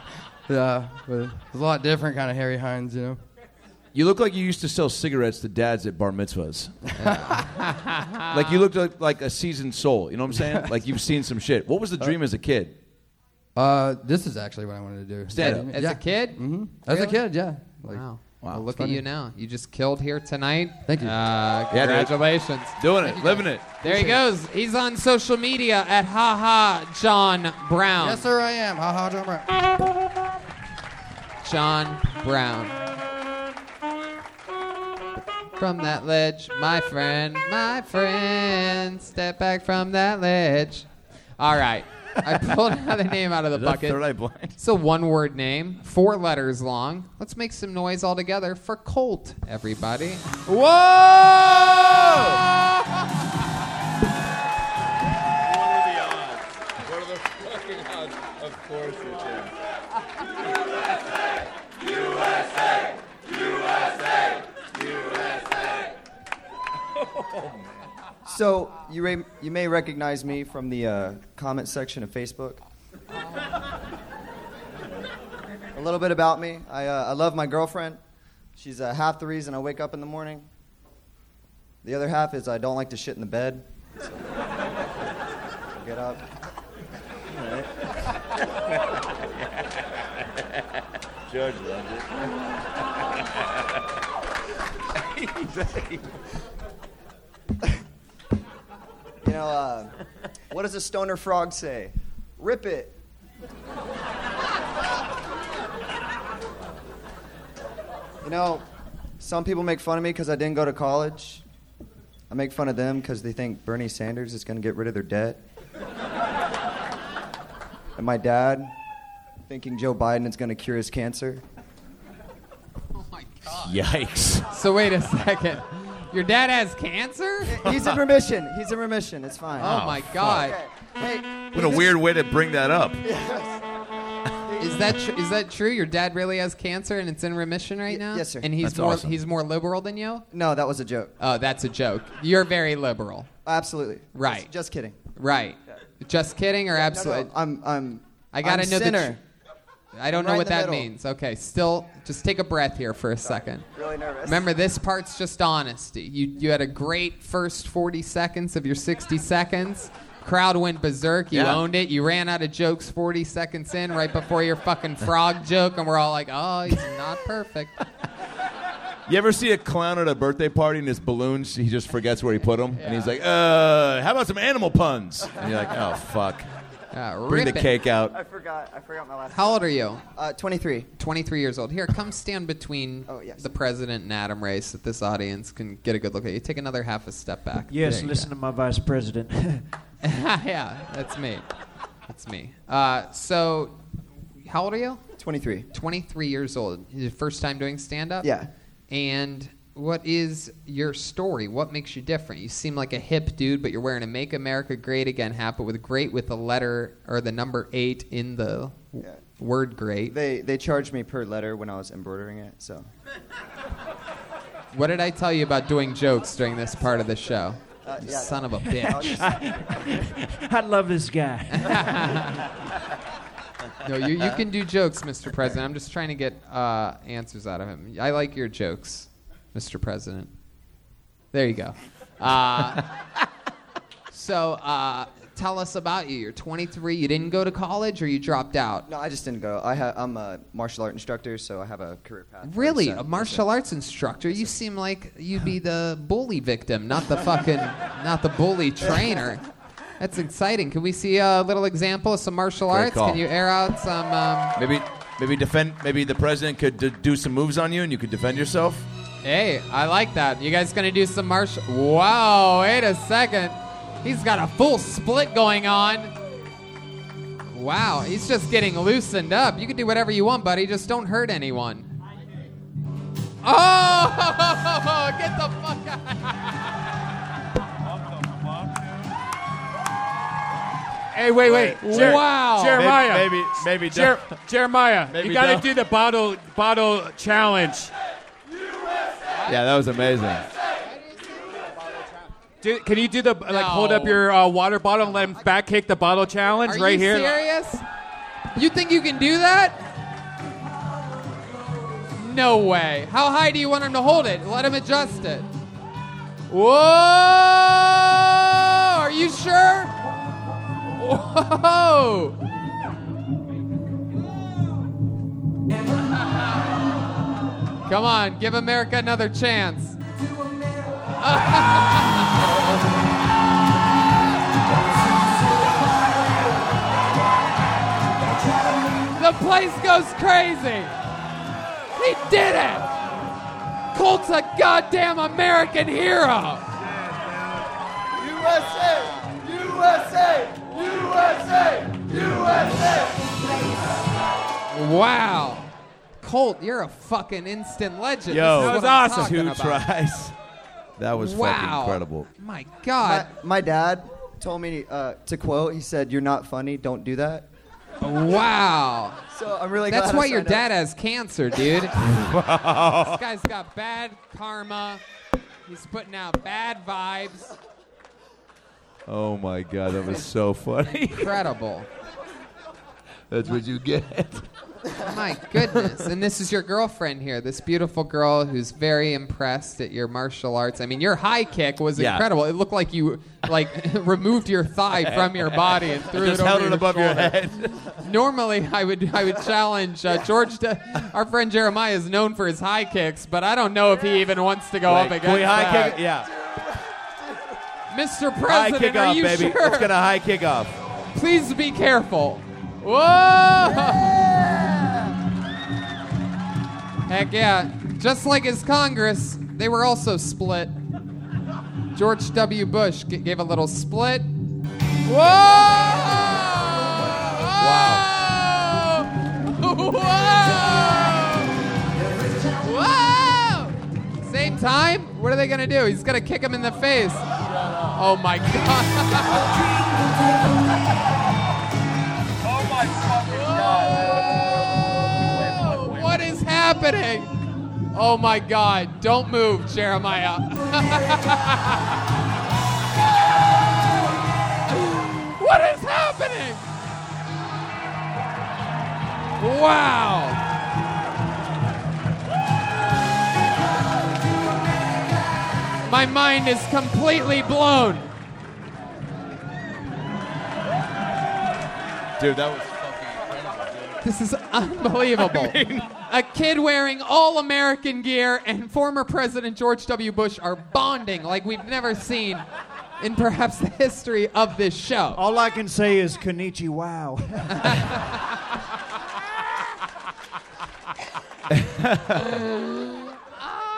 [SPEAKER 11] yeah, but it's a lot different kind of Harry Hines, you know.
[SPEAKER 4] You look like you used to sell cigarettes to dads at bar mitzvahs. like you looked like, like a seasoned soul. You know what I'm saying? Like you've seen some shit. What was the dream as a kid?
[SPEAKER 11] Uh, this is actually what I wanted to do.
[SPEAKER 4] Stand up.
[SPEAKER 2] As
[SPEAKER 11] yeah.
[SPEAKER 2] a kid?
[SPEAKER 11] hmm As a
[SPEAKER 2] Really?
[SPEAKER 11] kid, yeah.
[SPEAKER 2] wow.
[SPEAKER 11] Like,
[SPEAKER 4] Wow.
[SPEAKER 2] Well, look
[SPEAKER 11] Funny.
[SPEAKER 2] at you now. You just killed here tonight.
[SPEAKER 11] Thank you.
[SPEAKER 2] Uh,
[SPEAKER 4] Yeah, dude.
[SPEAKER 2] congratulations.
[SPEAKER 4] Doing it, living it.
[SPEAKER 2] There he goes. He's on social media at haha John Brown.
[SPEAKER 11] Yes, sir, I am. Ha ha, John Brown.
[SPEAKER 2] John Brown. From that ledge, my friend, my friend, step back from that ledge. All right. I pulled another name out of the
[SPEAKER 4] Is that
[SPEAKER 2] bucket.
[SPEAKER 4] Third Eye Blind.
[SPEAKER 2] It's a one word name, four letters long. Let's make some noise all together for Colt, everybody.
[SPEAKER 12] So you re- you may recognize me from the uh, comment section of Facebook. a little bit about me. I uh, I love my girlfriend. She's uh, half the reason I wake up in the morning. The other half is I don't like to shit in the bed. So- get up. All right.
[SPEAKER 4] George loved it.
[SPEAKER 12] You know, uh, what does a stoner frog say? Rip it. you know, some people make fun of me because I didn't go to college. I make fun of them because they think Bernie Sanders is going to get rid of their debt. and my dad thinking Joe Biden is going to cure his cancer.
[SPEAKER 4] Yikes.
[SPEAKER 2] So, wait a second. Your dad has cancer?
[SPEAKER 12] He's in remission. He's in remission. It's fine.
[SPEAKER 2] Oh, my God.
[SPEAKER 12] Okay. Hey,
[SPEAKER 4] What a weird way to bring that up.
[SPEAKER 2] Is that tr- is that true? Your dad really has cancer and it's in remission right
[SPEAKER 12] Y-
[SPEAKER 2] now.
[SPEAKER 12] yes, sir.
[SPEAKER 2] And he's
[SPEAKER 4] That's
[SPEAKER 2] more
[SPEAKER 4] awesome.
[SPEAKER 2] he's more liberal than you.
[SPEAKER 12] no, that was a joke.
[SPEAKER 2] Oh, that's a joke. You're very liberal,
[SPEAKER 12] Absolutely.
[SPEAKER 2] Right.
[SPEAKER 12] Just, just kidding.
[SPEAKER 2] right? Just kidding or
[SPEAKER 12] No, no,
[SPEAKER 2] absolutely?
[SPEAKER 12] I'm, I'm.
[SPEAKER 2] I gotta
[SPEAKER 12] I'm
[SPEAKER 2] know the
[SPEAKER 12] sinner.
[SPEAKER 2] tr- I don't
[SPEAKER 12] Right
[SPEAKER 2] know
[SPEAKER 12] in
[SPEAKER 2] what
[SPEAKER 12] the
[SPEAKER 2] that
[SPEAKER 12] middle.
[SPEAKER 2] means. Okay, still, just take a breath here for a second.
[SPEAKER 12] Really nervous.
[SPEAKER 2] Remember, this part's just honesty. You you had a great first 40 seconds of your 60 seconds. Crowd went berserk. You
[SPEAKER 13] Yeah.
[SPEAKER 2] owned it. You ran out of jokes 40 seconds in, right before your fucking frog joke, and we're all like, "Oh, he's not perfect."
[SPEAKER 4] You ever see a clown at a birthday party and his balloons, he just forgets where he put them? And he's like, uh, how about some animal puns? And you're like, oh, fuck. Bring the
[SPEAKER 2] rip it.
[SPEAKER 4] cake out.
[SPEAKER 12] I forgot. I forgot my last.
[SPEAKER 2] Uh, How old are you?
[SPEAKER 12] Uh, Oh, 23.
[SPEAKER 2] 23 years old. Here, come stand between the president and Adam Ray so that this audience can get a good look at you. Take another half a step back.
[SPEAKER 5] Yes,
[SPEAKER 2] There you
[SPEAKER 5] listen to my vice president.
[SPEAKER 2] yeah, that's me. That's me. Uh, so, how old are you?
[SPEAKER 12] 23.
[SPEAKER 2] 23 years old. Your first time doing stand up?
[SPEAKER 12] Yeah.
[SPEAKER 2] And what is your story? What makes you different? You seem like a hip dude, but you're wearing a Make America Great Again hat, but with great with the letter or the number eight in the w- word great.
[SPEAKER 12] They they charged me per letter when I was embroidering it. So
[SPEAKER 2] What did I tell you about doing jokes during this part of the show?
[SPEAKER 12] Uh,
[SPEAKER 2] You
[SPEAKER 12] yeah.
[SPEAKER 2] Son of a bitch.
[SPEAKER 5] I love this guy.
[SPEAKER 2] no, you, you can do jokes, Mr. President. I'm just trying to get uh, answers out of him. I like your jokes, Mr. President. There you go. Uh, so uh, tell us about you. You're 23. You didn't go to college or you dropped out?
[SPEAKER 12] no, I just didn't go. I ha- I'm a martial art instructor, so I have a career path.
[SPEAKER 2] Really,
[SPEAKER 12] So-
[SPEAKER 2] a martial arts instructor? You seem like you'd be the bully victim, not the fucking, not the bully trainer. That's exciting. Can we see a little example of some martial
[SPEAKER 4] Great
[SPEAKER 2] arts?
[SPEAKER 4] call.
[SPEAKER 2] Can you air out some? Um,
[SPEAKER 4] Maybe, maybe defend. Maybe the president could d- do some moves on you, and you could defend yourself.
[SPEAKER 2] hey, I like that. You guys gonna do some martial? Wow! Wait a second. He's got a full split going on. Wow, he's just getting loosened up. You can do whatever you want, buddy. Just don't hurt anyone. Oh, get the fuck out!
[SPEAKER 3] Hey, wait, wait.
[SPEAKER 2] Wait,
[SPEAKER 3] Jer-
[SPEAKER 2] wow.
[SPEAKER 3] Jeremiah.
[SPEAKER 2] Maybe- maybe- maybe
[SPEAKER 3] Jer-
[SPEAKER 2] don't-
[SPEAKER 3] Jeremiah,
[SPEAKER 2] Maybe
[SPEAKER 3] you got
[SPEAKER 2] don't.
[SPEAKER 3] to do the bottle bottle challenge.
[SPEAKER 4] Yeah, that was amazing.
[SPEAKER 3] Do, can you do the like hold up your uh, water bottle and let him back kick the bottle challenge
[SPEAKER 2] Are
[SPEAKER 3] right
[SPEAKER 2] you
[SPEAKER 3] here?
[SPEAKER 2] serious? You think you can do that? No way. How high do you want him to hold it? Let him adjust it. Whoa! Are you sure? Whoa! Come on, give America another chance. The place goes crazy. He did it. Colt's a goddamn American hero.
[SPEAKER 13] USA! USA! USA! USA!
[SPEAKER 2] Wow. Colt, you're a fucking instant legend.
[SPEAKER 4] Yo,
[SPEAKER 2] This is what I'm talking
[SPEAKER 4] Two
[SPEAKER 2] about.
[SPEAKER 4] tries. That was fucking
[SPEAKER 12] Wow.
[SPEAKER 4] incredible.
[SPEAKER 2] My God.
[SPEAKER 12] My, my dad told me uh, to quote. He said, "You're not funny. Don't do that."
[SPEAKER 2] Wow.
[SPEAKER 12] So I'm really.
[SPEAKER 2] That's
[SPEAKER 12] glad I
[SPEAKER 2] why your
[SPEAKER 12] signed up.
[SPEAKER 2] dad has cancer, dude. this guy's got bad karma. He's putting out bad vibes.
[SPEAKER 4] Oh my god, that was so funny.
[SPEAKER 2] Incredible.
[SPEAKER 4] That's what you get.
[SPEAKER 2] My goodness. And this is your girlfriend here, this beautiful girl who's very impressed at your martial arts. I mean, your high kick was
[SPEAKER 4] Yeah.
[SPEAKER 2] incredible. It looked like you like removed your thigh from your body and threw
[SPEAKER 4] Just
[SPEAKER 2] it over
[SPEAKER 4] held it
[SPEAKER 2] your
[SPEAKER 4] above your
[SPEAKER 2] shoulder.
[SPEAKER 4] head.
[SPEAKER 2] Normally, I would I would challenge uh, George. De- our friend Jeremiah is known for his high kicks, but I don't know if he even wants to go
[SPEAKER 4] Wait,
[SPEAKER 2] up against
[SPEAKER 4] can we high
[SPEAKER 2] that.
[SPEAKER 4] kick it? Yeah.
[SPEAKER 2] Mr.
[SPEAKER 4] High
[SPEAKER 2] President,
[SPEAKER 4] kick
[SPEAKER 2] are
[SPEAKER 4] off,
[SPEAKER 2] you
[SPEAKER 4] baby.
[SPEAKER 2] sure?
[SPEAKER 4] Let's get a high kick off.
[SPEAKER 2] Please be careful. Whoa! Heck yeah. Just like his Congress, they were also split. George W. Bush g- gave a little split. Whoa! Whoa! Whoa! Same time? What are they gonna do? He's gonna kick him in the face. Oh my god.
[SPEAKER 13] Oh my fucking god.
[SPEAKER 2] Oh, What is happening? Oh my God! Don't move, Jeremiah. what is happening? Wow. My mind is completely blown.
[SPEAKER 4] Dude, that was.
[SPEAKER 2] This is unbelievable. a kid wearing all American gear and former President George W. Bush are bonding like we've never seen in perhaps the history of this show.
[SPEAKER 5] All I can say is Konichi wow.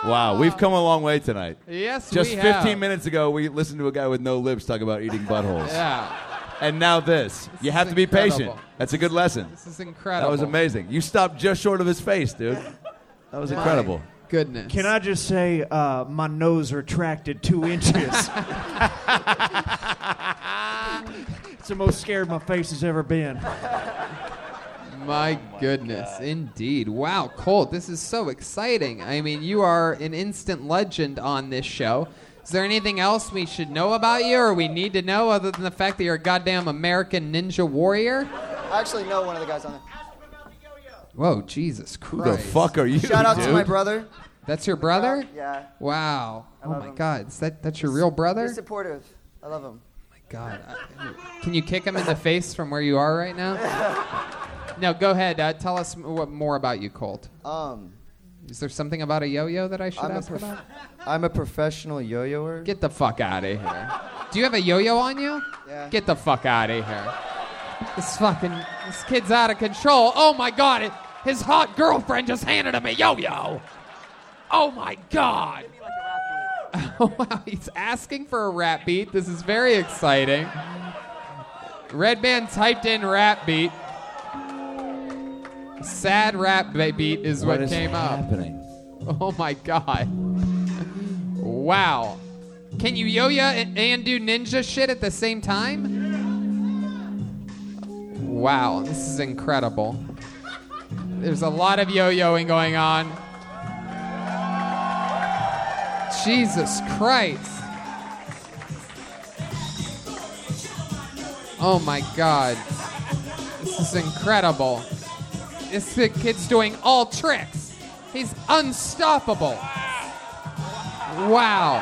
[SPEAKER 4] Wow, we've come a long way tonight.
[SPEAKER 2] Yes,
[SPEAKER 4] Just
[SPEAKER 2] we
[SPEAKER 4] 15
[SPEAKER 2] have.
[SPEAKER 4] minutes ago, we listened to a guy with no lips talk about eating buttholes.
[SPEAKER 2] Yeah.
[SPEAKER 4] And now this. you have to be patient. That's a good lesson. This
[SPEAKER 2] is incredible.
[SPEAKER 4] That was amazing. You stopped just short of his face, dude. That was
[SPEAKER 5] My
[SPEAKER 4] incredible.
[SPEAKER 2] Goodness.
[SPEAKER 5] Can I just say uh, my nose retracted two inches? it's the most scared my face has ever been.
[SPEAKER 2] My goodness, indeed. Wow, Colt, this is so exciting. I mean, you are an instant legend on this show. Is there anything else we should know about you or we need to know other than the fact that you're a goddamn American ninja warrior?
[SPEAKER 12] I actually know one of the guys on there.
[SPEAKER 2] Whoa, Jesus Christ.
[SPEAKER 4] fuck are you,
[SPEAKER 12] Shout out to my
[SPEAKER 2] dude?
[SPEAKER 12] brother.
[SPEAKER 2] That's your brother?
[SPEAKER 12] Yeah.
[SPEAKER 2] Wow.
[SPEAKER 12] I
[SPEAKER 2] Oh
[SPEAKER 12] love
[SPEAKER 2] my
[SPEAKER 12] him.
[SPEAKER 2] god, is that that's your real brother?
[SPEAKER 12] He's supportive. I love him.
[SPEAKER 2] God, I- can you kick him in the face from where you are right now? No, go ahead. Uh, tell us m- what more about you, Colt.
[SPEAKER 12] Um,
[SPEAKER 2] Is there something about a yo-yo that I should
[SPEAKER 12] I'm a
[SPEAKER 2] ask
[SPEAKER 12] prof-
[SPEAKER 2] about?
[SPEAKER 12] I'm a professional yo-yoer.
[SPEAKER 2] Get the fuck out of here. Do you have a yo-yo on you?
[SPEAKER 12] Yeah.
[SPEAKER 2] Get the fuck out of here. This fucking this kid's out of control. Oh my god, it, his hot girlfriend just handed him a yo-yo. Oh my god. wow, he's asking for a rap beat. This is very exciting. Red Band typed in rap beat. Sad rap ba- beat is what,
[SPEAKER 4] What is
[SPEAKER 2] came
[SPEAKER 4] happening?
[SPEAKER 2] up. Oh my god. Wow. Can you yo yo and, and do ninja shit at the same time? Wow, this is incredible. There's a lot of yo yoing going on. Jesus Christ. Oh my god. This is incredible. This kid's doing all tricks. He's unstoppable. Wow.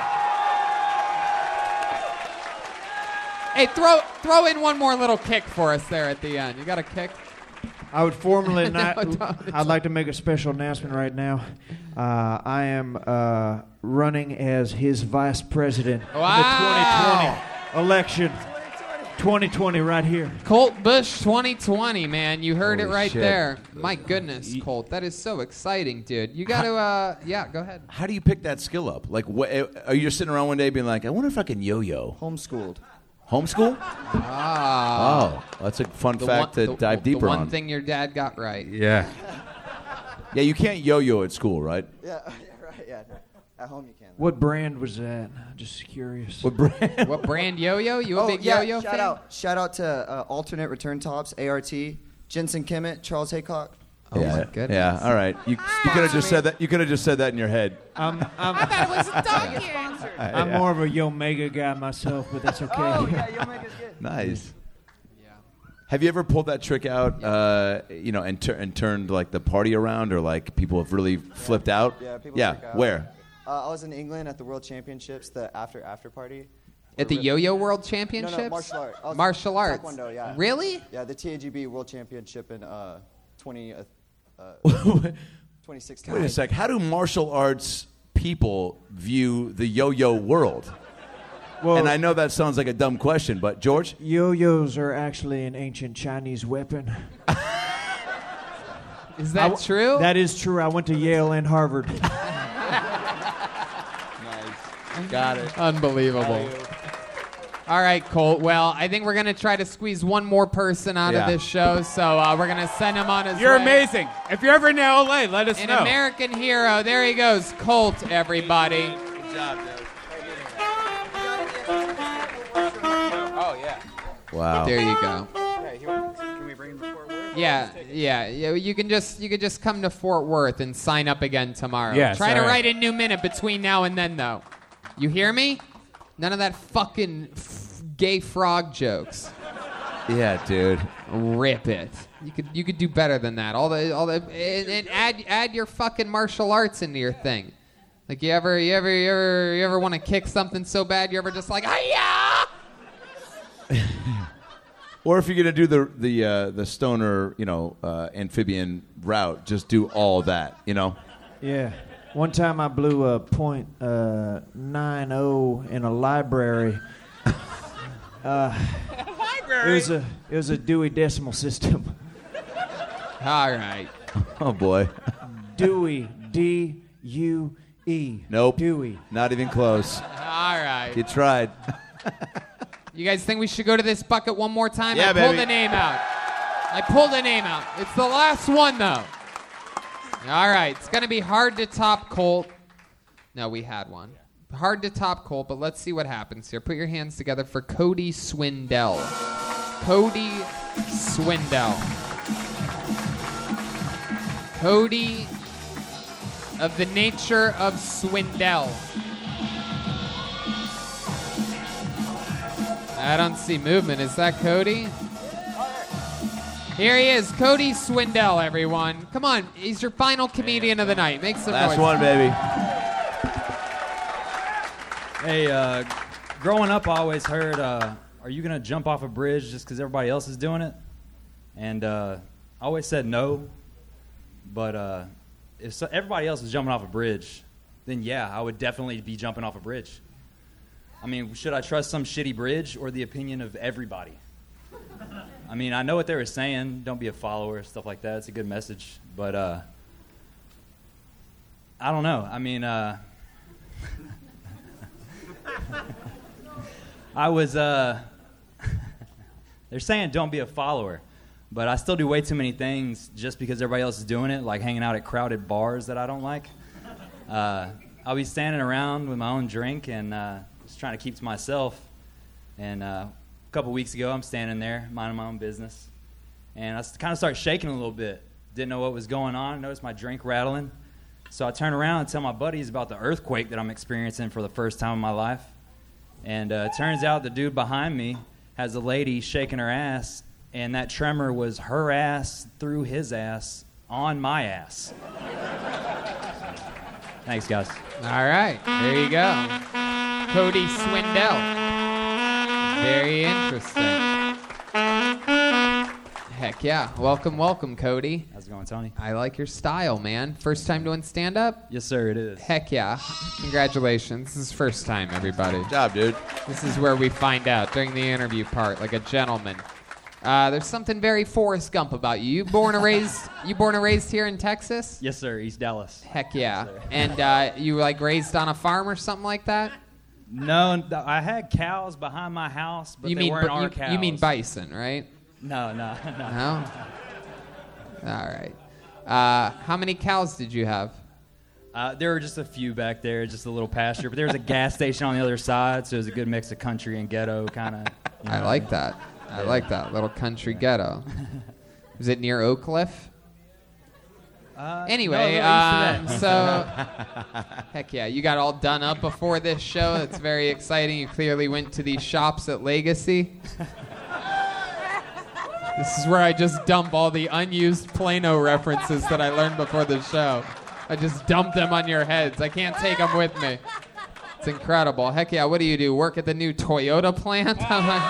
[SPEAKER 2] Hey, throw throw in one more little kick for us there at the end. You got a kick?
[SPEAKER 5] I would formally
[SPEAKER 2] No,
[SPEAKER 5] not.
[SPEAKER 2] don't.
[SPEAKER 5] I'd like to make a special announcement right now. Uh, I am uh, running as his vice president
[SPEAKER 2] Wow.
[SPEAKER 5] in the 2020 election. 2020, right here.
[SPEAKER 2] Colt Bush 2020, man. You heard
[SPEAKER 5] Holy
[SPEAKER 2] it right
[SPEAKER 5] shit.
[SPEAKER 2] there. My goodness, Colt. That is so exciting, dude. You got to, uh, yeah, go ahead.
[SPEAKER 4] How do you pick that skill up? Like, what, are you just sitting around one day being like, I wonder if I can yo-yo?
[SPEAKER 12] Homeschooled.
[SPEAKER 4] Homeschool?
[SPEAKER 2] Ah.
[SPEAKER 4] Oh, that's a fun
[SPEAKER 2] The
[SPEAKER 4] fact
[SPEAKER 2] one-
[SPEAKER 4] to
[SPEAKER 2] the-
[SPEAKER 4] dive
[SPEAKER 2] the
[SPEAKER 4] deeper
[SPEAKER 2] one
[SPEAKER 4] on.
[SPEAKER 2] thing your dad got right.
[SPEAKER 4] Yeah. yeah, you can't yo-yo at school, right?
[SPEAKER 12] Yeah, yeah, right. Yeah, no. at home you can.
[SPEAKER 5] What brand was that? Just curious.
[SPEAKER 4] What brand?
[SPEAKER 2] What brand yo-yo? You a
[SPEAKER 12] oh,
[SPEAKER 2] big
[SPEAKER 12] yeah,
[SPEAKER 2] yo-yo
[SPEAKER 12] shout
[SPEAKER 2] fan?
[SPEAKER 12] out, shout out to uh, alternate return tops, ART, Jensen Kimmett, Charles Haycock.
[SPEAKER 4] Oh yeah.
[SPEAKER 2] my goodness.
[SPEAKER 4] Yeah. All right. You, you could have just said that. You could have just said that in your head.
[SPEAKER 2] Um,
[SPEAKER 5] I'm, I'm, I'm
[SPEAKER 4] Yeah.
[SPEAKER 5] more of a Yo Mega guy myself, but that's okay.
[SPEAKER 2] Oh,
[SPEAKER 4] Nice. Have you ever pulled that trick out, uh, you know, and, tur- and turned like the party around, or like people have really flipped out?
[SPEAKER 12] Yeah, people.
[SPEAKER 4] Yeah.
[SPEAKER 12] freak out.
[SPEAKER 4] Where?
[SPEAKER 12] Uh, I was in England at the World Championships, the after after party.
[SPEAKER 2] At the Yo-Yo World Championships?
[SPEAKER 12] No, no, martial art. I was-
[SPEAKER 2] Martial arts.
[SPEAKER 12] Taekwondo, yeah.
[SPEAKER 2] Really?
[SPEAKER 12] Yeah, the TAGB World Championship in uh, 20, uh, uh, 2016.
[SPEAKER 4] Wait a sec. How do martial arts people view the yo-yo world?
[SPEAKER 5] Well-
[SPEAKER 4] and I know that sounds like a dumb question, but George,
[SPEAKER 5] Yo-yos are actually an ancient Chinese weapon.
[SPEAKER 2] Is that true?
[SPEAKER 5] That is true. I went to Yale and Harvard.
[SPEAKER 4] Got it.
[SPEAKER 2] Unbelievable. All right, Colt. Well, I think we're going to try to squeeze one more person out
[SPEAKER 3] Yeah.
[SPEAKER 2] of this show, so uh, we're going to send him on his
[SPEAKER 3] You're
[SPEAKER 2] way.
[SPEAKER 3] amazing. If you're ever in LA, let us
[SPEAKER 2] An
[SPEAKER 3] know.
[SPEAKER 2] American hero. There he goes, Colt, everybody. Good
[SPEAKER 4] job, dude.
[SPEAKER 13] Oh,
[SPEAKER 4] Wow.
[SPEAKER 2] There you go.
[SPEAKER 13] Can we bring him before work?
[SPEAKER 2] Yeah, yeah, yeah. You can just you can just come to Fort Worth and sign up again tomorrow.
[SPEAKER 3] Yes,
[SPEAKER 2] Try to
[SPEAKER 3] all right.
[SPEAKER 2] write a new minute between now and then, though. You hear me? None of that fucking f- gay frog jokes.
[SPEAKER 4] Yeah, dude.
[SPEAKER 2] Rip it. You could you could do better than that. All the all the and, and add add your fucking martial arts into your thing. Like you ever you ever you ever you ever want to kick something so bad you ever just like yeah.
[SPEAKER 4] Or if you're gonna do the the uh, the stoner, you know, uh, amphibian route, just do all that, you know.
[SPEAKER 5] Yeah. One time I blew a point uh, nine oh in a library. uh, library. It was a it was a Dewey Decimal System.
[SPEAKER 2] All right.
[SPEAKER 4] Oh boy.
[SPEAKER 5] Dewey D U E.
[SPEAKER 4] Nope.
[SPEAKER 5] Dewey.
[SPEAKER 4] Not even close.
[SPEAKER 2] All right.
[SPEAKER 4] You tried.
[SPEAKER 2] You guys think we should go to this bucket one more time?
[SPEAKER 4] Yeah,
[SPEAKER 2] I pulled
[SPEAKER 4] baby.
[SPEAKER 2] the name out. I pulled the name out. It's the last one though. All right. It's gonna be hard to top Colt. No, we had one. Hard to top Colt, but let's see what happens here. Put your hands together for Cody Swindell. Cody Swindell. Cody of the nature of Swindell. I don't see movement. Is that Cody? Here he is, Cody Swindell, everyone. Come on, he's your final comedian of the night. Make some
[SPEAKER 4] Last
[SPEAKER 2] noise.
[SPEAKER 4] one, baby.
[SPEAKER 13] Hey, uh, growing up, I always heard, uh, "Are you gonna jump off a bridge just because everybody else is doing it?" And uh, I always said no. But uh, if so, everybody else is jumping off a bridge, then yeah, I would definitely be jumping off a bridge. I mean, should I trust some shitty bridge or the opinion of everybody? I mean, I know what they were saying. Don't be a follower, stuff like that. It's a good message, but uh, I don't know. I mean, uh, I was. Uh, they're saying don't be a follower, but I still do way too many things just because everybody else is doing it, like hanging out at crowded bars that I don't like. Uh, I'll be standing around with my own drink and uh, just trying to keep to myself. And uh, a couple weeks ago, I'm standing there minding my own business, and I kind of started shaking a little bit. Didn't know what was going on. Noticed my drink rattling, so I turn around and tell my buddies about the earthquake that I'm experiencing for the first time in my life. And uh, it turns out the dude behind me has a lady shaking her ass, and that tremor was her ass through his ass on my ass. Thanks, guys.
[SPEAKER 2] All right, there you go. Cody Swindell. Very interesting. Heck yeah. Welcome, welcome, Cody.
[SPEAKER 13] How's it going, Tony?
[SPEAKER 2] I like your style, man. First time doing stand up?
[SPEAKER 13] Yes, sir, it is.
[SPEAKER 2] Heck yeah. Congratulations. This is first time, everybody. Good
[SPEAKER 4] job, dude.
[SPEAKER 2] This is where we find out during the interview part, like a gentleman. Uh, there's something very Forrest Gump about you. You born and raised you born and raised here in Texas?
[SPEAKER 13] Yes, sir, East Dallas.
[SPEAKER 2] Heck yeah. And uh, you were like raised on a farm or something like that?
[SPEAKER 13] No, n- I had cows behind my house, but
[SPEAKER 2] you
[SPEAKER 13] they
[SPEAKER 2] mean
[SPEAKER 13] weren't
[SPEAKER 2] bu-
[SPEAKER 13] our
[SPEAKER 2] you,
[SPEAKER 13] cows.
[SPEAKER 2] you mean bison, right?
[SPEAKER 13] No, no, no.
[SPEAKER 2] No. All right. Uh, how many cows did you have?
[SPEAKER 13] Uh, there were just a few back there, just a little pasture, but there was a gas station on the other side, so it was a good mix of country and ghetto kind of.
[SPEAKER 2] I like that. I like that little country ghetto. Is it near Oak Cliff?
[SPEAKER 13] Uh,
[SPEAKER 2] Anyway,
[SPEAKER 13] no, I'm
[SPEAKER 2] um,
[SPEAKER 13] not used to
[SPEAKER 2] so
[SPEAKER 13] that.
[SPEAKER 2] heck yeah, you got all done up before this show. It's very exciting. You clearly went to these shops at Legacy. This is where I just dump all the unused Plano references that I learned before the show. I just dump them on your heads. I can't take them with me. It's incredible. Heck yeah, what do you do? Work at the new Toyota plant? I'm like,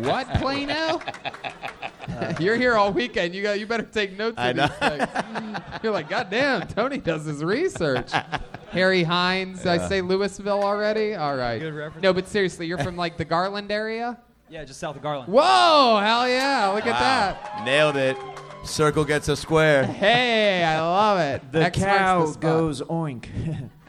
[SPEAKER 2] what? What Plano? You're here all weekend. You got. You better take notes.
[SPEAKER 4] I
[SPEAKER 2] of
[SPEAKER 4] know.
[SPEAKER 2] these things. You're like, God damn, Tony does his research. Harry Hines. Did I
[SPEAKER 13] Yeah.
[SPEAKER 2] say Louisville already? All right.
[SPEAKER 13] Good reference.
[SPEAKER 2] No, but seriously, you're from like the Garland area.
[SPEAKER 13] yeah, just south of Garland.
[SPEAKER 2] Whoa! Hell yeah! Look
[SPEAKER 4] Wow.
[SPEAKER 2] at that.
[SPEAKER 4] Nailed it. Circle gets a square.
[SPEAKER 2] Hey, I love it.
[SPEAKER 5] The
[SPEAKER 2] X marks
[SPEAKER 5] cow
[SPEAKER 2] spot.
[SPEAKER 5] goes oink.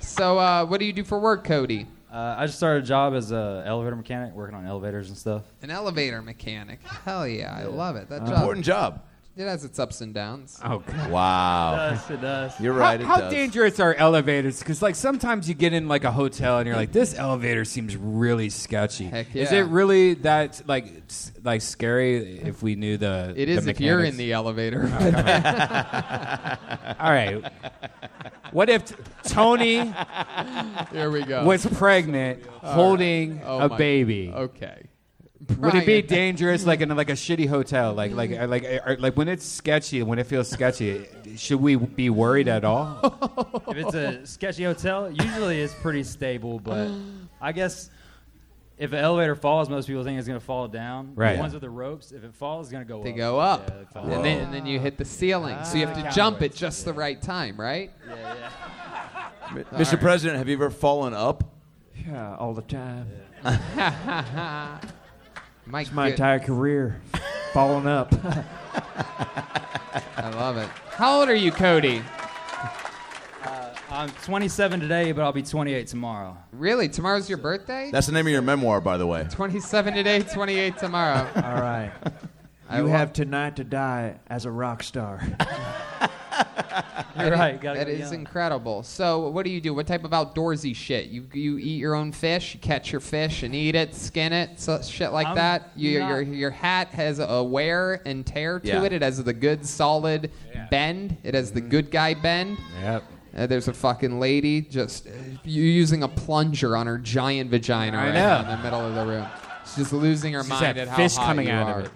[SPEAKER 2] so, uh, what do you do for work, Cody?
[SPEAKER 13] Uh, I just started a job as a elevator mechanic, working on elevators and stuff.
[SPEAKER 2] An elevator mechanic. Hell yeah, I love it. That
[SPEAKER 13] Uh,
[SPEAKER 2] job.
[SPEAKER 13] Important job.
[SPEAKER 2] It has its ups and downs.
[SPEAKER 3] Oh, God.
[SPEAKER 4] Wow.
[SPEAKER 13] It does, it does.
[SPEAKER 4] You're
[SPEAKER 3] How-
[SPEAKER 4] right. it
[SPEAKER 3] How,
[SPEAKER 4] does.
[SPEAKER 3] dangerous are elevators? Because like sometimes you get in like a hotel and you're like, this elevator seems really sketchy. Is
[SPEAKER 2] yeah.
[SPEAKER 3] it really that like s- like scary? If we knew the Oh,
[SPEAKER 2] It
[SPEAKER 3] the
[SPEAKER 2] is if you're
[SPEAKER 3] mechanics?
[SPEAKER 2] in the elevator.
[SPEAKER 3] Oh, come on. All right. What if t- Tony
[SPEAKER 2] Here we go.
[SPEAKER 3] was pregnant,
[SPEAKER 2] All right.
[SPEAKER 3] holding
[SPEAKER 2] Oh
[SPEAKER 3] a
[SPEAKER 2] my-
[SPEAKER 3] baby?
[SPEAKER 2] Okay.
[SPEAKER 3] Would it be
[SPEAKER 2] Brian.
[SPEAKER 3] dangerous, like in like a shitty hotel, like like uh, like or, like when it's sketchy, when it feels sketchy? Should we be worried at all?
[SPEAKER 13] if it's a sketchy hotel, usually it's pretty stable, but I guess if an elevator falls, most people think it's going to fall down.
[SPEAKER 3] Right.
[SPEAKER 13] The ones with the ropes, if it falls, it's going to go
[SPEAKER 2] They
[SPEAKER 13] up.
[SPEAKER 2] go up,
[SPEAKER 13] Yeah, they fall Ah,
[SPEAKER 2] and then and then you hit the ceiling. so you have to jump at just the right time, right?
[SPEAKER 13] Yeah, yeah.
[SPEAKER 4] Mr.
[SPEAKER 2] All right.
[SPEAKER 4] President, have you ever fallen up?
[SPEAKER 5] Yeah, all the time.
[SPEAKER 2] Mike,
[SPEAKER 5] it's my
[SPEAKER 2] you-
[SPEAKER 5] entire career falling up.
[SPEAKER 2] I love it. How old are you, Cody?
[SPEAKER 13] Uh, I'm 27 today, but I'll be 28 tomorrow.
[SPEAKER 2] Really? Tomorrow's your birthday?
[SPEAKER 4] That's the name of your memoir, by the way.
[SPEAKER 2] 27 today, 28 tomorrow.
[SPEAKER 5] All right.
[SPEAKER 2] I
[SPEAKER 5] You
[SPEAKER 2] wa-
[SPEAKER 5] have tonight to die as a rock star.
[SPEAKER 13] You're right. Gotta
[SPEAKER 2] That
[SPEAKER 13] go
[SPEAKER 2] is
[SPEAKER 13] young.
[SPEAKER 2] incredible. So, what do you do? What type of outdoorsy shit? You you eat your own fish, you catch your fish and eat it, skin it, so, shit like
[SPEAKER 13] I'm
[SPEAKER 2] that. You,
[SPEAKER 13] not-
[SPEAKER 2] your your hat has a wear and tear to
[SPEAKER 13] Yeah.
[SPEAKER 2] it. It has the good solid bend. It has the good guy bend.
[SPEAKER 3] Yep.
[SPEAKER 2] Uh, there's a fucking lady just uh, you using a plunger on her giant vagina
[SPEAKER 3] I
[SPEAKER 2] right
[SPEAKER 3] know.
[SPEAKER 2] now in the middle of the room. She's just losing her
[SPEAKER 3] She's
[SPEAKER 2] mind
[SPEAKER 3] got
[SPEAKER 2] at how
[SPEAKER 3] fish
[SPEAKER 2] hot
[SPEAKER 3] coming
[SPEAKER 2] you
[SPEAKER 3] out
[SPEAKER 2] are.
[SPEAKER 3] of it.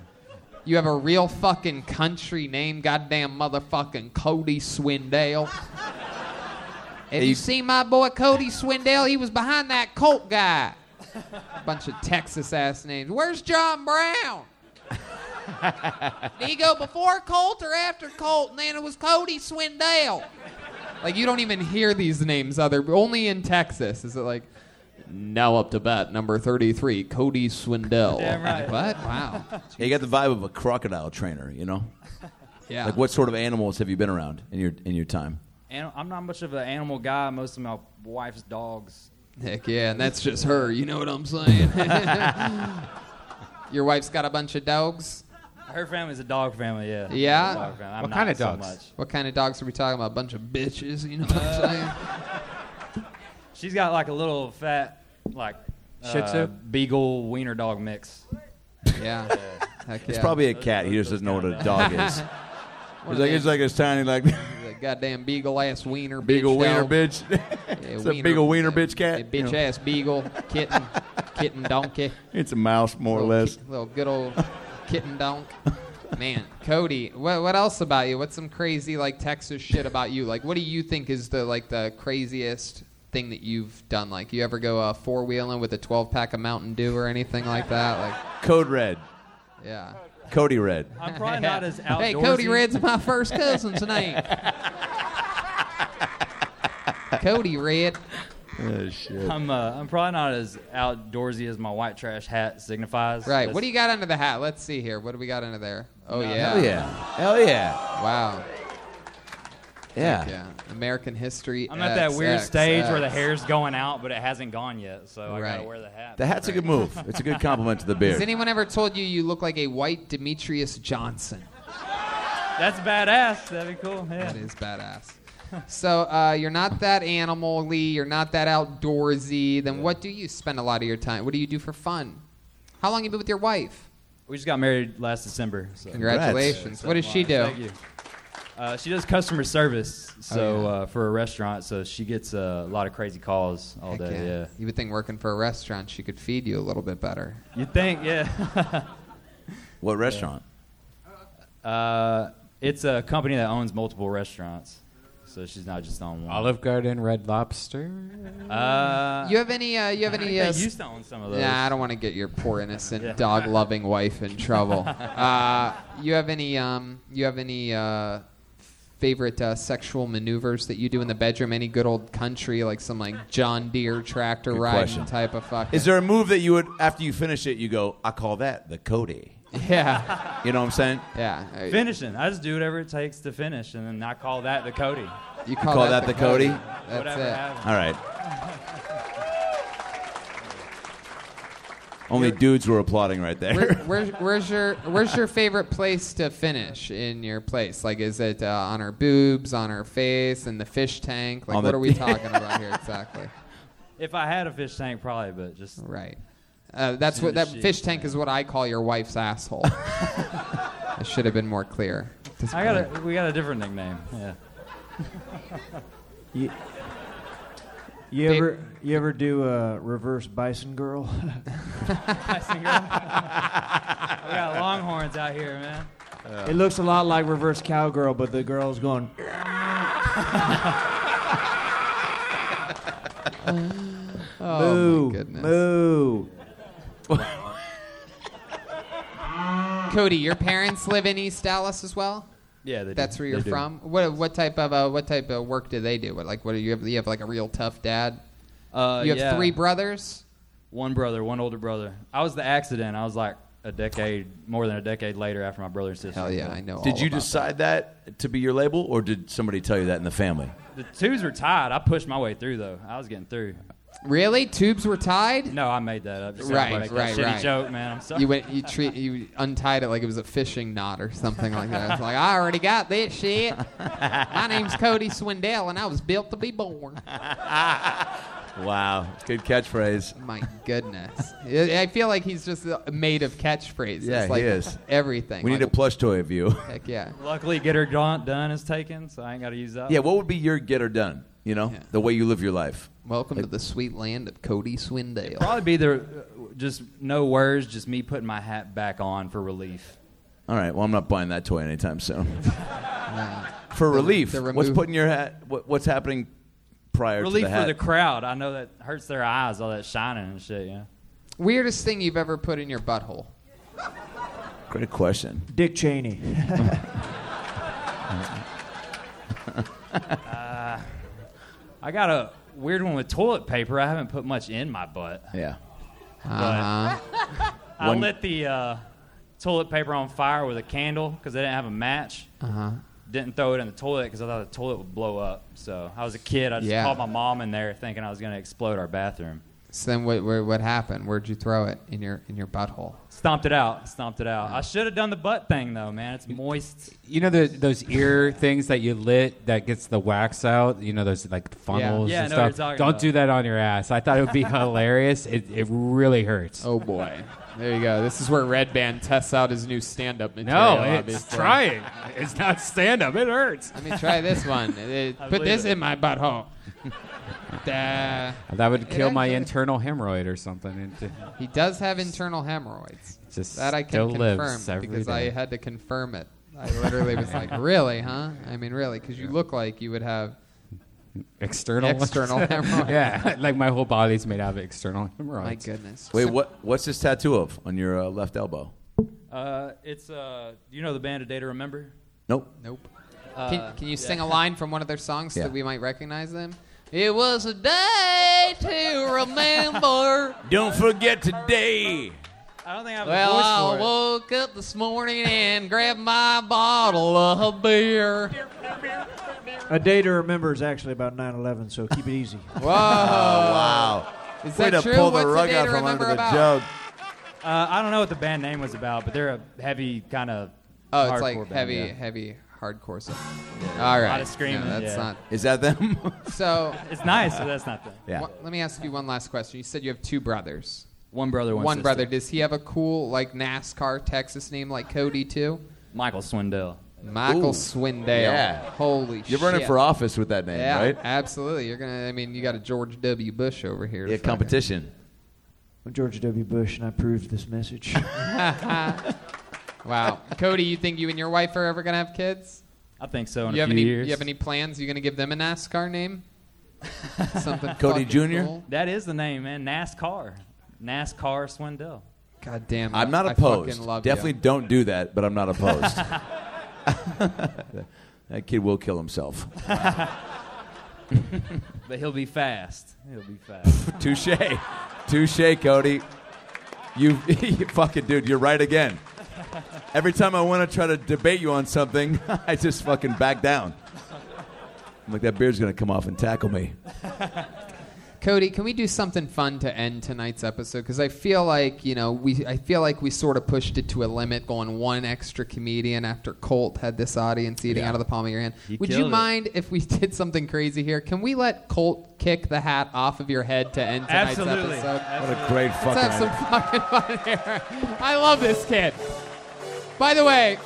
[SPEAKER 2] You have a real fucking country name, goddamn motherfucking Cody Swindell. Have you,
[SPEAKER 3] you-
[SPEAKER 2] seen my boy Cody Swindell? He was behind that Colt guy. Bunch of Texas ass names. Where's John Brown? Did he go before Colt or after Colt? And then it was Cody Swindell. Like you don't even hear these names other only in Texas. Is it like now up to bat number thirty-three, Cody Swindell?
[SPEAKER 4] Damn right.
[SPEAKER 2] What? Wow.
[SPEAKER 4] Yeah, you got the vibe of a crocodile trainer, you know?
[SPEAKER 2] Yeah.
[SPEAKER 4] Like, what sort of animals have you been around in your in your time?
[SPEAKER 13] Ani- I'm not much of an animal guy. Most of my wife's dogs.
[SPEAKER 2] Heck yeah, and that's just her. You know what I'm saying? Your wife's got a bunch of dogs.
[SPEAKER 13] Her family's a dog family, yeah.
[SPEAKER 2] Yeah.
[SPEAKER 13] Dog family. I'm
[SPEAKER 2] What
[SPEAKER 13] not
[SPEAKER 2] kind of
[SPEAKER 13] so
[SPEAKER 2] dogs?
[SPEAKER 13] much. Uh,
[SPEAKER 2] What kind of dogs are we talking about? A bunch of bitches. You know what I'm saying?
[SPEAKER 13] She's got like a little fat, like
[SPEAKER 2] Shih
[SPEAKER 13] uh,
[SPEAKER 2] Tzu?
[SPEAKER 13] beagle wiener dog mix.
[SPEAKER 2] Yeah. Heck
[SPEAKER 4] It's
[SPEAKER 2] yeah.
[SPEAKER 4] probably a cat. He just doesn't know what a dog is.
[SPEAKER 2] One
[SPEAKER 4] He's
[SPEAKER 2] of
[SPEAKER 4] like,
[SPEAKER 2] them-
[SPEAKER 4] it's like it's tiny, like
[SPEAKER 2] that goddamn beagle ass wiener bitch.
[SPEAKER 4] beagle wiener
[SPEAKER 2] dog.
[SPEAKER 4] bitch. it's a beagle wiener bitch cat.
[SPEAKER 2] A bitch ass beagle, kitten, kitten donkey.
[SPEAKER 4] It's a mouse, more or less.
[SPEAKER 2] Little good old kitten donk. Man, Cody, what, what else about you? What's some crazy like Texas shit about you? Like, what do you think is the like the craziest thing that you've done? Like, you ever go uh, four wheeling with a twelve pack of Mountain Dew or anything like that? Like,
[SPEAKER 4] Code Red.
[SPEAKER 2] yeah.
[SPEAKER 4] Cody Red.
[SPEAKER 13] I'm probably not as outdoorsy.
[SPEAKER 2] Hey, Cody Red's my first cousin's name. Cody Red.
[SPEAKER 4] Oh, shit.
[SPEAKER 13] I'm uh, I'm probably not as outdoorsy as my white trash hat signifies.
[SPEAKER 2] Right. what do you got under the hat? Let's see here. What do we got under there? Oh
[SPEAKER 13] No,
[SPEAKER 2] yeah.
[SPEAKER 4] Hell yeah. Hell yeah.
[SPEAKER 2] Wow.
[SPEAKER 4] Yeah.
[SPEAKER 2] Heck American history.
[SPEAKER 13] I'm at that weird
[SPEAKER 2] XX.
[SPEAKER 13] stage where the hair's going out, but it hasn't gone yet, so I
[SPEAKER 2] Right.
[SPEAKER 13] gotta wear the hat.
[SPEAKER 4] The hat's a good move. It's a good compliment to the beard.
[SPEAKER 2] Has anyone ever told you you look like a white Demetrius Johnson?
[SPEAKER 13] That's badass. That'd be cool. Yeah.
[SPEAKER 2] That is badass. So uh, you're not that animally. You're not that outdoorsy. Then what do you spend a lot of your time? What do you do for fun? How long you been with your wife?
[SPEAKER 13] We just got married last December. So.
[SPEAKER 2] Congratulations. What does she do? Oh,
[SPEAKER 13] Thank you. Uh, she does customer service, so
[SPEAKER 2] yeah.
[SPEAKER 13] uh, for a restaurant, so she gets uh, a lot of crazy calls all
[SPEAKER 2] Heck
[SPEAKER 13] day.
[SPEAKER 2] yeah.
[SPEAKER 13] yeah.
[SPEAKER 2] You would think working for a restaurant she could feed you a little bit better.
[SPEAKER 13] You think, yeah.
[SPEAKER 4] What restaurant?
[SPEAKER 13] uh, it's a company that owns multiple restaurants, so she's not just on one.
[SPEAKER 3] Olive Garden, Red Lobster.
[SPEAKER 13] Uh,
[SPEAKER 2] You have any? Uh, you have
[SPEAKER 13] I think
[SPEAKER 2] any?
[SPEAKER 13] they
[SPEAKER 2] uh,
[SPEAKER 13] used to own some of those.
[SPEAKER 2] Nah, I don't want to get your poor innocent dog loving wife in trouble. uh, you have any? Um, you have any uh, favorite uh, sexual maneuvers that you do in the bedroom? Any good old country like some like John Deere tractor
[SPEAKER 4] Good
[SPEAKER 2] riding
[SPEAKER 4] question.
[SPEAKER 2] type of fucking?
[SPEAKER 4] Is there a move that you would, after you finish it, you go, I call that the Cody?
[SPEAKER 2] Yeah,
[SPEAKER 4] You know what I'm saying?
[SPEAKER 2] yeah.
[SPEAKER 13] Finishing. I just do whatever it takes to finish, and then I call that the Cody.
[SPEAKER 2] You call,
[SPEAKER 4] call that the Cody?
[SPEAKER 2] That's
[SPEAKER 13] whatever
[SPEAKER 2] it.
[SPEAKER 13] happens.
[SPEAKER 4] All right. Only dudes were applauding right
[SPEAKER 2] Where,
[SPEAKER 4] there.
[SPEAKER 2] where, where's your Where's your favorite place to finish in your place? Like, is it uh, on her boobs, on her face, in the fish tank? Like,
[SPEAKER 4] On
[SPEAKER 2] what
[SPEAKER 4] the-
[SPEAKER 2] are we talking about here exactly?
[SPEAKER 13] If I had a fish tank, probably, but just
[SPEAKER 2] Right. Uh, that's what that
[SPEAKER 13] Sushi.
[SPEAKER 2] fish tank is. What I call your wife's asshole. I should have been more clear.
[SPEAKER 13] I got a, we got a different nickname. Yeah.
[SPEAKER 5] You, you ever you ever do a reverse bison girl?
[SPEAKER 13] Bison girl. we got longhorns out here, man.
[SPEAKER 5] It looks a lot like reverse cowgirl, but the girl's going.
[SPEAKER 2] Oh,
[SPEAKER 5] moo,
[SPEAKER 2] my goodness.
[SPEAKER 5] moo.
[SPEAKER 2] Cody, your parents live in East Dallas as well.
[SPEAKER 10] Yeah, they do.
[SPEAKER 2] that's where
[SPEAKER 10] They
[SPEAKER 2] you're
[SPEAKER 10] do.
[SPEAKER 2] from. What what type of uh, what type of work do they do? What, like, what do you have? You have like a real tough dad.
[SPEAKER 13] Uh,
[SPEAKER 2] you have
[SPEAKER 13] yeah.
[SPEAKER 2] three brothers.
[SPEAKER 13] One brother, one older brother. I was the accident. I was like a decade, more than a decade later after my brother and sister.
[SPEAKER 4] Hell
[SPEAKER 13] yeah,
[SPEAKER 4] I
[SPEAKER 2] know.
[SPEAKER 4] Did you decide that. to be your label, or did somebody tell you that in the family?
[SPEAKER 13] The twos were tied. I pushed my way through though. I was getting through.
[SPEAKER 2] Really, tubes were tied.
[SPEAKER 13] No, I made that up. It sounded
[SPEAKER 2] Right,
[SPEAKER 13] like a
[SPEAKER 2] right,
[SPEAKER 13] shitty
[SPEAKER 2] right.
[SPEAKER 13] joke, man. I'm sorry.
[SPEAKER 2] You went, you treat, you untied it like it was a fishing knot or something like that. It's like I already got this shit. My name's Cody Swindell, and I was built to be born.
[SPEAKER 4] Wow, good catchphrase.
[SPEAKER 2] My goodness, I I feel like he's just uh, made of catchphrases.
[SPEAKER 4] Yeah, he
[SPEAKER 2] like
[SPEAKER 4] is.
[SPEAKER 2] Everything.
[SPEAKER 4] We need a
[SPEAKER 2] Like,
[SPEAKER 4] plush toy of you.
[SPEAKER 2] Heck yeah.
[SPEAKER 13] Luckily, get her done, done is taken, so I ain't got to use that.
[SPEAKER 4] Yeah, what would be your get or done? You know, the way you live your life.
[SPEAKER 2] Welcome to the sweet land of Cody Swindale.
[SPEAKER 13] Probably be the uh, just no words, just me putting my hat back on for relief.
[SPEAKER 4] All right. Well, I'm not buying that toy anytime soon. For relief,
[SPEAKER 13] the
[SPEAKER 4] what's
[SPEAKER 13] remove-
[SPEAKER 4] putting your hat? What, what's happening prior
[SPEAKER 13] relief
[SPEAKER 4] to the hat?
[SPEAKER 13] for the crowd. I know that hurts their eyes, all that shining and shit. Yeah.
[SPEAKER 2] Weirdest thing you've ever put in your butthole?
[SPEAKER 4] Great question.
[SPEAKER 5] Dick Cheney.
[SPEAKER 13] Uh, I got a weird one with toilet paper. I haven't put much in my butt.
[SPEAKER 4] Yeah.
[SPEAKER 13] But
[SPEAKER 2] Uh-huh.
[SPEAKER 13] I
[SPEAKER 2] One-
[SPEAKER 13] lit the uh, toilet paper on fire with a candle because I didn't have a match.
[SPEAKER 2] Uh-huh.
[SPEAKER 13] Didn't throw it in the toilet because I thought the toilet would blow up. So I was a kid. I just
[SPEAKER 2] Yeah.
[SPEAKER 13] called my mom in there thinking I was going to explode our bathroom.
[SPEAKER 2] So then, what, what, what happened? Where'd you throw it in your in your butthole?
[SPEAKER 13] Stomped it out. Stomped it out. I should have done the butt thing though, man. It's moist.
[SPEAKER 3] You know the, those ear things that you lit that gets the wax out. You know those like funnels
[SPEAKER 13] Yeah, I
[SPEAKER 3] and
[SPEAKER 13] know what you're
[SPEAKER 3] stuff.
[SPEAKER 13] talking
[SPEAKER 3] Don't
[SPEAKER 13] about.
[SPEAKER 3] do that on your ass. I thought it would be hilarious. It, it really hurts.
[SPEAKER 2] Oh boy, there you go. This is where Red Band tests out his new stand-up material.
[SPEAKER 3] No, it's
[SPEAKER 2] obviously.
[SPEAKER 3] trying. It's not stand up. It hurts.
[SPEAKER 2] Let me try this one. Uh,
[SPEAKER 3] I
[SPEAKER 2] Put
[SPEAKER 3] believe
[SPEAKER 2] this
[SPEAKER 3] it.
[SPEAKER 2] in my butthole. Duh.
[SPEAKER 3] That would
[SPEAKER 2] It
[SPEAKER 3] kill my
[SPEAKER 2] actually-
[SPEAKER 3] internal hemorrhoid or something. It-
[SPEAKER 2] He does have internal hemorrhoids.
[SPEAKER 3] Just
[SPEAKER 2] that I
[SPEAKER 3] still
[SPEAKER 2] can
[SPEAKER 3] lives
[SPEAKER 2] confirm
[SPEAKER 3] every
[SPEAKER 2] because
[SPEAKER 3] day.
[SPEAKER 2] I had to confirm it. I literally was like, "Really, huh? I mean, really?" Because you look like you would have
[SPEAKER 3] external.
[SPEAKER 2] External hemorrhoids.
[SPEAKER 3] yeah, like my whole body's made out of external hemorrhoids.
[SPEAKER 2] My goodness.
[SPEAKER 4] Wait, what? What's this tattoo of on your uh, left elbow?
[SPEAKER 13] Uh, it's uh, you know the band A Day to Remember.
[SPEAKER 4] Nope.
[SPEAKER 2] Nope.
[SPEAKER 13] Uh,
[SPEAKER 2] Can, can you
[SPEAKER 13] yeah.
[SPEAKER 2] sing a line from one of their songs so
[SPEAKER 4] Yeah.
[SPEAKER 2] that we might recognize them? It was a day to remember.
[SPEAKER 4] Don't forget today.
[SPEAKER 13] I don't think I have
[SPEAKER 2] well,
[SPEAKER 13] a voice
[SPEAKER 2] I
[SPEAKER 13] for it.
[SPEAKER 2] woke up this morning and grabbed my bottle of beer.
[SPEAKER 5] a day to remember is actually about 9/11, so keep it easy.
[SPEAKER 2] Whoa!
[SPEAKER 4] wow.
[SPEAKER 2] Is
[SPEAKER 4] Way
[SPEAKER 2] that
[SPEAKER 4] to
[SPEAKER 2] true?
[SPEAKER 4] pull the
[SPEAKER 2] What's a
[SPEAKER 4] rug
[SPEAKER 2] day
[SPEAKER 4] out
[SPEAKER 2] Oh, to
[SPEAKER 4] from
[SPEAKER 2] remember
[SPEAKER 4] under the
[SPEAKER 2] about?
[SPEAKER 4] joke.
[SPEAKER 13] Uh, I don't know what the band name was about, but they're a heavy kind of.
[SPEAKER 2] Oh, it's like
[SPEAKER 13] band,
[SPEAKER 2] heavy,
[SPEAKER 13] yeah.
[SPEAKER 2] heavy hardcore stuff.
[SPEAKER 13] Yeah.
[SPEAKER 2] All
[SPEAKER 13] A
[SPEAKER 2] right.
[SPEAKER 13] lot of screaming,
[SPEAKER 2] No, that's
[SPEAKER 13] yeah.
[SPEAKER 2] not.
[SPEAKER 4] Is that them?
[SPEAKER 2] So
[SPEAKER 13] It's nice, but that's not them.
[SPEAKER 4] Yeah.
[SPEAKER 2] Wha- let me ask you one last question. You said you have two brothers.
[SPEAKER 13] One brother, one sister.
[SPEAKER 2] brother. Does he have a cool like NASCAR Texas name like Cody too?
[SPEAKER 13] Michael Swindell.
[SPEAKER 2] Michael
[SPEAKER 13] Ooh.
[SPEAKER 2] Swindale.
[SPEAKER 13] Yeah.
[SPEAKER 2] Holy shit.
[SPEAKER 4] You're running for office with that name,
[SPEAKER 2] yeah,
[SPEAKER 4] right?
[SPEAKER 2] Absolutely. You're gonna I mean you got a George W. Bush over here.
[SPEAKER 4] Yeah, competition.
[SPEAKER 5] I'm George W. Bush, and I proved this message.
[SPEAKER 2] wow. Cody, you think you and your wife are ever gonna have kids?
[SPEAKER 13] I think so. In
[SPEAKER 2] you
[SPEAKER 13] a
[SPEAKER 2] have
[SPEAKER 13] few
[SPEAKER 2] any
[SPEAKER 13] years.
[SPEAKER 2] you have any plans? You gonna give them a NASCAR name? Something
[SPEAKER 4] Cody
[SPEAKER 2] fucking
[SPEAKER 4] Jr.?
[SPEAKER 2] cool?
[SPEAKER 13] That is the name, man. NASCAR. NASCAR Swindell.
[SPEAKER 2] God damn.
[SPEAKER 4] I'm not
[SPEAKER 2] I
[SPEAKER 4] opposed.
[SPEAKER 2] fucking love you.
[SPEAKER 4] Definitely don't do that, but I'm not opposed. that kid will kill himself.
[SPEAKER 13] But he'll be fast. He'll be fast.
[SPEAKER 4] Touche. Touche, Cody. You, you fucking dude, you're right again. Every time I want to try to debate you on something, I just fucking back down. I'm like, that beard's going to come off and tackle me.
[SPEAKER 2] Cody, can we do something fun to end tonight's episode? Because I feel like you know we, I feel like we sort of pushed it to a limit, going one extra comedian after Colt had this audience eating
[SPEAKER 13] Yeah.
[SPEAKER 2] out of the palm of your hand.
[SPEAKER 13] You
[SPEAKER 2] Would you
[SPEAKER 13] killed it.
[SPEAKER 2] mind if we did something crazy here? Can we let Colt kick the hat off of your head to end tonight's
[SPEAKER 13] Absolutely.
[SPEAKER 2] episode?
[SPEAKER 4] What a great fucking.
[SPEAKER 2] Let's have some fucking fun here. I love this kid. By the way,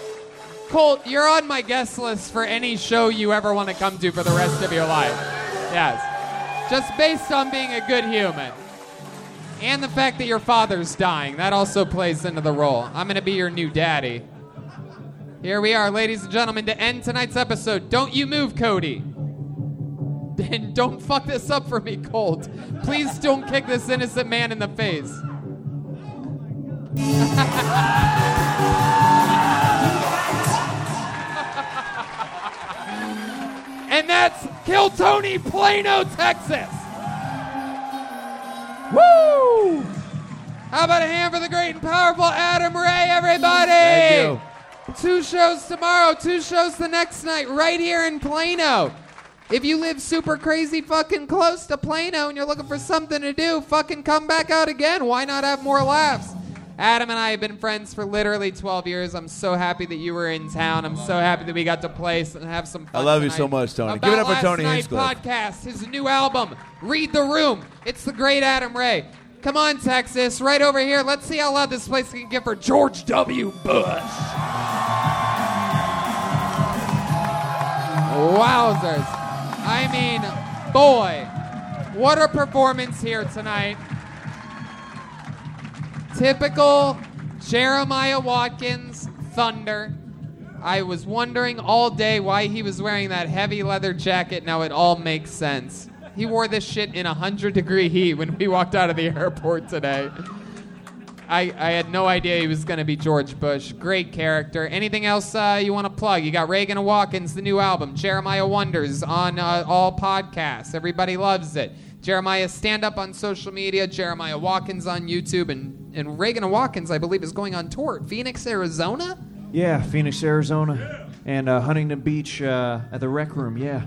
[SPEAKER 2] Colt, you're on my guest list for any show you ever want to come to for the rest of your life. Yes. Just based on being a good human. And the fact that your father's dying, that also plays into the role. I'm going to be your new daddy. Here we are, ladies and gentlemen, to end tonight's episode. Don't you move, Cody. And don't fuck this up for me, Colt. Please don't kick this innocent man in the face. and that's Kill Tony Plano, Texas. Woo! How about a hand for the great and powerful Adam Ray, everybody?
[SPEAKER 14] Thank
[SPEAKER 2] Two shows tomorrow, two shows the next night, right here in Plano. If you live super crazy fucking close to Plano and you're looking for something to do, fucking come back out again. Why not have more laughs? Adam and I have been friends for literally 12 years. I'm so happy that you were in town. I'm so happy that we got to place and have some fun.
[SPEAKER 4] I love you
[SPEAKER 2] tonight
[SPEAKER 4] so much, Tony.
[SPEAKER 2] about
[SPEAKER 4] Give it up for
[SPEAKER 2] last
[SPEAKER 4] Tony
[SPEAKER 2] night
[SPEAKER 4] Hinchcliffe.
[SPEAKER 2] podcast, his new album, Read the Room. It's the great Adam Ray. Come on, Texas, right over here. Let's see how loud this place can get for George W. Bush. Wowzers. I mean, boy, what a performance here tonight. Typical Jeremiah Watkins thunder. I was wondering all day why he was wearing that heavy leather jacket. Now it all makes sense. He wore this shit in 100 degree heat when we walked out of the airport today. I, I had no idea he was going to be George Bush. Great character. Anything else uh, you want to plug? You got Reagan and Watkins, the new album, Jeremiah Wonders on uh, all podcasts. Everybody loves it. Jeremiah stand up on social media, Jeremiah Watkins on YouTube, and, and Reagan and Watkins, I believe, is going on tour. Phoenix, Arizona?
[SPEAKER 5] Yeah, Phoenix, Arizona, and uh, Huntington Beach uh, at the Rec Room. Yeah,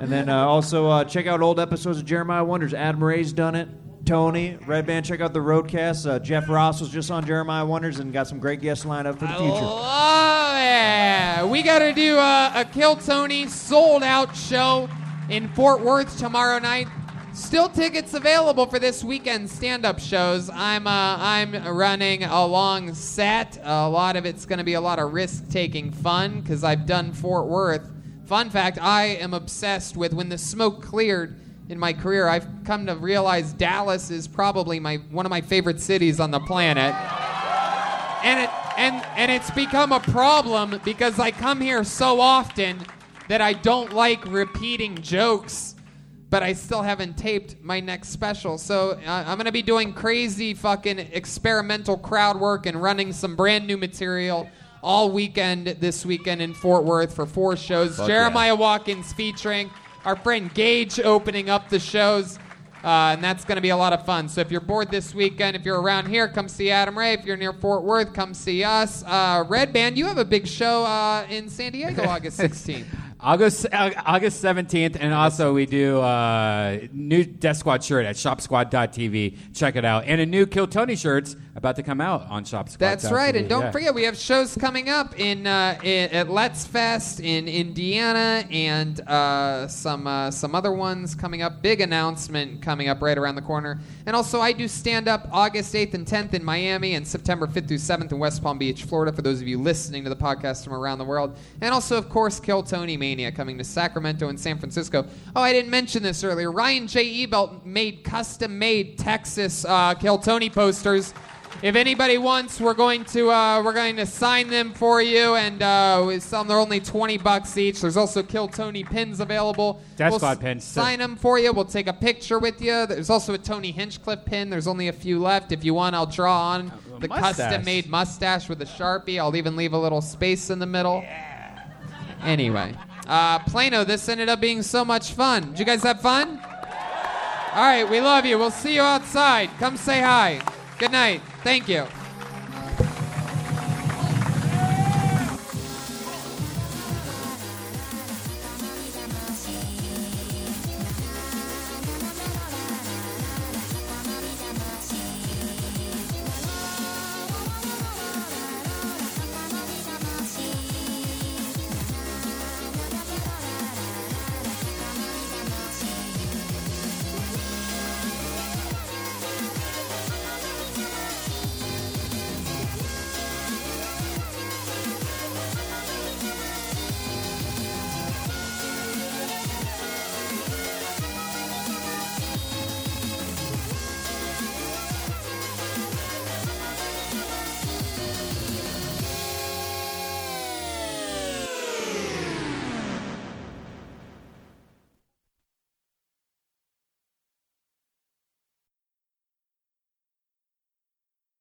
[SPEAKER 5] and then uh, also uh, check out old episodes of Jeremiah Wonders. Adam Ray's done it. Tony Red Band, check out the Roadcast. Uh, Jeff Ross was just on Jeremiah Wonders and got some great guests lined up for the future.
[SPEAKER 2] Love it. Oh, We got to do a, a Kill Tony sold out show in Fort Worth tomorrow night. Still tickets available for this weekend stand up shows. I'm uh, I'm running a long set. A lot of it's going to be a lot of risk taking fun because I've done Fort Worth. Fun fact I am obsessed with when the smoke cleared in my career. I've come to realize Dallas is probably my one of my favorite cities on the planet and it and and it's become a problem because I come here so often that I don't like repeating jokes, but I still haven't taped my next special. So uh, I'm gonna be doing crazy fucking experimental crowd work and running some brand new material all weekend this weekend in Fort Worth for four shows.
[SPEAKER 14] Fuck
[SPEAKER 2] Jeremiah Watkins featuring our friend Gage opening up the shows. Uh, and that's going to be a lot of fun. So if you're bored this weekend, if you're around here, come see Adam Ray. If you're near Fort Worth, come see us. Uh, Red Band, you have a big show uh, in San Diego August 16th.
[SPEAKER 3] August Au- August seventeenth, and also we do uh, new Death Squad shirt at ShopSquad.tv. Check it out, and a new Kill Tony shirts about to come out on ShopSquad.
[SPEAKER 2] That's right, and don't forget we have shows coming up in, uh, in at Let's Fest in Indiana, and uh, some uh, some other ones coming up. Big announcement coming up right around the corner, and also I do stand up August eighth and tenth in Miami, and September fifth through seventh in West Palm Beach, Florida. For those of you listening to the podcast from around the world, and also of course Kill Tony Mania coming to Sacramento and San Francisco. Oh, I didn't mention this earlier. Ryan J. Ebelt made custom made Texas uh, Kill Tony posters. If anybody wants, we're going to uh, we're going to sign them for you, and uh, we sell them. They're only twenty bucks each. There's also Kill Tony pins available.
[SPEAKER 3] Death
[SPEAKER 2] We'll
[SPEAKER 3] Squad
[SPEAKER 2] s-
[SPEAKER 3] pins, too.
[SPEAKER 2] Sign them for you. We'll take a picture with you. There's also a Tony Hinchcliffe pin. There's only a few left. If you want, I'll draw on the
[SPEAKER 3] mustache.
[SPEAKER 2] custom-made mustache with a sharpie. I'll even leave a little space in the middle. Anyway, uh, Plano, this ended up being so much fun. Did you guys have fun? All right, we love you. We'll see you outside. Come say hi. Good night. Thank you.